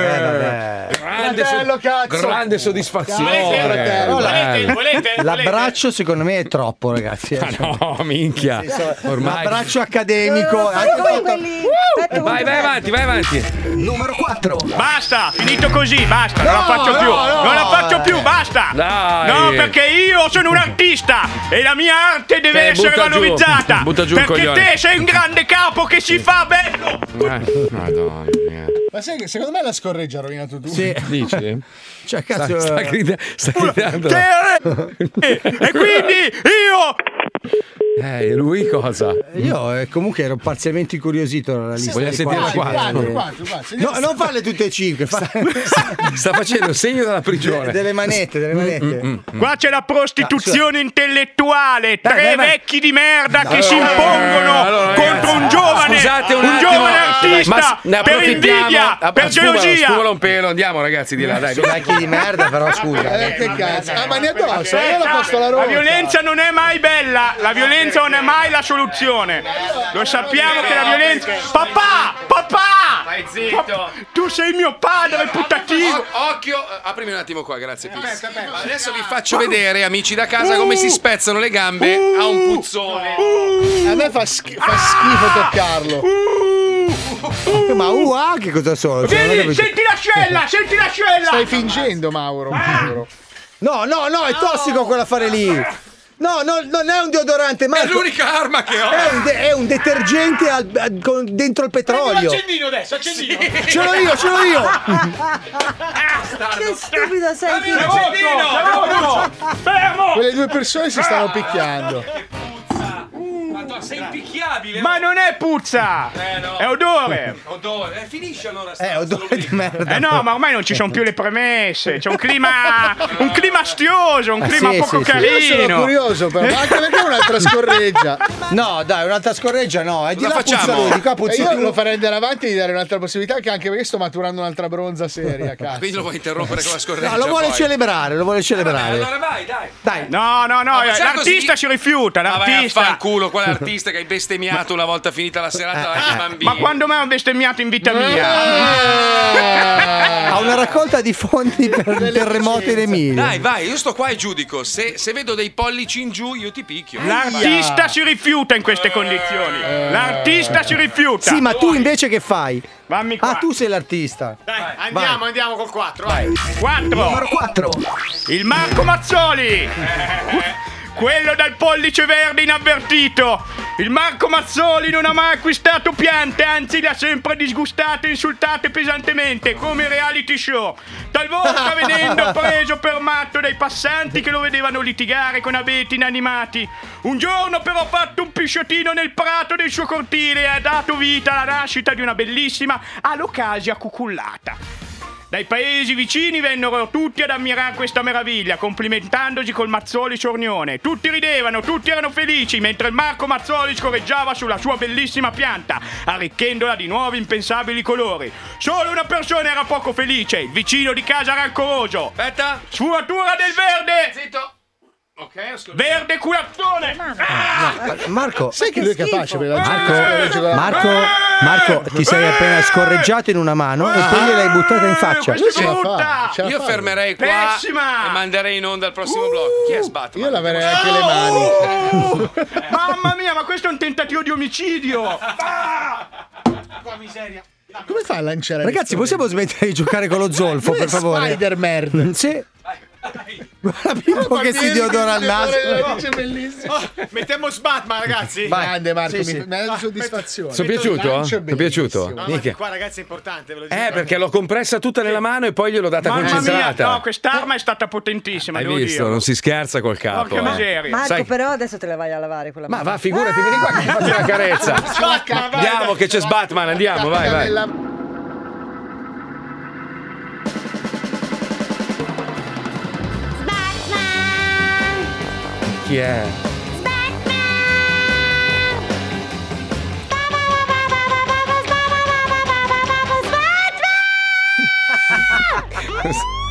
[SPEAKER 2] Grande,
[SPEAKER 4] Fratello,
[SPEAKER 2] so-
[SPEAKER 4] cazzo.
[SPEAKER 2] grande soddisfazione.
[SPEAKER 4] Volete,
[SPEAKER 2] Eh,
[SPEAKER 4] fratello?
[SPEAKER 2] Bello. Ah,
[SPEAKER 3] L'abbraccio secondo me è troppo, ragazzi. eh.
[SPEAKER 2] No, minchia. Ormai.
[SPEAKER 3] L'abbraccio
[SPEAKER 5] Eh,
[SPEAKER 7] eh.
[SPEAKER 3] accademico.
[SPEAKER 8] Fai
[SPEAKER 3] anche
[SPEAKER 8] come
[SPEAKER 3] fatto-
[SPEAKER 8] quelli- aspetta,
[SPEAKER 2] Vai, vai avanti, vai avanti.
[SPEAKER 3] Numero 4.
[SPEAKER 7] Basta, finito così, basta, non la
[SPEAKER 5] No,
[SPEAKER 7] faccio
[SPEAKER 5] no,
[SPEAKER 7] più.
[SPEAKER 5] no.
[SPEAKER 7] Non la faccio più, basta.
[SPEAKER 2] Dai.
[SPEAKER 7] No, perché io sono un artista e la mia arte deve
[SPEAKER 2] Eh,
[SPEAKER 7] essere
[SPEAKER 2] butta giù.
[SPEAKER 7] valorizzata.
[SPEAKER 2] Butta giù il
[SPEAKER 7] perché
[SPEAKER 2] coglione.
[SPEAKER 7] te sei un grande capo che si fa bello.
[SPEAKER 2] Eh, Madonna mia.
[SPEAKER 4] Ma sai che secondo me la scorreggia ha rovinato tutto.
[SPEAKER 2] Dici? Sta,
[SPEAKER 4] Cioè, cazzo,
[SPEAKER 2] sta,
[SPEAKER 4] eh.
[SPEAKER 2] grida- sta gridando.
[SPEAKER 7] E quindi io
[SPEAKER 2] Eh, e lui cosa?
[SPEAKER 3] Io eh, comunque ero parzialmente incuriosito dalla lista.
[SPEAKER 2] vogliamo
[SPEAKER 3] dei
[SPEAKER 2] sentire la
[SPEAKER 3] quattro.
[SPEAKER 2] quattro?
[SPEAKER 3] Delle-
[SPEAKER 2] Quattro,
[SPEAKER 3] No, non farle tutte e cinque. fa-
[SPEAKER 2] Sta facendo segno della prigione. Mm,
[SPEAKER 3] delle manette, delle manette.
[SPEAKER 7] Qua c'è la prostituzione intellettuale, tre
[SPEAKER 3] dai, dai.
[SPEAKER 7] vecchi di merda che
[SPEAKER 2] Allora,
[SPEAKER 7] si impongono
[SPEAKER 2] allora,
[SPEAKER 7] contro un giovane,
[SPEAKER 2] Scusate un, attimo,
[SPEAKER 7] giovane artista
[SPEAKER 2] ma ne
[SPEAKER 7] per
[SPEAKER 2] approfittiamo.
[SPEAKER 7] invidia,
[SPEAKER 2] Ah,
[SPEAKER 7] per
[SPEAKER 2] sfumalo,
[SPEAKER 7] gelosia.
[SPEAKER 2] Sfumalo un pelo, andiamo ragazzi di là, dai.
[SPEAKER 3] Sono vecchi di merda, però scusa.
[SPEAKER 4] Eh, che cazzo? Ah, ma ne addosso,
[SPEAKER 7] Eh,
[SPEAKER 4] io la posto la
[SPEAKER 7] la
[SPEAKER 4] roba.
[SPEAKER 7] violenza non è mai bella, la violenza non è mai la soluzione. Lo sappiamo che la violenza. Papà! Papà!
[SPEAKER 2] Vai zitto.
[SPEAKER 7] Tu sei mio padre, puttativo!
[SPEAKER 2] Occhio, aprimi un attimo qua, grazie. Adesso vi faccio vedere, amici da casa, come si spezzano le gambe
[SPEAKER 4] Uh!
[SPEAKER 2] a un puzzone.
[SPEAKER 4] A me fa, schi- fa schifo toccarlo. Uh! Eh,
[SPEAKER 3] Ma UA
[SPEAKER 4] ah,
[SPEAKER 3] che cosa sono? Cioè, non ho capito.
[SPEAKER 7] l'ascella, senti l'ascella!
[SPEAKER 4] Stai fingendo, Mauro. giuro.
[SPEAKER 3] No, no, no, è tossico quella fare lì. No, no, non è un deodorante, ma
[SPEAKER 2] È l'unica arma che ho.
[SPEAKER 3] È un, de- è un detergente al- al- con- dentro il petrolio.
[SPEAKER 7] adesso, accendino!
[SPEAKER 3] Ce l'ho io, ce l'ho io.
[SPEAKER 8] Che stupido sei,
[SPEAKER 7] Dammi un
[SPEAKER 8] figlio.
[SPEAKER 7] accendino,
[SPEAKER 8] Fermo!
[SPEAKER 4] Quelle due persone si stanno picchiando.
[SPEAKER 8] allora sei impicchiabile.
[SPEAKER 7] Ma non è puzza!
[SPEAKER 8] Eh, no.
[SPEAKER 7] È odore!
[SPEAKER 8] Odore. Eh, finisce allora.
[SPEAKER 3] Eh, odore di merda.
[SPEAKER 7] Eh no, ma ormai non ci sono più le premesse. C'è un clima. un clima astioso, un
[SPEAKER 3] Ah,
[SPEAKER 7] clima
[SPEAKER 3] sì,
[SPEAKER 7] poco
[SPEAKER 3] sì, sì.
[SPEAKER 7] carino.
[SPEAKER 3] Io sono curioso, però, ma anche perché un'altra scorreggia? No, dai, un'altra scorreggia no. È di là
[SPEAKER 4] Cosa
[SPEAKER 3] puzza lui, di qua puzza
[SPEAKER 4] Eh, io
[SPEAKER 3] tu.
[SPEAKER 4] lo farei andare avanti e gli dare un'altra possibilità, che anche perché sto maturando un'altra bronza seria, cazzo.
[SPEAKER 2] Quindi Eh, lo vuoi interrompere con la scorreggia?
[SPEAKER 3] No, lo vuole
[SPEAKER 2] poi.
[SPEAKER 3] celebrare, lo vuole celebrare.
[SPEAKER 2] vai, dai.
[SPEAKER 7] No, no, no,
[SPEAKER 2] Ma facciamo
[SPEAKER 7] l'artista
[SPEAKER 2] così?
[SPEAKER 7] ci rifiuta,
[SPEAKER 2] Ma vai a
[SPEAKER 7] l'artista.
[SPEAKER 2] fanculo, quale artista che hai bestemmiato una volta finita la serata davanti ai bambini?
[SPEAKER 7] Eh, Ma quando mai ho bestemmiato in vita
[SPEAKER 3] mia? Ha una raccolta di fondi per il terremoto in Emilia.
[SPEAKER 2] Dai, vai, io sto qua e giudico. Se, se vedo dei pollici in giù, io ti picchio.
[SPEAKER 7] L'artista si rifiuta in queste condizioni.
[SPEAKER 3] Eh.
[SPEAKER 7] L'artista si rifiuta.
[SPEAKER 3] Sì, ma tu invece che fai? Ah, tu sei l'artista.
[SPEAKER 5] Dai, andiamo, andiamo col 4, vai.
[SPEAKER 7] 4.
[SPEAKER 5] Numero
[SPEAKER 3] 4.
[SPEAKER 7] Il Marco Mazzoli.
[SPEAKER 2] Eh.
[SPEAKER 7] Quello dal pollice verde inavvertito. Il Marco Mazzoli non ha mai acquistato piante, anzi le ha sempre disgustate e insultate pesantemente, come i reality show. Talvolta venendo preso per matto dai passanti che lo vedevano litigare con abeti inanimati. Un giorno però ha fatto un pisciottino nel prato del suo cortile e ha dato vita alla nascita di una bellissima alocasia cucullata. Dai paesi vicini vennero tutti ad ammirare questa meraviglia, complimentandosi col Mazzoli Sornione. Tutti ridevano, tutti erano felici, mentre il Marco Mazzoli scorreggiava sulla sua bellissima pianta, arricchendola di nuovi impensabili colori. Solo una persona era poco felice, il vicino di casa rancoroso.
[SPEAKER 2] Aspetta!
[SPEAKER 7] Sfumatura del verde!
[SPEAKER 2] Zitto! Ok, ho Ah, scordato.
[SPEAKER 7] Verde culazzone!
[SPEAKER 3] Marco,
[SPEAKER 4] sai che lui è capace per la
[SPEAKER 3] Marco, Marco, Marco, ti sei
[SPEAKER 4] Eh!
[SPEAKER 3] appena scorreggiato in una mano e poi gliel'hai buttata in faccia.
[SPEAKER 2] Io fermerei qua e manderei in onda al prossimo blocco. Chi è sbatto? Io
[SPEAKER 4] laverei
[SPEAKER 7] anche le
[SPEAKER 4] mani.
[SPEAKER 7] Oh! Mamma mia, ma questo è un tentativo di omicidio!
[SPEAKER 5] miseria.
[SPEAKER 4] Come fa a lanciare?
[SPEAKER 3] Ragazzi, possiamo smettere di giocare con lo zolfo, per favore?
[SPEAKER 4] Spider
[SPEAKER 3] Merd. Sì. Guarda Pippo che si diodora al naso.
[SPEAKER 5] Dice bellissimo. Oh, Mettiamo Sbatman, ragazzi. Ah,
[SPEAKER 4] Vai. Grande, Marco,
[SPEAKER 5] Sì,
[SPEAKER 4] mi-
[SPEAKER 5] sì.
[SPEAKER 4] mi ha dato soddisfazione.
[SPEAKER 8] Sono
[SPEAKER 5] Metto il
[SPEAKER 8] piaciuto?
[SPEAKER 5] lancio,
[SPEAKER 8] Ti è piaciuto?
[SPEAKER 5] bellissimo. No,
[SPEAKER 8] Minchia.
[SPEAKER 5] ma qua, ragazzi, è importante. Ve lo dico.
[SPEAKER 8] Eh, perché l'ho compressa tutta nella mano e poi gliel'ho data
[SPEAKER 7] Mamma mia,
[SPEAKER 8] concentrata.
[SPEAKER 7] no, quest'arma è stata potentissima,
[SPEAKER 8] Hai
[SPEAKER 7] devo
[SPEAKER 8] visto?
[SPEAKER 7] dire.
[SPEAKER 8] Non si scherza col capo.
[SPEAKER 7] Porca
[SPEAKER 8] eh.
[SPEAKER 7] miseria.
[SPEAKER 28] Marco,
[SPEAKER 8] Sai-
[SPEAKER 28] però adesso te la vai a lavare quella
[SPEAKER 8] Ma
[SPEAKER 28] mano.
[SPEAKER 8] va, figurati, vieni qua che ti faccio una carezza. Andiamo, che c'è Sbatman, andiamo, vai, vai. Chi è?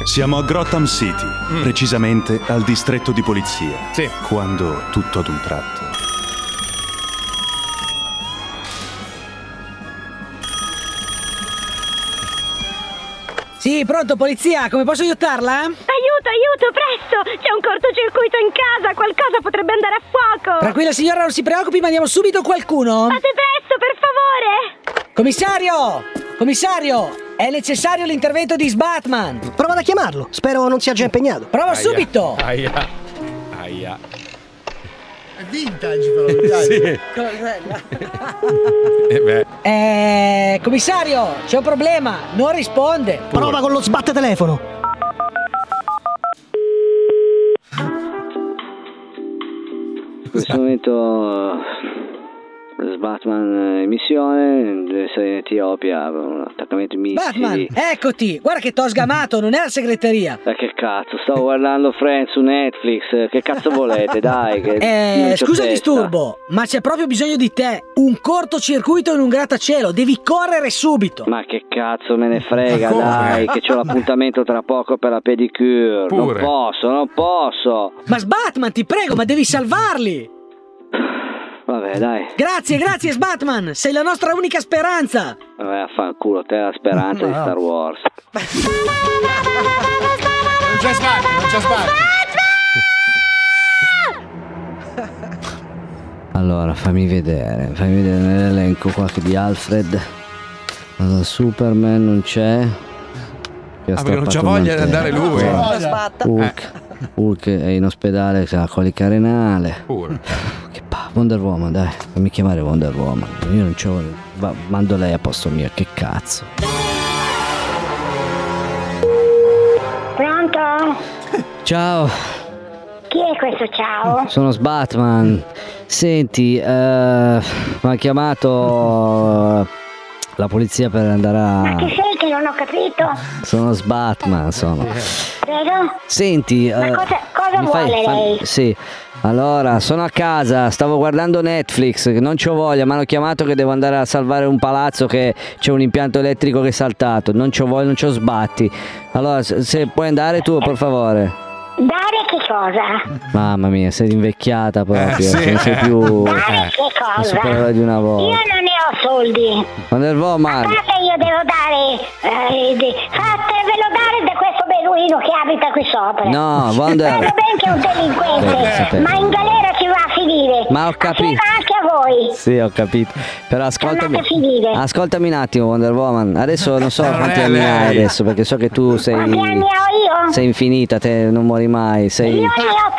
[SPEAKER 22] Siamo a Gotham City, precisamente al distretto di polizia. Quando tutto ad un tratto.
[SPEAKER 20] Sì, pronto, polizia, come posso aiutarla?
[SPEAKER 16] Aiuto, aiuto, presto! C'è un cortocircuito in casa, qualcosa potrebbe andare a fuoco!
[SPEAKER 20] Tranquilla signora, non si preoccupi, mandiamo subito qualcuno.
[SPEAKER 16] Fate presto, per favore!
[SPEAKER 20] Commissario! Commissario! È necessario l'intervento di Sbatman!
[SPEAKER 29] Prova a chiamarlo, spero non sia già impegnato.
[SPEAKER 28] Oh,
[SPEAKER 20] Prova subito!
[SPEAKER 8] Aia. Aia.
[SPEAKER 4] È vintage proprio, dai.
[SPEAKER 8] Sì. Eh beh.
[SPEAKER 20] Eh, commissario, c'è un problema, non risponde.
[SPEAKER 29] Prova con lo sbatte telefono.
[SPEAKER 17] In questo momento eh, Batman eh, in missione, sei in Etiopia, un attaccamento di
[SPEAKER 20] Batman,
[SPEAKER 17] missili.
[SPEAKER 20] eccoti! Guarda che t'ho sgamato, non è la segreteria!
[SPEAKER 17] Eh, che cazzo, stavo guardando Friends su Netflix, eh, che cazzo volete, dai. Che
[SPEAKER 20] Eh,
[SPEAKER 17] non c'ho
[SPEAKER 20] scusa il
[SPEAKER 17] testa.
[SPEAKER 20] disturbo, ma c'è proprio bisogno di te. Un cortocircuito in un grattacielo, devi correre subito.
[SPEAKER 17] Ma che cazzo me ne frega,
[SPEAKER 20] Ma come?
[SPEAKER 17] dai, che ho l'appuntamento tra poco per la pedicure.
[SPEAKER 20] Pure.
[SPEAKER 17] Non posso, non posso.
[SPEAKER 20] Ma Sbatman, ti prego, ma devi salvarli!
[SPEAKER 17] Vabbè, dai,
[SPEAKER 20] Grazie, grazie Sbatman, sei la nostra unica speranza!
[SPEAKER 17] vabbè, affanculo, te la speranza di
[SPEAKER 20] No.
[SPEAKER 17] Star Wars.
[SPEAKER 4] Non c'è sbatti, non c'è sbatti.
[SPEAKER 17] Allora, fammi vedere, fammi vedere nell'elenco qua che di Alfred. Allora, Superman non c'è. Io
[SPEAKER 8] Ah, perché non c'ha
[SPEAKER 17] strappato
[SPEAKER 8] voglia di
[SPEAKER 17] un
[SPEAKER 8] andare
[SPEAKER 17] antenna.
[SPEAKER 8] lui.
[SPEAKER 17] Allora,
[SPEAKER 8] Lo sbatta.
[SPEAKER 17] Hulk, Hulk è in ospedale, ha colica renale.
[SPEAKER 8] Pure.
[SPEAKER 17] Che pa- Wonder Woman, dai, fammi chiamare Wonder Woman. Io non c'ho. va- mando lei a posto mio, che cazzo.
[SPEAKER 16] Pronto?
[SPEAKER 17] Ciao,
[SPEAKER 16] Chi è questo ciao?
[SPEAKER 17] sono Sbatman. Senti, eh, mi ha chiamato la polizia per andare
[SPEAKER 21] Ma chi
[SPEAKER 17] a...
[SPEAKER 21] sei che non ho capito?
[SPEAKER 17] Sono Sbatman, insomma.
[SPEAKER 21] Prego?
[SPEAKER 17] Senti, eh,
[SPEAKER 21] cosa- cosa
[SPEAKER 17] mi fai-
[SPEAKER 21] vuole
[SPEAKER 17] fam-
[SPEAKER 21] lei?
[SPEAKER 17] Sì. Allora, sono a casa, stavo guardando Netflix, non c'ho voglia, mi hanno chiamato che devo andare a salvare un palazzo che c'è un impianto elettrico che è saltato, non c'ho voglia, non c'ho sbatti. Allora, se se puoi andare tu, per favore.
[SPEAKER 21] Dare che cosa?
[SPEAKER 17] Mamma mia, sei invecchiata proprio,
[SPEAKER 21] sì.
[SPEAKER 17] non sei più
[SPEAKER 21] Dare che
[SPEAKER 17] Eh, la
[SPEAKER 21] cosa?
[SPEAKER 17] supereroe di una
[SPEAKER 21] Io
[SPEAKER 17] volta. Ah.
[SPEAKER 21] non ne ho soldi.
[SPEAKER 17] Ma nel vo male.
[SPEAKER 21] Guarda, io devo dare. eh, de- fatevelo dare da questo beduino che abita qui sopra.
[SPEAKER 17] No, Wonder.
[SPEAKER 21] Sanno ben che è un
[SPEAKER 17] Beh,
[SPEAKER 21] delinquente,
[SPEAKER 17] sapete.
[SPEAKER 21] ma in galera ci va a finire.
[SPEAKER 17] Ma ho capito.
[SPEAKER 21] Ma anche a voi.
[SPEAKER 17] Sì, ho capito. Però ascoltami.
[SPEAKER 21] Andate a finire.
[SPEAKER 17] Ah. Ascoltami un attimo, Wonder Woman. Adesso non so
[SPEAKER 21] Non
[SPEAKER 17] quanti
[SPEAKER 21] è
[SPEAKER 17] anni hai
[SPEAKER 21] lei.
[SPEAKER 17] adesso, perché so che tu sei.
[SPEAKER 21] Quanti anni ho io?
[SPEAKER 17] Sei infinita, te non muori mai. Sei.
[SPEAKER 21] Io ne ho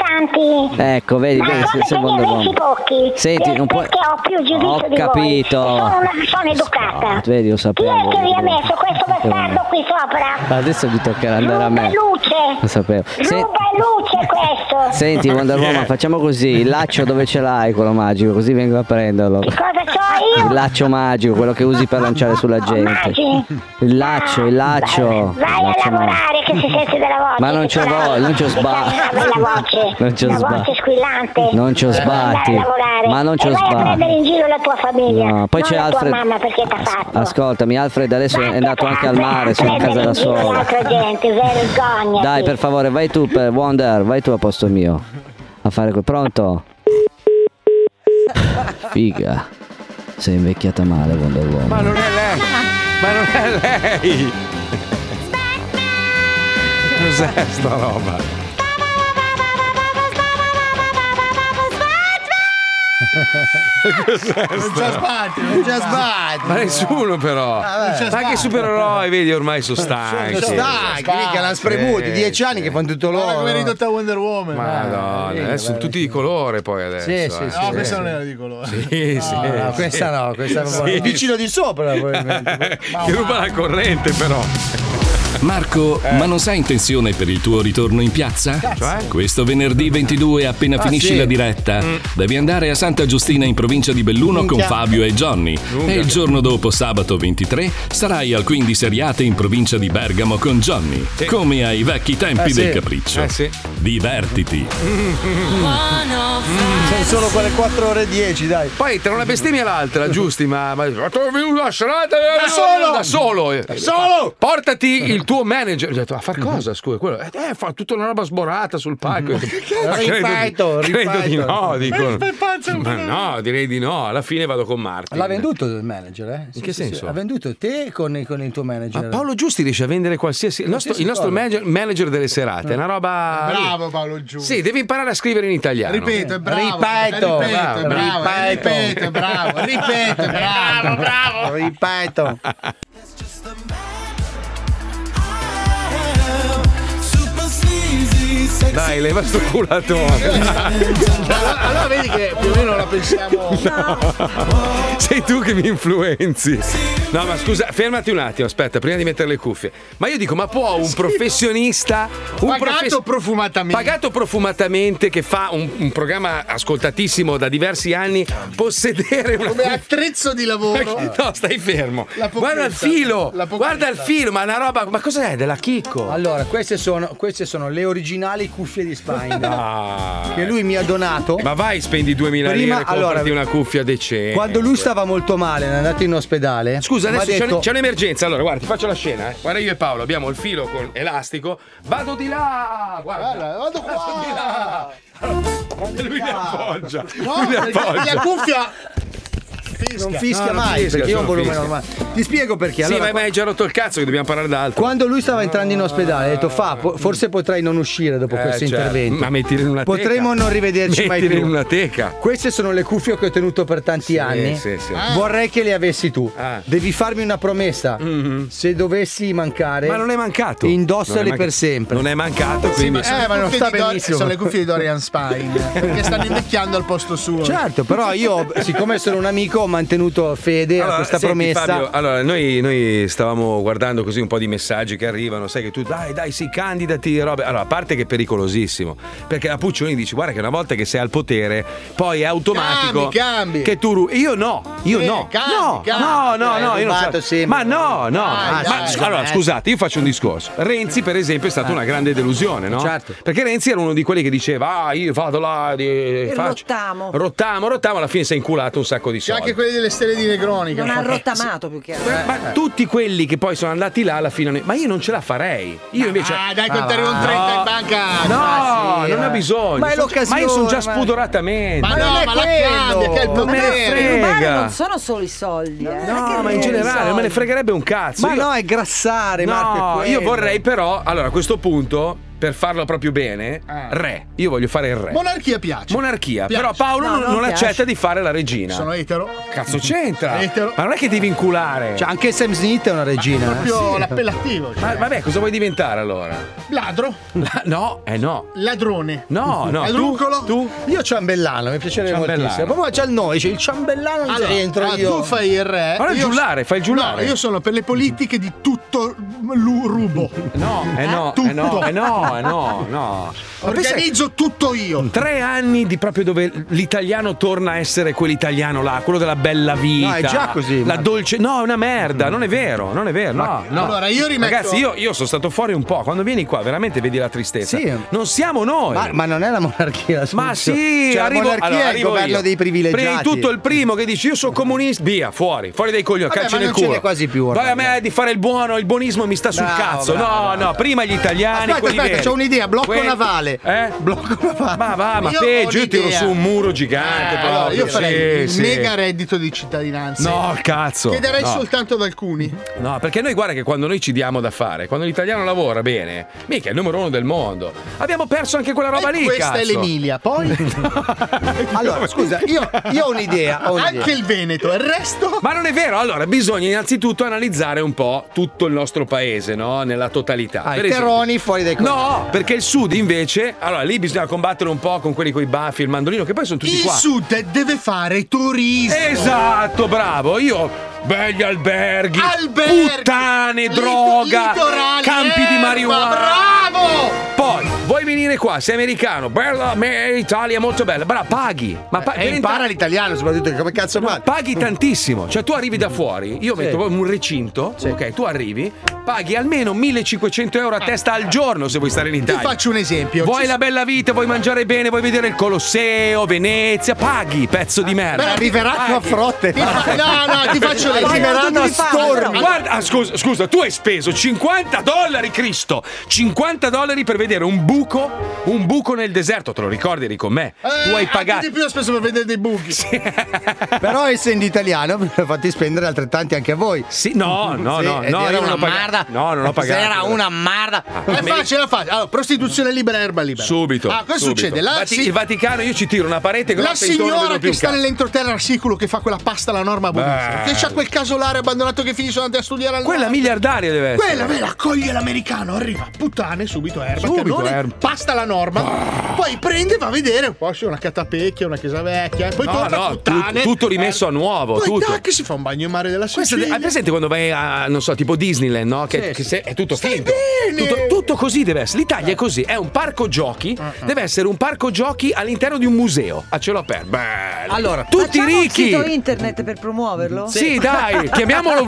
[SPEAKER 21] tanti.
[SPEAKER 17] Ecco, vedi,
[SPEAKER 21] Ma
[SPEAKER 17] vedi,
[SPEAKER 21] come
[SPEAKER 17] sei, sei
[SPEAKER 21] che ne
[SPEAKER 17] Wonder
[SPEAKER 21] avessi
[SPEAKER 17] Woman.
[SPEAKER 21] pochi?
[SPEAKER 17] Senti,
[SPEAKER 21] Eh,
[SPEAKER 17] non puoi.
[SPEAKER 21] Perché ho più giudizio
[SPEAKER 17] Ho
[SPEAKER 21] di
[SPEAKER 17] capito.
[SPEAKER 21] voi. Sono una persona educata.
[SPEAKER 17] Vedi, lo sapevo.
[SPEAKER 21] Chi è che vi ha messo questo bastardo qui sopra?
[SPEAKER 17] Adesso mi toccherà andare a me.
[SPEAKER 21] Luce!
[SPEAKER 17] Lo sapevo. Se-
[SPEAKER 21] Ruba luce questo!
[SPEAKER 17] Senti, Wonder
[SPEAKER 5] Eh.
[SPEAKER 17] Woman, facciamo così: il laccio dove ce l'hai quello magico, così vengo a prenderlo.
[SPEAKER 21] Cosa c'ho io?
[SPEAKER 17] Il laccio magico, quello che usi per lanciare sulla gente.
[SPEAKER 21] Magi?
[SPEAKER 17] Il laccio, il laccio.
[SPEAKER 21] Vai a lavorare che si sente della voce!
[SPEAKER 17] Ma non c'ho voglia, non c'ho sbatti.
[SPEAKER 21] Una bella voce!
[SPEAKER 17] Non c'ho
[SPEAKER 21] una
[SPEAKER 17] sbatti.
[SPEAKER 21] voce squillante!
[SPEAKER 17] Non c'ho
[SPEAKER 21] Eh,
[SPEAKER 17] sbatti.
[SPEAKER 21] Vai a lavorare!
[SPEAKER 17] Ma non c'ho
[SPEAKER 21] e vai a
[SPEAKER 17] sbatti.
[SPEAKER 21] prendere in giro la tua famiglia!
[SPEAKER 17] No, poi
[SPEAKER 21] non
[SPEAKER 17] c'è
[SPEAKER 21] la
[SPEAKER 17] Alfred- Ah,
[SPEAKER 21] tua mamma perché t'ha fatto!
[SPEAKER 17] Ascoltami, Alfred adesso è andato anche al mare, sono a casa da
[SPEAKER 21] Prendere in
[SPEAKER 17] sola.
[SPEAKER 21] giro l'altra gente, vergognati!
[SPEAKER 17] Dai, per favore, vai tu, per Wonder, vai tu a posto mio. A fare quel. Pronto? Figa. Sei invecchiata male, Wonder Woman.
[SPEAKER 2] Ma non è lei! Ma non è lei! Cos'è sta roba? Cos'è
[SPEAKER 4] Non
[SPEAKER 2] sta roba?
[SPEAKER 4] c'è sbatti, non c'è sbatti.
[SPEAKER 2] Ma nessuno però.
[SPEAKER 4] Ah, vabbè.
[SPEAKER 2] Ma anche i supereroi, vedi, ormai sono
[SPEAKER 4] Sono
[SPEAKER 2] stanchi.
[SPEAKER 4] stanchi, mica l'han spremuti,
[SPEAKER 2] Sì.
[SPEAKER 4] dieci
[SPEAKER 3] anni che fanno tutto
[SPEAKER 4] Eh, Guarda
[SPEAKER 3] loro.
[SPEAKER 4] come è ridotta Wonder Woman.
[SPEAKER 2] Madonna,
[SPEAKER 4] Eh,
[SPEAKER 2] adesso sono tutti di colore poi adesso.
[SPEAKER 4] Sì,
[SPEAKER 2] eh.
[SPEAKER 4] sì, sì, No, sì. questa non era di colore.
[SPEAKER 2] Sì,
[SPEAKER 4] No,
[SPEAKER 2] sì,
[SPEAKER 4] no,
[SPEAKER 2] sì.
[SPEAKER 4] questa no, questa
[SPEAKER 2] Sì.
[SPEAKER 3] Il vicino di sopra, probabilmente.
[SPEAKER 2] Ti ruba la corrente però.
[SPEAKER 1] Marco, ma non sai intenzione per il tuo ritorno in piazza?
[SPEAKER 2] Eh. Cioè?
[SPEAKER 1] Questo venerdì 22, appena
[SPEAKER 2] Ah,
[SPEAKER 1] finisci
[SPEAKER 2] sì.
[SPEAKER 1] la diretta,
[SPEAKER 2] Mm.
[SPEAKER 1] devi andare a Santa Giustina in provincia di Belluno con
[SPEAKER 2] Minchia.
[SPEAKER 1] Fabio e Johnny.
[SPEAKER 2] Lunga.
[SPEAKER 1] E il giorno dopo, sabato 23, sarai al Quindi Seriate in provincia di Bergamo con Johnny. Come ai vecchi tempi
[SPEAKER 2] Eh,
[SPEAKER 1] del
[SPEAKER 2] sì.
[SPEAKER 1] capriccio.
[SPEAKER 2] Eh, sì.
[SPEAKER 1] Divertiti.
[SPEAKER 3] Sono solo quelle 4 ore e 10, dai.
[SPEAKER 2] Poi tra una bestemmia e l'altra, giusti, ma. ma ma tu vieni una serata, eh,
[SPEAKER 3] Da solo!
[SPEAKER 2] Da solo! eh.
[SPEAKER 3] Da solo!
[SPEAKER 2] Portati il tuo manager. Ho detto, a far cosa? Scusa, quello. Eh, eh, fa tutta una roba sborata sul palco. Ma
[SPEAKER 3] Ripeto,
[SPEAKER 2] credo, di- credo di
[SPEAKER 3] ripeto.
[SPEAKER 2] no, dicono.
[SPEAKER 3] Per pazzo.
[SPEAKER 2] Ma no, direi di no. Alla fine vado con Martin.
[SPEAKER 3] L'ha venduto il manager, eh?
[SPEAKER 2] In che senso?
[SPEAKER 3] Ha venduto te con, con il tuo manager.
[SPEAKER 2] Ma Paolo Giusti riesce a vendere qualsiasi. Il nostro, il nostro
[SPEAKER 3] Qualsiasi
[SPEAKER 2] manager, manager delle serate, è una roba.
[SPEAKER 4] Bravo Paolo Giù.
[SPEAKER 2] Sì, devi imparare a scrivere in italiano.
[SPEAKER 4] Ripeto, è bravo.
[SPEAKER 3] Ripeto,
[SPEAKER 4] ripeto, è
[SPEAKER 3] ripeto. Oh,
[SPEAKER 4] bravo, ripeto, è bravo, ripeto, è bravo, bravo.
[SPEAKER 3] Ripeto.
[SPEAKER 2] Dai, leva sto culatone.
[SPEAKER 4] Allora, allora vedi che più o meno la pensiamo.
[SPEAKER 2] No. Sei tu che mi influenzi. No, ma scusa, fermati un attimo, aspetta, prima di mettere le cuffie. Ma io dico, ma può un professionista un
[SPEAKER 4] Pagato
[SPEAKER 2] profumatamente pagato profumatamente che fa un, un programma ascoltatissimo da diversi anni possedere una
[SPEAKER 4] Come attrezzo di lavoro.
[SPEAKER 2] No, stai fermo.
[SPEAKER 4] La pochetta.
[SPEAKER 2] Guarda il filo,
[SPEAKER 4] La pochetta.
[SPEAKER 2] guarda il filo, ma è una roba, ma cos'è della chicco?
[SPEAKER 3] Allora, queste sono, queste sono le originali cuffie di Spine
[SPEAKER 2] Ah. Eh.
[SPEAKER 3] che lui mi ha donato.
[SPEAKER 2] Ma vai, spendi 2000
[SPEAKER 3] Prima,
[SPEAKER 2] lire e comprati
[SPEAKER 3] allora,
[SPEAKER 2] una cuffia decente.
[SPEAKER 3] Quando lui stava molto male, è andato in ospedale.
[SPEAKER 2] Scusa,
[SPEAKER 3] mi ha
[SPEAKER 2] adesso c'è,
[SPEAKER 3] detto-
[SPEAKER 2] un- c'è un'emergenza. Allora, guarda, ti faccio la scena. eh. Guarda, io e Paolo abbiamo il filo con elastico. Vado di là, guarda.
[SPEAKER 4] vado qua.
[SPEAKER 2] di là. E lui mi appoggia.
[SPEAKER 4] No,
[SPEAKER 2] lui mi
[SPEAKER 4] perché
[SPEAKER 2] appoggia.
[SPEAKER 4] la cuffia
[SPEAKER 3] Non
[SPEAKER 2] No,
[SPEAKER 3] fischia
[SPEAKER 2] non
[SPEAKER 3] mai
[SPEAKER 2] fischia,
[SPEAKER 3] perché io ho
[SPEAKER 2] sono
[SPEAKER 3] un volume
[SPEAKER 2] fischia.
[SPEAKER 3] normale. Ti spiego perché.
[SPEAKER 2] sì,
[SPEAKER 3] Allora,
[SPEAKER 2] ma mi hai già rotto il cazzo che dobbiamo parlare d'altro.
[SPEAKER 3] Quando lui stava entrando in ospedale, ha detto: Fa, po- forse potrai non uscire dopo
[SPEAKER 2] Eh,
[SPEAKER 3] Ecco, questo
[SPEAKER 2] certo.
[SPEAKER 3] intervento.
[SPEAKER 2] Ma mettile in una teca.
[SPEAKER 3] Potremmo non rivederci mai
[SPEAKER 2] Mettile
[SPEAKER 3] più.
[SPEAKER 2] in una teca.
[SPEAKER 3] Queste sono le cuffie che ho tenuto per tanti anni.
[SPEAKER 2] sì, sì.
[SPEAKER 4] Ah.
[SPEAKER 2] Ah.
[SPEAKER 3] Vorrei che le avessi tu. Devi farmi una promessa. Se dovessi mancare,
[SPEAKER 2] Mm-hmm. Ma non è mancato. Non è
[SPEAKER 3] Indossale
[SPEAKER 2] manca-
[SPEAKER 3] per sempre.
[SPEAKER 2] Non è mancato, quindi.
[SPEAKER 4] Eh, ma non sta benissimo. sono le cuffie di Dorian Spine perché stanno invecchiando al posto suo.
[SPEAKER 3] Certo, però io, siccome sono un amico, ho mantenuto fede a questa
[SPEAKER 2] senti,
[SPEAKER 3] promessa.
[SPEAKER 2] Fabio, allora, noi, noi stavamo guardando così un po' di messaggi che arrivano, sai che tu dai, dai, sì, candidati, robe. Allora, a parte che è pericolosissimo, perché la Puccioni dice guarda che una volta che sei al potere, poi è automatico
[SPEAKER 4] Cambi, cambi.
[SPEAKER 2] che tu ru- io no, io
[SPEAKER 4] Sì,
[SPEAKER 2] no.
[SPEAKER 4] cambi,
[SPEAKER 2] no,
[SPEAKER 4] cambi.
[SPEAKER 2] no, no,
[SPEAKER 4] Hai
[SPEAKER 2] no, io non so-
[SPEAKER 4] rubato, sì,
[SPEAKER 2] Ma
[SPEAKER 4] ma-
[SPEAKER 2] no, no.
[SPEAKER 4] Dai,
[SPEAKER 2] Ma,
[SPEAKER 4] dai,
[SPEAKER 2] sc- allora,
[SPEAKER 4] eh.
[SPEAKER 2] scusate, io faccio un discorso. Renzi, per esempio, è stata
[SPEAKER 4] Eh.
[SPEAKER 2] una grande delusione, no?
[SPEAKER 4] Certo.
[SPEAKER 2] Perché Renzi era uno di quelli che diceva "Ah, io vado là, di,
[SPEAKER 8] Il
[SPEAKER 2] faccio
[SPEAKER 8] rottamo.
[SPEAKER 2] rottamo, rottamo, alla fine si è inculato un sacco di
[SPEAKER 4] C'è
[SPEAKER 2] soldi.
[SPEAKER 4] anche quelli delle stelle di Negroni. che
[SPEAKER 8] Non ha
[SPEAKER 4] hanno fatto-
[SPEAKER 8] rottamato più che altro.
[SPEAKER 2] Ma Eh. tutti quelli che poi sono andati là alla fine, hanno- ma io non ce la farei. Io invece.
[SPEAKER 4] Ah, dai, contare un 30 in banca.
[SPEAKER 2] No,
[SPEAKER 4] Ma sì,
[SPEAKER 2] non ne ho
[SPEAKER 4] eh.
[SPEAKER 2] bisogno.
[SPEAKER 4] Ma è
[SPEAKER 2] Sono-
[SPEAKER 4] l'occasione,
[SPEAKER 2] Ma io sono già
[SPEAKER 4] ma-
[SPEAKER 2] spudoratamente.
[SPEAKER 4] Ma Ma no, non è ma la quello. cambia, che è il
[SPEAKER 2] Non me
[SPEAKER 4] potere.
[SPEAKER 2] ne
[SPEAKER 8] Rubare
[SPEAKER 2] frega.
[SPEAKER 8] non sono solo i soldi. eh. Non è
[SPEAKER 2] No,
[SPEAKER 8] che
[SPEAKER 2] ma in
[SPEAKER 8] rubi i
[SPEAKER 2] generale non me ne
[SPEAKER 8] soldi.
[SPEAKER 2] fregherebbe un cazzo.
[SPEAKER 3] Ma no, è grassare,
[SPEAKER 2] No,
[SPEAKER 3] Marco, è quello.
[SPEAKER 2] io vorrei però, allora a questo punto, per farlo proprio bene, re. Io voglio fare il re.
[SPEAKER 4] Monarchia piace.
[SPEAKER 2] Monarchia,
[SPEAKER 4] Piace.
[SPEAKER 2] però Paolo
[SPEAKER 4] No,
[SPEAKER 2] non,
[SPEAKER 4] non
[SPEAKER 2] non
[SPEAKER 4] piace.
[SPEAKER 2] accetta di fare la regina.
[SPEAKER 4] Sono Eh, etero.
[SPEAKER 2] Cazzo c'entra?
[SPEAKER 4] Etero.
[SPEAKER 2] Ma non è che devi inculare.
[SPEAKER 3] Cioè, anche Sam Smith è una regina. eh.
[SPEAKER 4] Proprio
[SPEAKER 3] Sì.
[SPEAKER 4] l'appellativo.
[SPEAKER 2] Ah, Ma
[SPEAKER 4] cioè.
[SPEAKER 2] vabbè, cosa vuoi diventare allora?
[SPEAKER 4] Ladro.
[SPEAKER 2] No, eh no.
[SPEAKER 4] Ladrone.
[SPEAKER 2] No, no, tu-
[SPEAKER 4] Ladruncolo.
[SPEAKER 2] Tu?
[SPEAKER 3] Io ciambellano, mi piacerebbe
[SPEAKER 2] Ciambellano.
[SPEAKER 3] moltissimo. Proprio c'è il noi, c'è il ciambellano non
[SPEAKER 4] Allora,
[SPEAKER 3] ci entro
[SPEAKER 4] ah,
[SPEAKER 3] io.
[SPEAKER 4] tu fai il re.
[SPEAKER 2] Allora il
[SPEAKER 4] io-
[SPEAKER 2] giullare, fai il giullare.
[SPEAKER 4] No, io sono per le politiche di tutto lu- rubo.
[SPEAKER 2] No, eh no, eh no, eh no, eh no, no. Ma pensa che
[SPEAKER 4] Organizzo tutto io.
[SPEAKER 2] Tre anni di proprio dove l'italiano torna a essere quell'italiano là, quello della bella vita.
[SPEAKER 4] No, è già così,
[SPEAKER 2] La
[SPEAKER 4] Marco.
[SPEAKER 2] dolce. No, è una merda, non è vero, non è vero. No, no.
[SPEAKER 4] Allora, io rimetto-
[SPEAKER 2] Ragazzi, io, io sono stato fuori un po'. Quando vieni qua, veramente vedi la tristezza. Cioè, Non siamo noi.
[SPEAKER 3] Ma, ma non è la monarchia la
[SPEAKER 2] Ma sì,
[SPEAKER 3] cioè,
[SPEAKER 2] arrivo,
[SPEAKER 3] la
[SPEAKER 2] allora,
[SPEAKER 3] monarchia è il
[SPEAKER 2] arrivo
[SPEAKER 3] governo
[SPEAKER 2] io.
[SPEAKER 3] dei privilegiati. Mm.
[SPEAKER 2] Prima di tutto il primo che dice io sono comunista, via, fuori, fuori dai coglioni,
[SPEAKER 3] Vabbè,
[SPEAKER 2] calci
[SPEAKER 3] ma
[SPEAKER 2] nel
[SPEAKER 3] non ce
[SPEAKER 2] culo.
[SPEAKER 3] n'è quasi più ormai. eh.
[SPEAKER 2] Poi a me di fare il buono, il buonismo mi sta sul
[SPEAKER 3] Bravo,
[SPEAKER 2] cazzo.
[SPEAKER 3] bravo,
[SPEAKER 2] no, no, prima gli italiani.
[SPEAKER 3] Aspetta,
[SPEAKER 2] quelli
[SPEAKER 3] aspetta,
[SPEAKER 2] veri.
[SPEAKER 3] c'ho un'idea, blocco
[SPEAKER 2] Quelli-
[SPEAKER 3] navale.
[SPEAKER 2] Eh?
[SPEAKER 3] Blocco navale.
[SPEAKER 2] Ma va, ma
[SPEAKER 4] Io ho
[SPEAKER 2] peggio, io
[SPEAKER 4] un'idea.
[SPEAKER 2] tiro su un muro gigante.
[SPEAKER 4] Eh,
[SPEAKER 2] proprio,
[SPEAKER 4] allora, io
[SPEAKER 2] sì,
[SPEAKER 4] farei il
[SPEAKER 2] sì.
[SPEAKER 4] mega reddito di cittadinanza.
[SPEAKER 2] No, cazzo.
[SPEAKER 4] Che darei
[SPEAKER 2] no.
[SPEAKER 4] soltanto ad alcuni.
[SPEAKER 2] No, perché noi guarda che quando noi ci diamo da fare, quando l'italiano lavora bene, mica è il numero uno del mondo. Abbiamo perso anche quella roba
[SPEAKER 4] E
[SPEAKER 2] lì.
[SPEAKER 4] Questa è
[SPEAKER 2] cazzo.
[SPEAKER 4] l'Emilia. Poi
[SPEAKER 3] Allora, scusa, io, io ho un'idea. ho un'idea.
[SPEAKER 4] anche il Veneto, il resto.
[SPEAKER 2] Ma non è vero, allora bisogna innanzitutto analizzare un po' tutto il nostro paese, no? Nella totalità.
[SPEAKER 3] Ah,
[SPEAKER 2] Per
[SPEAKER 3] i
[SPEAKER 2] esempio-
[SPEAKER 3] terroni fuori
[SPEAKER 4] ecco.
[SPEAKER 3] dai
[SPEAKER 2] No, perché il sud invece, allora lì bisogna combattere un po' con quelli con i baffi, il mandolino, che poi sono tutti
[SPEAKER 4] Il
[SPEAKER 2] qua.
[SPEAKER 4] sud deve fare turismo.
[SPEAKER 2] Esatto, bravo, io. Belli alberghi,
[SPEAKER 4] Alberghi,
[SPEAKER 2] puttane,
[SPEAKER 4] lit-
[SPEAKER 2] droga,
[SPEAKER 4] litorali,
[SPEAKER 2] campi di
[SPEAKER 4] erba,
[SPEAKER 2] marijuana.
[SPEAKER 4] bravo!
[SPEAKER 2] Poi vuoi venire qua? Sei americano, bella me- Italia, molto bella. Brava, paghi. Ma pa- per
[SPEAKER 3] E Eh, impara
[SPEAKER 2] entrare-
[SPEAKER 3] l'italiano, soprattutto come cazzo fa? Mm.
[SPEAKER 2] Paghi tantissimo, cioè tu arrivi da fuori, io
[SPEAKER 3] Sì.
[SPEAKER 2] metto proprio un recinto, ok, tu arrivi, paghi almeno 1500 euro a testa al giorno se vuoi stare in
[SPEAKER 4] Ti
[SPEAKER 2] Italia.
[SPEAKER 4] faccio un esempio.
[SPEAKER 2] Vuoi
[SPEAKER 4] Ci-
[SPEAKER 2] la bella vita, vuoi mangiare bene, vuoi vedere il Colosseo, Venezia, paghi, pezzo di merda.
[SPEAKER 3] Beh, arriveranno a
[SPEAKER 2] Paghi.
[SPEAKER 3] frotte.
[SPEAKER 4] Ti fa- no, Ah, no, ti faccio l'esempio.
[SPEAKER 3] Arriveranno a stormi.
[SPEAKER 2] Guarda, ah, scusa, scusa, tu hai speso 50 dollari, Cristo! 50 dollari per vedere un buco, un buco nel deserto, te lo ricordi eri con me? tu hai pagato.
[SPEAKER 4] Eh, Di più ho speso per vedere dei buchi.
[SPEAKER 3] Però essendo italiano me lo fate spendere altrettanti anche a voi.
[SPEAKER 2] Sì, no,
[SPEAKER 4] Mm.
[SPEAKER 2] no, no, no,
[SPEAKER 3] era
[SPEAKER 2] no, non
[SPEAKER 3] una
[SPEAKER 2] ho pagato.
[SPEAKER 3] merda.
[SPEAKER 2] No, non ho pagato. Ah.
[SPEAKER 3] Era una merda.
[SPEAKER 4] È facile, è facile. Allora, prostituzione libera, erba libera.
[SPEAKER 2] Subito.
[SPEAKER 4] Ah, cosa
[SPEAKER 2] subito.
[SPEAKER 4] succede? La,
[SPEAKER 2] Vati-
[SPEAKER 4] si-
[SPEAKER 2] Il Vaticano, io ci tiro una parete
[SPEAKER 4] la
[SPEAKER 2] grossa intorno,
[SPEAKER 4] signora
[SPEAKER 2] vedo più
[SPEAKER 4] che
[SPEAKER 2] un
[SPEAKER 4] sta
[SPEAKER 2] cazzo.
[SPEAKER 4] nell'entroterra al siculo che fa quella pasta alla norma buonissima. Che c'ha quel casolare abbandonato che finisce andando a studiare al
[SPEAKER 2] Quella miliardaria deve essere.
[SPEAKER 4] Quella vera, accoglie l'americano, arriva, puttane, subito erba,
[SPEAKER 2] Subito
[SPEAKER 4] cannone,
[SPEAKER 2] erba. Ah.
[SPEAKER 4] pasta la norma, poi prende e va a vedere, poi c'è una catapecchia, una chiesa vecchia, eh. poi
[SPEAKER 2] No,
[SPEAKER 4] torna
[SPEAKER 2] no, tu-
[SPEAKER 4] puttane,
[SPEAKER 2] tutto rimesso a nuovo,
[SPEAKER 4] poi
[SPEAKER 2] tutto.
[SPEAKER 4] tac, si fa un bagno in mare della
[SPEAKER 2] Questo
[SPEAKER 4] Sicilia.
[SPEAKER 2] hai presente quando vai a, non so, tipo Disneyland, no? Che,
[SPEAKER 4] Sì,
[SPEAKER 2] che
[SPEAKER 4] sì.
[SPEAKER 2] se- è tutto
[SPEAKER 4] Stai
[SPEAKER 2] finto.
[SPEAKER 4] bene! Eh.
[SPEAKER 2] Tutto, tutto così deve essere. L'Italia è così, è un parco giochi, deve essere un parco giochi all'interno di un museo. A cielo aperto. Bello.
[SPEAKER 3] Allora,
[SPEAKER 2] tutti
[SPEAKER 8] Facciamo
[SPEAKER 2] ricchi.
[SPEAKER 8] un sito internet per promuoverlo?
[SPEAKER 2] Sì, dai, chiamiamolo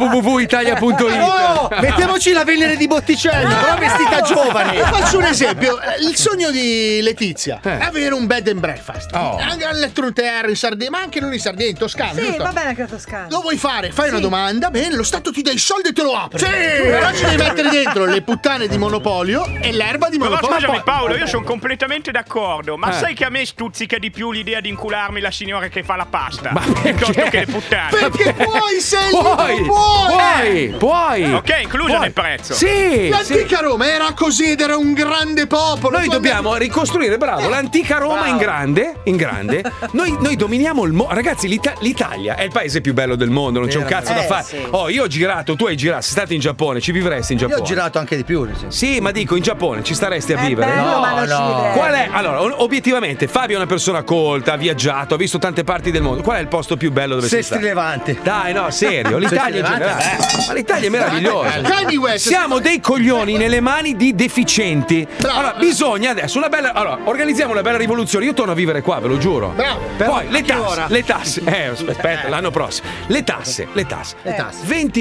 [SPEAKER 2] www.italia.it.
[SPEAKER 3] Oh, mettiamoci la Venere di Botticelli, però vestita giovane. Eh.
[SPEAKER 4] Ti Ah, Eh, faccio un esempio, il sogno di Letizia è avere un bed and breakfast.
[SPEAKER 2] Oh.
[SPEAKER 4] Anche all'Etruterra in Sardegna, ma anche non in Sardegna, in Toscana.
[SPEAKER 8] Sì,
[SPEAKER 4] giusto?
[SPEAKER 8] va bene anche la Toscana.
[SPEAKER 4] Lo vuoi fare? Fai una
[SPEAKER 8] Sì.
[SPEAKER 4] domanda, bene, lo Stato ti dà i soldi e te lo apre.
[SPEAKER 6] Sì!
[SPEAKER 4] Però ci devi mettere dentro le puttane di monopolio e l'erba di
[SPEAKER 7] Però
[SPEAKER 4] monopolio.
[SPEAKER 7] scusami
[SPEAKER 4] Ma poi-
[SPEAKER 7] Paolo, io sono completamente d'accordo, ma
[SPEAKER 4] Eh.
[SPEAKER 7] sai che a me stuzzica di più l'idea di incularmi la signora che fa la pasta piuttosto che le puttane.
[SPEAKER 4] Perché puoi, sei
[SPEAKER 2] Puoi,
[SPEAKER 4] libero, puoi!
[SPEAKER 2] puoi, puoi.
[SPEAKER 7] Eh, Ok, incluso
[SPEAKER 2] Puoi.
[SPEAKER 7] nel prezzo.
[SPEAKER 2] Sì, sì.
[SPEAKER 4] L'antica Roma era così ed ed era un grande popolo. Eh.
[SPEAKER 2] Noi
[SPEAKER 4] tu
[SPEAKER 2] dobbiamo ricostruire, bravo, l'antica Roma in grande, in grande. Noi, noi dominiamo il mondo. Ragazzi, l'Ita- l'Italia è il paese più bello del mondo, non c'è un cazzo da
[SPEAKER 3] Eh,
[SPEAKER 2] fare.
[SPEAKER 3] sì.
[SPEAKER 2] Oh, io ho girato, tu hai girato, sei stato in Giappone, ci vivresti in
[SPEAKER 3] Io
[SPEAKER 2] Giappone.
[SPEAKER 3] ho girato anche di più.
[SPEAKER 2] Sì, ma dico in Giappone ci staresti a vivere?
[SPEAKER 3] bello, No, ma non ci no. vivrei.
[SPEAKER 2] Qual è? Allora, o- obiettivamente, Fabio è una persona colta, ha viaggiato, ha visto tante parti del mondo. Qual è il posto più bello dove sei
[SPEAKER 3] Sesti
[SPEAKER 2] stato?
[SPEAKER 3] Levante.
[SPEAKER 2] Dai, no, serio, l'Italia in generale. eh. Ma l'Italia è meravigliosa.
[SPEAKER 4] Kanye West,
[SPEAKER 2] Siamo dei coglioni nelle mani di deficienti. Allora, bisogna adesso una bella. Allora, organizziamo una bella rivoluzione. Io torno a vivere qua, ve lo giuro.
[SPEAKER 4] Bravo.
[SPEAKER 2] Poi le
[SPEAKER 4] che
[SPEAKER 2] tasse,
[SPEAKER 4] ora?
[SPEAKER 2] le tasse. Eh, aspetta, l'anno prossimo. Le tasse, le tasse.
[SPEAKER 4] Le tasse.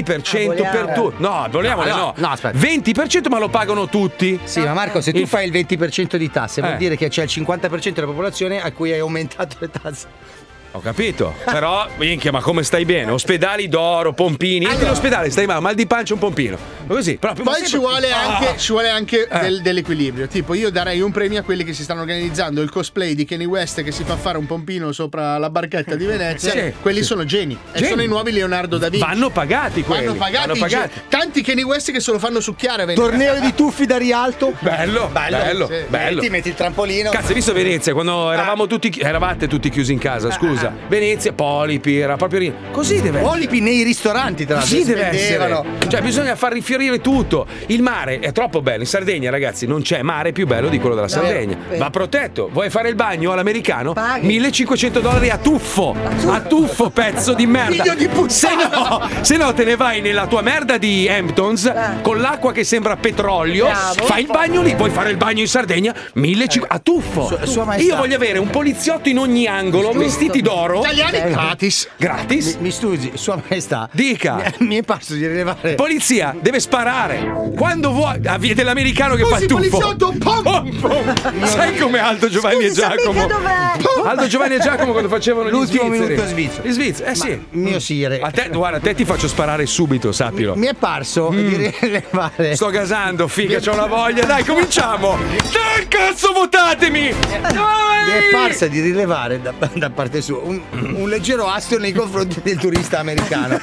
[SPEAKER 2] 20%
[SPEAKER 4] Ah,
[SPEAKER 2] per
[SPEAKER 4] vogliamo.
[SPEAKER 2] tutti. No, vogliamole
[SPEAKER 3] No,
[SPEAKER 2] no.
[SPEAKER 3] no, no, aspetta.
[SPEAKER 2] 20% ma lo pagano tutti.
[SPEAKER 3] Sì, ma Marco, se tu
[SPEAKER 2] Il-
[SPEAKER 3] fai il 20% di tasse,
[SPEAKER 2] Eh.
[SPEAKER 3] vuol dire che c'è il 50% della popolazione a cui hai aumentato le tasse.
[SPEAKER 2] Ho capito, però, minchia, ma come stai bene? Ospedali d'oro, pompini. Anche l'ospedale stai male, mal di pancia, un pompino. Ma Così, proprio. ma
[SPEAKER 4] Poi ci
[SPEAKER 2] sempre-
[SPEAKER 4] vuole
[SPEAKER 2] Ah!
[SPEAKER 4] anche, ci vuole anche
[SPEAKER 2] Eh.
[SPEAKER 4] del- dell'equilibrio. Tipo, io darei un premio a quelli che si stanno organizzando il cosplay di Kenny West che si fa fare un pompino sopra la barchetta di Venezia.
[SPEAKER 2] Sì,
[SPEAKER 4] quelli
[SPEAKER 2] sì.
[SPEAKER 4] sono geni. E
[SPEAKER 2] Geni.
[SPEAKER 4] sono i nuovi Leonardo da Vinci.
[SPEAKER 2] Vanno pagati quelli.
[SPEAKER 4] Vanno pagati.
[SPEAKER 2] Vanno
[SPEAKER 4] i geni.
[SPEAKER 2] pagati.
[SPEAKER 4] Tanti Kenny West che se lo fanno succhiare. a Venezia.
[SPEAKER 3] Torneo di tuffi da rialto.
[SPEAKER 2] Bello, bello, bello.
[SPEAKER 4] sì. Metti- metti Ah.
[SPEAKER 3] il trampolino.
[SPEAKER 2] Cazzo, hai visto Venezia quando eravamo tutti, chi- eravate tutti chiusi in casa? Scusa, Venezia, polipi, era proprio lì. Così deve essere.
[SPEAKER 3] Polipi nei ristoranti, tra l'altro.
[SPEAKER 2] Così
[SPEAKER 3] si
[SPEAKER 2] deve essere.
[SPEAKER 3] vendevano.
[SPEAKER 2] Cioè, bisogna far rifiorire tutto. Il mare è troppo bello. In Sardegna, ragazzi, non c'è mare più bello di quello della
[SPEAKER 3] Vero,
[SPEAKER 2] Sardegna.
[SPEAKER 3] vero.
[SPEAKER 2] Va protetto. Vuoi fare il bagno all'americano? 1500 dollari a tuffo. A tuffo, pezzo di merda.
[SPEAKER 4] Figlio di puttana.
[SPEAKER 2] Se no, se no te ne vai nella tua merda di Hamptons con l'acqua che sembra petrolio.
[SPEAKER 3] Bravo.
[SPEAKER 2] Fai il bagno lì. Vuoi fare il bagno in Sardegna? 1500 a tuffo.
[SPEAKER 3] Sua- Sua Maestà.
[SPEAKER 2] Io voglio avere un poliziotto in ogni angolo,
[SPEAKER 3] Giusto.
[SPEAKER 2] vestiti d'oro. Eh.
[SPEAKER 4] Italiani gratis.
[SPEAKER 2] Gratis.
[SPEAKER 3] Mi, mi scusi, Sua Maestà.
[SPEAKER 2] Dica.
[SPEAKER 3] Mi, mi è parso di rilevare.
[SPEAKER 2] Polizia deve sparare quando vuoi. Ah, via dell'americano che fa
[SPEAKER 4] Scusi,
[SPEAKER 2] il tuffo.
[SPEAKER 4] poliziotto, pom!
[SPEAKER 2] Pom, pom. Sai come Aldo Giovanni e Giacomo? Aldo Giovanni e Giacomo quando facevano gli
[SPEAKER 3] L'ultimo
[SPEAKER 2] svizzeri.
[SPEAKER 3] minuto svizzero.
[SPEAKER 2] Gli svizzeri, eh sì.
[SPEAKER 3] Mio sire.
[SPEAKER 2] A te, guarda, a te ti faccio sparare subito, sappilo.
[SPEAKER 3] Mi è parso di rilevare.
[SPEAKER 2] Sto gasando, figa, c'ho una voglia. Dai, cominciamo. Dai, cazzo, votatemi.
[SPEAKER 3] Mi
[SPEAKER 4] Eh,
[SPEAKER 2] Dai.
[SPEAKER 3] è parsa di rilevare da, da parte sua un, un leggero astio nei confronti del turista americano.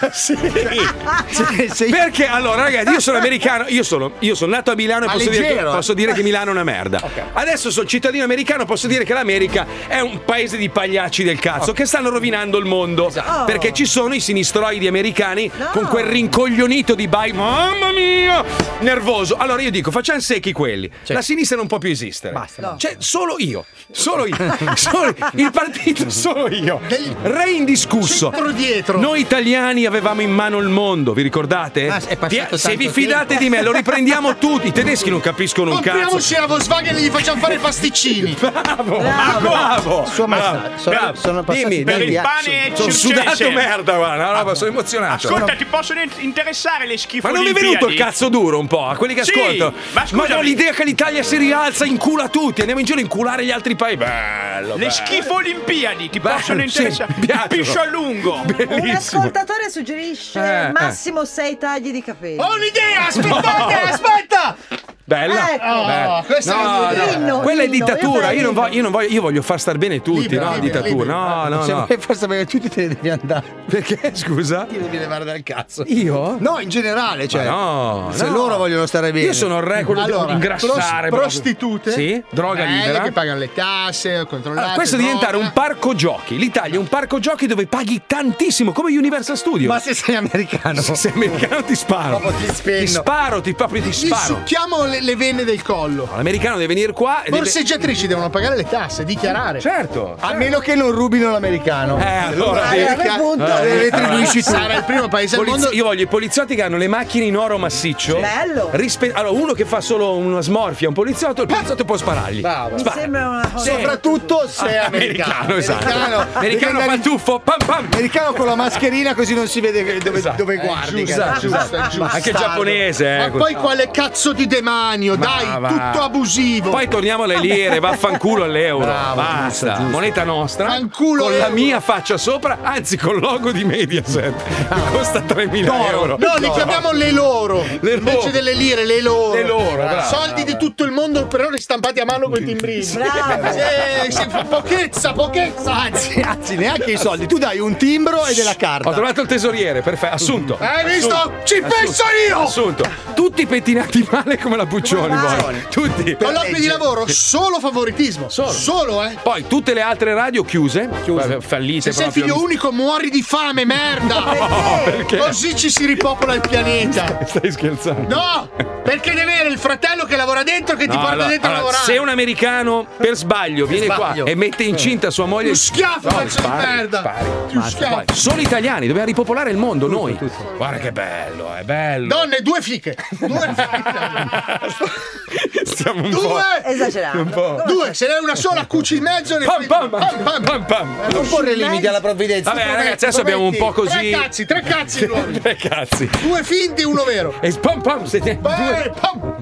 [SPEAKER 3] Cioè, se-
[SPEAKER 2] Perché allora, ragazzi, io sono americano, io sono, io sono nato a Milano e
[SPEAKER 3] Ma
[SPEAKER 2] posso dire, che,
[SPEAKER 3] leggero, eh.
[SPEAKER 2] posso dire che Milano è una merda. Adesso sono cittadino americano, posso dire che l'America è un paese di pagliacci del cazzo che stanno rovinando il mondo.
[SPEAKER 3] Esatto. Oh.
[SPEAKER 2] Perché ci sono i sinistroidi americani con quel rincoglionito di bai, mamma mia, nervoso. Allora io dico, facciamo secchi quelli. La sinistra non può più esistere. Cioè, solo io, solo io, solo il partito, solo io. Re indiscusso.
[SPEAKER 4] Dietro.
[SPEAKER 2] Noi italiani avevamo in mano il mondo, vi ricordate?
[SPEAKER 3] Ah, è passato
[SPEAKER 2] se
[SPEAKER 3] tanto
[SPEAKER 2] vi fidate
[SPEAKER 3] tempo.
[SPEAKER 2] di me, lo riprendiamo tutti. I tedeschi non capiscono un cazzo.
[SPEAKER 4] Compriamoci la Volkswagen e gli facciamo fare i pasticcini.
[SPEAKER 2] Bravo,
[SPEAKER 4] Bravo.
[SPEAKER 2] bravo.
[SPEAKER 3] Sua maestà,
[SPEAKER 2] bravo,
[SPEAKER 3] sono-
[SPEAKER 2] bravo.
[SPEAKER 3] sono passati
[SPEAKER 2] Dimmi,
[SPEAKER 3] per
[SPEAKER 2] dimmi.
[SPEAKER 3] il pane
[SPEAKER 2] Sono- sono
[SPEAKER 7] circense.
[SPEAKER 2] sudato merda, guarda, una roba, sono emozionato.
[SPEAKER 7] Ascolta, ti possono in- interessare le schifo
[SPEAKER 2] Ma non mi è venuto il cazzo duro un po' a quelli che
[SPEAKER 7] Sì,
[SPEAKER 2] ascoltano?
[SPEAKER 7] ma scusami.
[SPEAKER 2] no, l'idea che l'Italia si rialza in culo a tutti, andiamo in giro a inculare gli altri paesi. Bello.
[SPEAKER 7] Le
[SPEAKER 2] bello.
[SPEAKER 7] schifo olimpiadi ti
[SPEAKER 2] Bello,
[SPEAKER 7] possono
[SPEAKER 2] sì,
[SPEAKER 7] interessare.
[SPEAKER 2] mi piacciono.
[SPEAKER 7] il piscio a lungo.
[SPEAKER 8] Un
[SPEAKER 2] Bellissimo.
[SPEAKER 8] ascoltatore suggerisce
[SPEAKER 2] Eh, eh.
[SPEAKER 8] massimo 6 tagli di capelli.
[SPEAKER 4] Ho un'idea, aspettate, aspetta!
[SPEAKER 2] Bella,
[SPEAKER 8] Ecco.
[SPEAKER 2] bella.
[SPEAKER 4] Oh, questa
[SPEAKER 2] No,
[SPEAKER 4] è una
[SPEAKER 2] no,
[SPEAKER 4] idea. Inno,
[SPEAKER 2] quella è
[SPEAKER 4] inno,
[SPEAKER 2] dittatura. Io, non voglio, io, non voglio- io voglio far star bene tutti,
[SPEAKER 3] Libero,
[SPEAKER 2] no?
[SPEAKER 3] libero,
[SPEAKER 2] dittatura, no, no,
[SPEAKER 3] Se
[SPEAKER 2] no.
[SPEAKER 3] vuoi far sapere tutti te ne devi andare.
[SPEAKER 2] Perché? Scusa?
[SPEAKER 3] Ti devi levare dal cazzo.
[SPEAKER 2] Io?
[SPEAKER 3] No, in generale, cioè.
[SPEAKER 2] Ma no,
[SPEAKER 3] se
[SPEAKER 2] no.
[SPEAKER 3] loro vogliono stare bene.
[SPEAKER 2] Io sono il re quello di-
[SPEAKER 4] Allora,
[SPEAKER 2] ingrassare
[SPEAKER 4] pros-
[SPEAKER 2] proprio.
[SPEAKER 4] prostitute,
[SPEAKER 2] Sì, droga
[SPEAKER 4] belle,
[SPEAKER 2] libera.
[SPEAKER 4] che pagano le tasse, controllate.
[SPEAKER 2] Allora, questo
[SPEAKER 4] droga.
[SPEAKER 2] deve diventare un parco giochi. L'Italia è un parco giochi dove paghi tantissimo, come Universal Studios.
[SPEAKER 3] Ma se sei americano.
[SPEAKER 2] se sei americano ti sparo.
[SPEAKER 4] Proprio ti spenno.
[SPEAKER 2] sparo, ti, proprio ti
[SPEAKER 4] Gli
[SPEAKER 2] sparo.
[SPEAKER 4] succhiamo le, le vene del collo.
[SPEAKER 2] L'americano deve venire qua e deve...
[SPEAKER 4] Borseggiatrici devono pagare le tasse, dichiarare.
[SPEAKER 2] Eh, Certo.
[SPEAKER 3] A meno che non rubino l'americano.
[SPEAKER 2] Eh, allora, Eh,
[SPEAKER 3] Dai, a quel
[SPEAKER 2] devi-
[SPEAKER 3] punto
[SPEAKER 2] allora,
[SPEAKER 4] Eh,
[SPEAKER 3] le retribuisci tu.
[SPEAKER 4] Sarà il primo paese al
[SPEAKER 2] Polizi-
[SPEAKER 4] mondo.
[SPEAKER 2] Io voglio i poliziotti che hanno le macchine in oro massiccio.
[SPEAKER 8] Bello.
[SPEAKER 2] Rispe- allora, uno che fa solo una smorfia, un poliziotto, il poliziotto può sparargli.
[SPEAKER 8] Mi
[SPEAKER 2] Spara.
[SPEAKER 8] sembra una cosa.
[SPEAKER 3] Soprattutto se è
[SPEAKER 2] Ah,
[SPEAKER 3] americano.
[SPEAKER 2] americano, esatto.
[SPEAKER 3] Americano,
[SPEAKER 2] Americano
[SPEAKER 3] devi
[SPEAKER 2] fa il tuffo, pam pam.
[SPEAKER 3] Americano con la mascherina così non si vede che- dove,
[SPEAKER 2] Esatto.
[SPEAKER 3] dove
[SPEAKER 2] Eh,
[SPEAKER 3] guardi.
[SPEAKER 2] giusto,
[SPEAKER 3] cazzo.
[SPEAKER 2] giusto, è giusto. Anche
[SPEAKER 3] Bastardo.
[SPEAKER 2] giapponese, eh,
[SPEAKER 4] Ma
[SPEAKER 2] questo.
[SPEAKER 4] poi quale cazzo di demanio?
[SPEAKER 2] Ma
[SPEAKER 4] Dai,
[SPEAKER 2] va.
[SPEAKER 4] tutto abusivo.
[SPEAKER 2] Poi torniamo alle lire, vaffanculo all'euro. Basta, moneta nostra.
[SPEAKER 4] Fanculo
[SPEAKER 2] con la
[SPEAKER 4] all'euro.
[SPEAKER 2] mia faccia sopra, anzi col logo di Mediaset. che Costa 3.000 euro.
[SPEAKER 4] Ah. No, li chiamiamo le loro.
[SPEAKER 2] Le loro.
[SPEAKER 4] Invece delle lire, le loro. Ah,
[SPEAKER 2] Le loro, bravo,
[SPEAKER 4] Soldi di tutto il mondo, però ristampati a mano con i timbrini. Eh, Sì, sì, pochezza, pochezza.
[SPEAKER 3] Anzi, anzi, neanche i soldi. Tu dai un timbro e della carta.
[SPEAKER 2] Ho trovato il tesoriere, perfetto, assunto.
[SPEAKER 4] Hai visto?
[SPEAKER 2] Assunto.
[SPEAKER 4] Mm. Ecco, Ci
[SPEAKER 2] Assunto.
[SPEAKER 4] penso io!
[SPEAKER 2] Assunto. Tutti pettinati male come la Puccioni
[SPEAKER 4] Vai.
[SPEAKER 2] poi. Tutti.
[SPEAKER 4] Colloqui di lavoro, solo favoritismo. Solo, eh.
[SPEAKER 2] Poi tutte le altre radio chiuse, fallite
[SPEAKER 4] Se sei
[SPEAKER 2] proprio.
[SPEAKER 4] figlio unico muori di fame, merda!
[SPEAKER 2] No, perché?
[SPEAKER 4] Così ci si ripopola il pianeta!
[SPEAKER 2] Stai scherzando?
[SPEAKER 4] No! Perché deve avere il fratello che lavora dentro che ti
[SPEAKER 2] No,
[SPEAKER 4] porta
[SPEAKER 2] allora-
[SPEAKER 4] dentro
[SPEAKER 2] allora,
[SPEAKER 4] a lavorare!
[SPEAKER 2] Se un americano per sbaglio
[SPEAKER 4] Per
[SPEAKER 2] viene
[SPEAKER 4] sbaglio.
[SPEAKER 2] qua e mette incinta sua moglie.
[SPEAKER 4] Un schiaffo, pezzo di merda. Un
[SPEAKER 2] Basta,
[SPEAKER 4] schiaffo.
[SPEAKER 2] poi, Solo italiani, dobbiamo ripopolare il mondo noi. Guarda che bello, è bello.
[SPEAKER 4] Donne, due fiche! Due
[SPEAKER 2] Stiamo un po'.
[SPEAKER 4] Due!
[SPEAKER 2] Esagerato. Un po'.
[SPEAKER 4] Due, se ne hai una sola, cuci in mezzo e ne fai- pam pam pam
[SPEAKER 2] pam
[SPEAKER 4] Eh, Non porre limiti alla provvidenza.
[SPEAKER 2] Vabbè,
[SPEAKER 4] Prometti,
[SPEAKER 2] ragazzi, adesso abbiamo un po'
[SPEAKER 4] prometti.
[SPEAKER 2] così.
[SPEAKER 4] Tre cazzi, tre cazzi l'uomo.
[SPEAKER 2] Tre cazzi.
[SPEAKER 4] Due finti e uno vero.
[SPEAKER 2] E pam pam, se ne-
[SPEAKER 4] Bene, pam.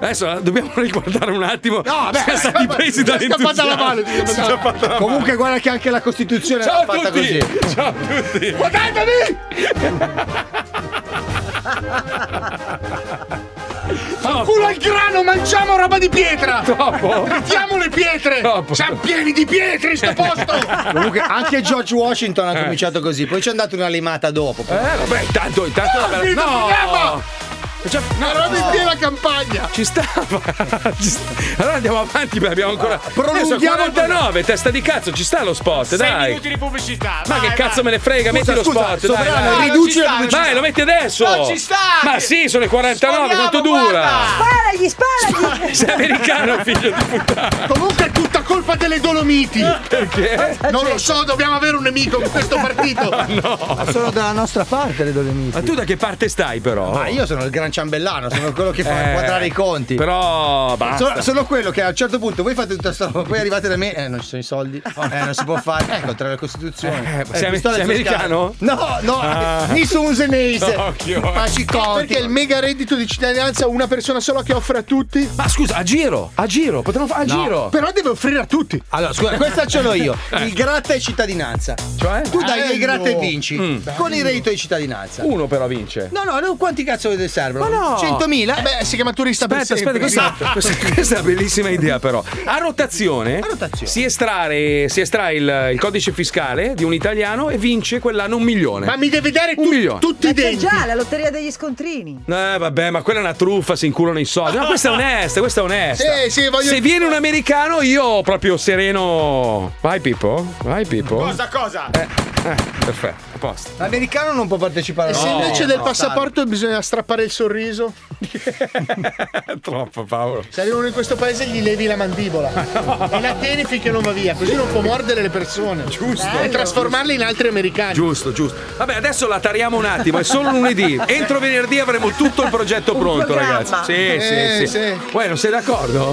[SPEAKER 2] Adesso dobbiamo riguardare un attimo. No,
[SPEAKER 4] vabbè,
[SPEAKER 2] siamo stati
[SPEAKER 4] vabbè,
[SPEAKER 2] presi
[SPEAKER 4] ti è
[SPEAKER 2] dall'entusiasmo.
[SPEAKER 4] scappata la mano, ti è
[SPEAKER 2] Ci è
[SPEAKER 4] scappata la
[SPEAKER 2] scappata la mano.
[SPEAKER 3] Comunque, guarda che anche la Costituzione
[SPEAKER 2] Ciao
[SPEAKER 3] era
[SPEAKER 2] a
[SPEAKER 3] fatta
[SPEAKER 2] tutti.
[SPEAKER 3] così.
[SPEAKER 2] Ciao a tutti.
[SPEAKER 4] Guardatemi! Culo al grano, mangiamo roba di pietra!
[SPEAKER 2] Troppo!
[SPEAKER 4] Trattiamo le pietre! Siamo pieni di pietre in
[SPEAKER 2] Eh,
[SPEAKER 4] sto posto!
[SPEAKER 3] Comunque, anche George Washington ha cominciato così. Poi ci è andato una limata dopo.
[SPEAKER 2] Eh, vabbè, Cioè, intanto, intanto
[SPEAKER 3] No,
[SPEAKER 2] la vera-
[SPEAKER 4] Ah,
[SPEAKER 3] finito il programma!
[SPEAKER 4] Una roba in piena campagna!
[SPEAKER 2] Ci stava! Ci sta- Allora andiamo avanti, beh, abbiamo ancora. Adesso è
[SPEAKER 5] prolunghiamo-
[SPEAKER 2] 49, testa di cazzo, ci sta lo spot,
[SPEAKER 5] 6
[SPEAKER 2] dai!
[SPEAKER 5] minuti di pubblicità.
[SPEAKER 2] Ma
[SPEAKER 5] vai,
[SPEAKER 2] che
[SPEAKER 5] vai.
[SPEAKER 2] cazzo me ne frega,
[SPEAKER 5] Scusa,
[SPEAKER 2] metti lo
[SPEAKER 5] scusa,
[SPEAKER 2] spot, dai,
[SPEAKER 5] Sovrano,
[SPEAKER 2] dai,
[SPEAKER 5] riduci la
[SPEAKER 2] dai,
[SPEAKER 5] pubblicità.
[SPEAKER 2] lo metti adesso.
[SPEAKER 5] Non ci sta!
[SPEAKER 2] Ma sì, sono le 49, quanto dura?
[SPEAKER 30] Sparagli, sparagli!
[SPEAKER 2] Sei americano, figlio di puttana.
[SPEAKER 4] Comunque è tutta colpa delle Dolomiti!
[SPEAKER 2] Perché?
[SPEAKER 4] Non lo so, dobbiamo avere un nemico in questo partito!
[SPEAKER 3] Ma sono dalla nostra parte le Dolomiti.
[SPEAKER 2] Ma tu da che parte stai però?
[SPEAKER 3] Ma io sono il gran ciambellano, sono quello che fa
[SPEAKER 2] Eh,
[SPEAKER 3] inquadrare i conti.
[SPEAKER 2] Però basta.
[SPEAKER 3] Sono, sono quello che a un certo punto voi fate tutta sta roba, poi arrivate da me, eh, non ci sono i soldi, eh, non si può fare, eh, contrario alla Costituzione.
[SPEAKER 2] Eh, sei-
[SPEAKER 3] pistola
[SPEAKER 2] sei
[SPEAKER 3] fiscale.
[SPEAKER 2] americano?
[SPEAKER 3] No, no, eh,
[SPEAKER 2] Ah.
[SPEAKER 3] mi sono un senese.
[SPEAKER 2] Occhio.
[SPEAKER 3] Ma ci
[SPEAKER 4] Perché il mega reddito di cittadinanza una persona sola che offre a tutti?
[SPEAKER 2] Ma scusa, a giro, a giro, potremmo fare a
[SPEAKER 3] No.
[SPEAKER 2] giro.
[SPEAKER 4] Però deve offrire a tutti.
[SPEAKER 3] Allora, scusa, questa ce l'ho io. Il gratta e cittadinanza.
[SPEAKER 2] Eh. Cioè?
[SPEAKER 3] Tu dai dei
[SPEAKER 4] Bello.
[SPEAKER 3] gratta e vinci
[SPEAKER 2] Mm.
[SPEAKER 3] con il reddito di cittadinanza.
[SPEAKER 2] Uno però vince.
[SPEAKER 3] No, no, no, quanti cazzo ne servono?
[SPEAKER 2] Ma no.
[SPEAKER 3] 100.000? Eh
[SPEAKER 4] Beh, si chiama turista
[SPEAKER 2] Aspetta, aspetta, questa,
[SPEAKER 4] Ah,
[SPEAKER 2] questa- questa è una bellissima idea però. A rotazione, Si, estrae, si estrae il, il codice fiscale di un italiano e vince quell'anno un milione.
[SPEAKER 4] Ma mi devi dare
[SPEAKER 2] un milione.
[SPEAKER 4] tutti
[SPEAKER 8] Ma c'è già la lotteria degli scontrini.
[SPEAKER 2] Eh, vabbè, ma quella è una truffa, si inculano i soldi. Ma questa è onesta, questa è onesta.
[SPEAKER 4] Sì, sì, voglio-
[SPEAKER 2] Se viene un americano, io proprio sereno. Vai, Pippo. Vai, Pippo.
[SPEAKER 5] Cosa, cosa?
[SPEAKER 2] Eh, perfetto, a posto.
[SPEAKER 3] L'americano non può partecipare
[SPEAKER 4] E
[SPEAKER 3] alla
[SPEAKER 4] se
[SPEAKER 2] No,
[SPEAKER 4] invece del
[SPEAKER 2] no,
[SPEAKER 4] passaporto bisogna strappare il sorriso?
[SPEAKER 2] È troppo, Paolo.
[SPEAKER 4] Se arriva uno in questo paese gli levi la mandibola e la tieni finché non va via, così non può mordere le persone. Giusto. E trasformarle in altri americani.
[SPEAKER 2] Giusto, giusto. Vabbè, adesso la tariamo un attimo, è solo lunedì. Entro venerdì avremo tutto il progetto pronto,
[SPEAKER 4] programma.
[SPEAKER 2] ragazzi. Sì,
[SPEAKER 4] Eh,
[SPEAKER 2] sì, sì. Uè, non sei d'accordo?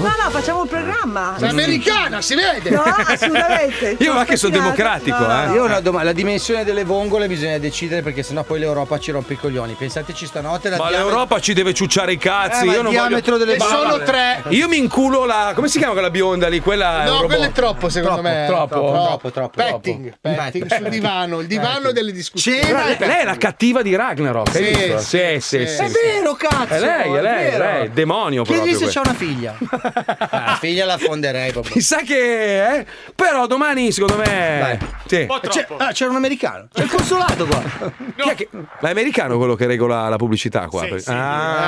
[SPEAKER 8] No, no, facciamo un programma.
[SPEAKER 4] Sei americana, si vede!
[SPEAKER 8] No, assolutamente. Cioè,
[SPEAKER 2] Io va che sono democratico, eh.
[SPEAKER 3] Io ho una domanda, la dimensione delle vongole bisogna decidere perché sennò poi l'Europa ci rompe i coglioni. Pensateci stanotte la
[SPEAKER 2] Ma
[SPEAKER 3] diamo-
[SPEAKER 2] l'Europa ci deve ciucciare i cazzi.
[SPEAKER 3] Eh, ma
[SPEAKER 2] io
[SPEAKER 3] il
[SPEAKER 2] non
[SPEAKER 3] diametro
[SPEAKER 2] voglio...
[SPEAKER 3] delle
[SPEAKER 2] Ma-
[SPEAKER 3] balle.
[SPEAKER 4] Sono tre.
[SPEAKER 2] Io mi inculo la. Come si chiama quella bionda lì? Quella.
[SPEAKER 4] No,
[SPEAKER 2] Eurobond.
[SPEAKER 4] quello è troppo, secondo me.
[SPEAKER 2] Troppo,
[SPEAKER 3] troppo, troppo,
[SPEAKER 4] Petting, petting sul divano, il divano delle discussioni.
[SPEAKER 2] Però lei, lei è la cattiva di Ragnarok. hai
[SPEAKER 4] Sì,
[SPEAKER 2] visto? sì,
[SPEAKER 4] sì,
[SPEAKER 2] sì,
[SPEAKER 4] sì.
[SPEAKER 2] sì,
[SPEAKER 3] È
[SPEAKER 2] sì.
[SPEAKER 3] vero, cazzo!
[SPEAKER 2] È lei, è lei, è
[SPEAKER 3] vero.
[SPEAKER 2] lei, il demonio
[SPEAKER 3] Chiedili
[SPEAKER 2] proprio.
[SPEAKER 3] se
[SPEAKER 2] questo.
[SPEAKER 3] c'è una figlia. La figlia la fonderei proprio.
[SPEAKER 2] Chissà che. eh? Però domani, secondo me. Sì.
[SPEAKER 3] C'è- ah, c'era un americano. C'è il consolato qua.
[SPEAKER 2] Chi è che- Ma è americano quello che regola la pubblicità qua. per- Ah.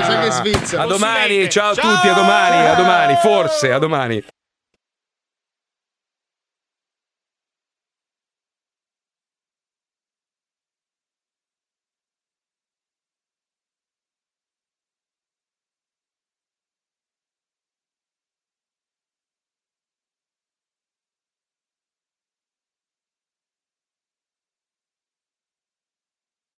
[SPEAKER 4] Ah, sai che è svizzero.
[SPEAKER 2] A domani, ciao a tutti, a domani, a domani, forse, a domani.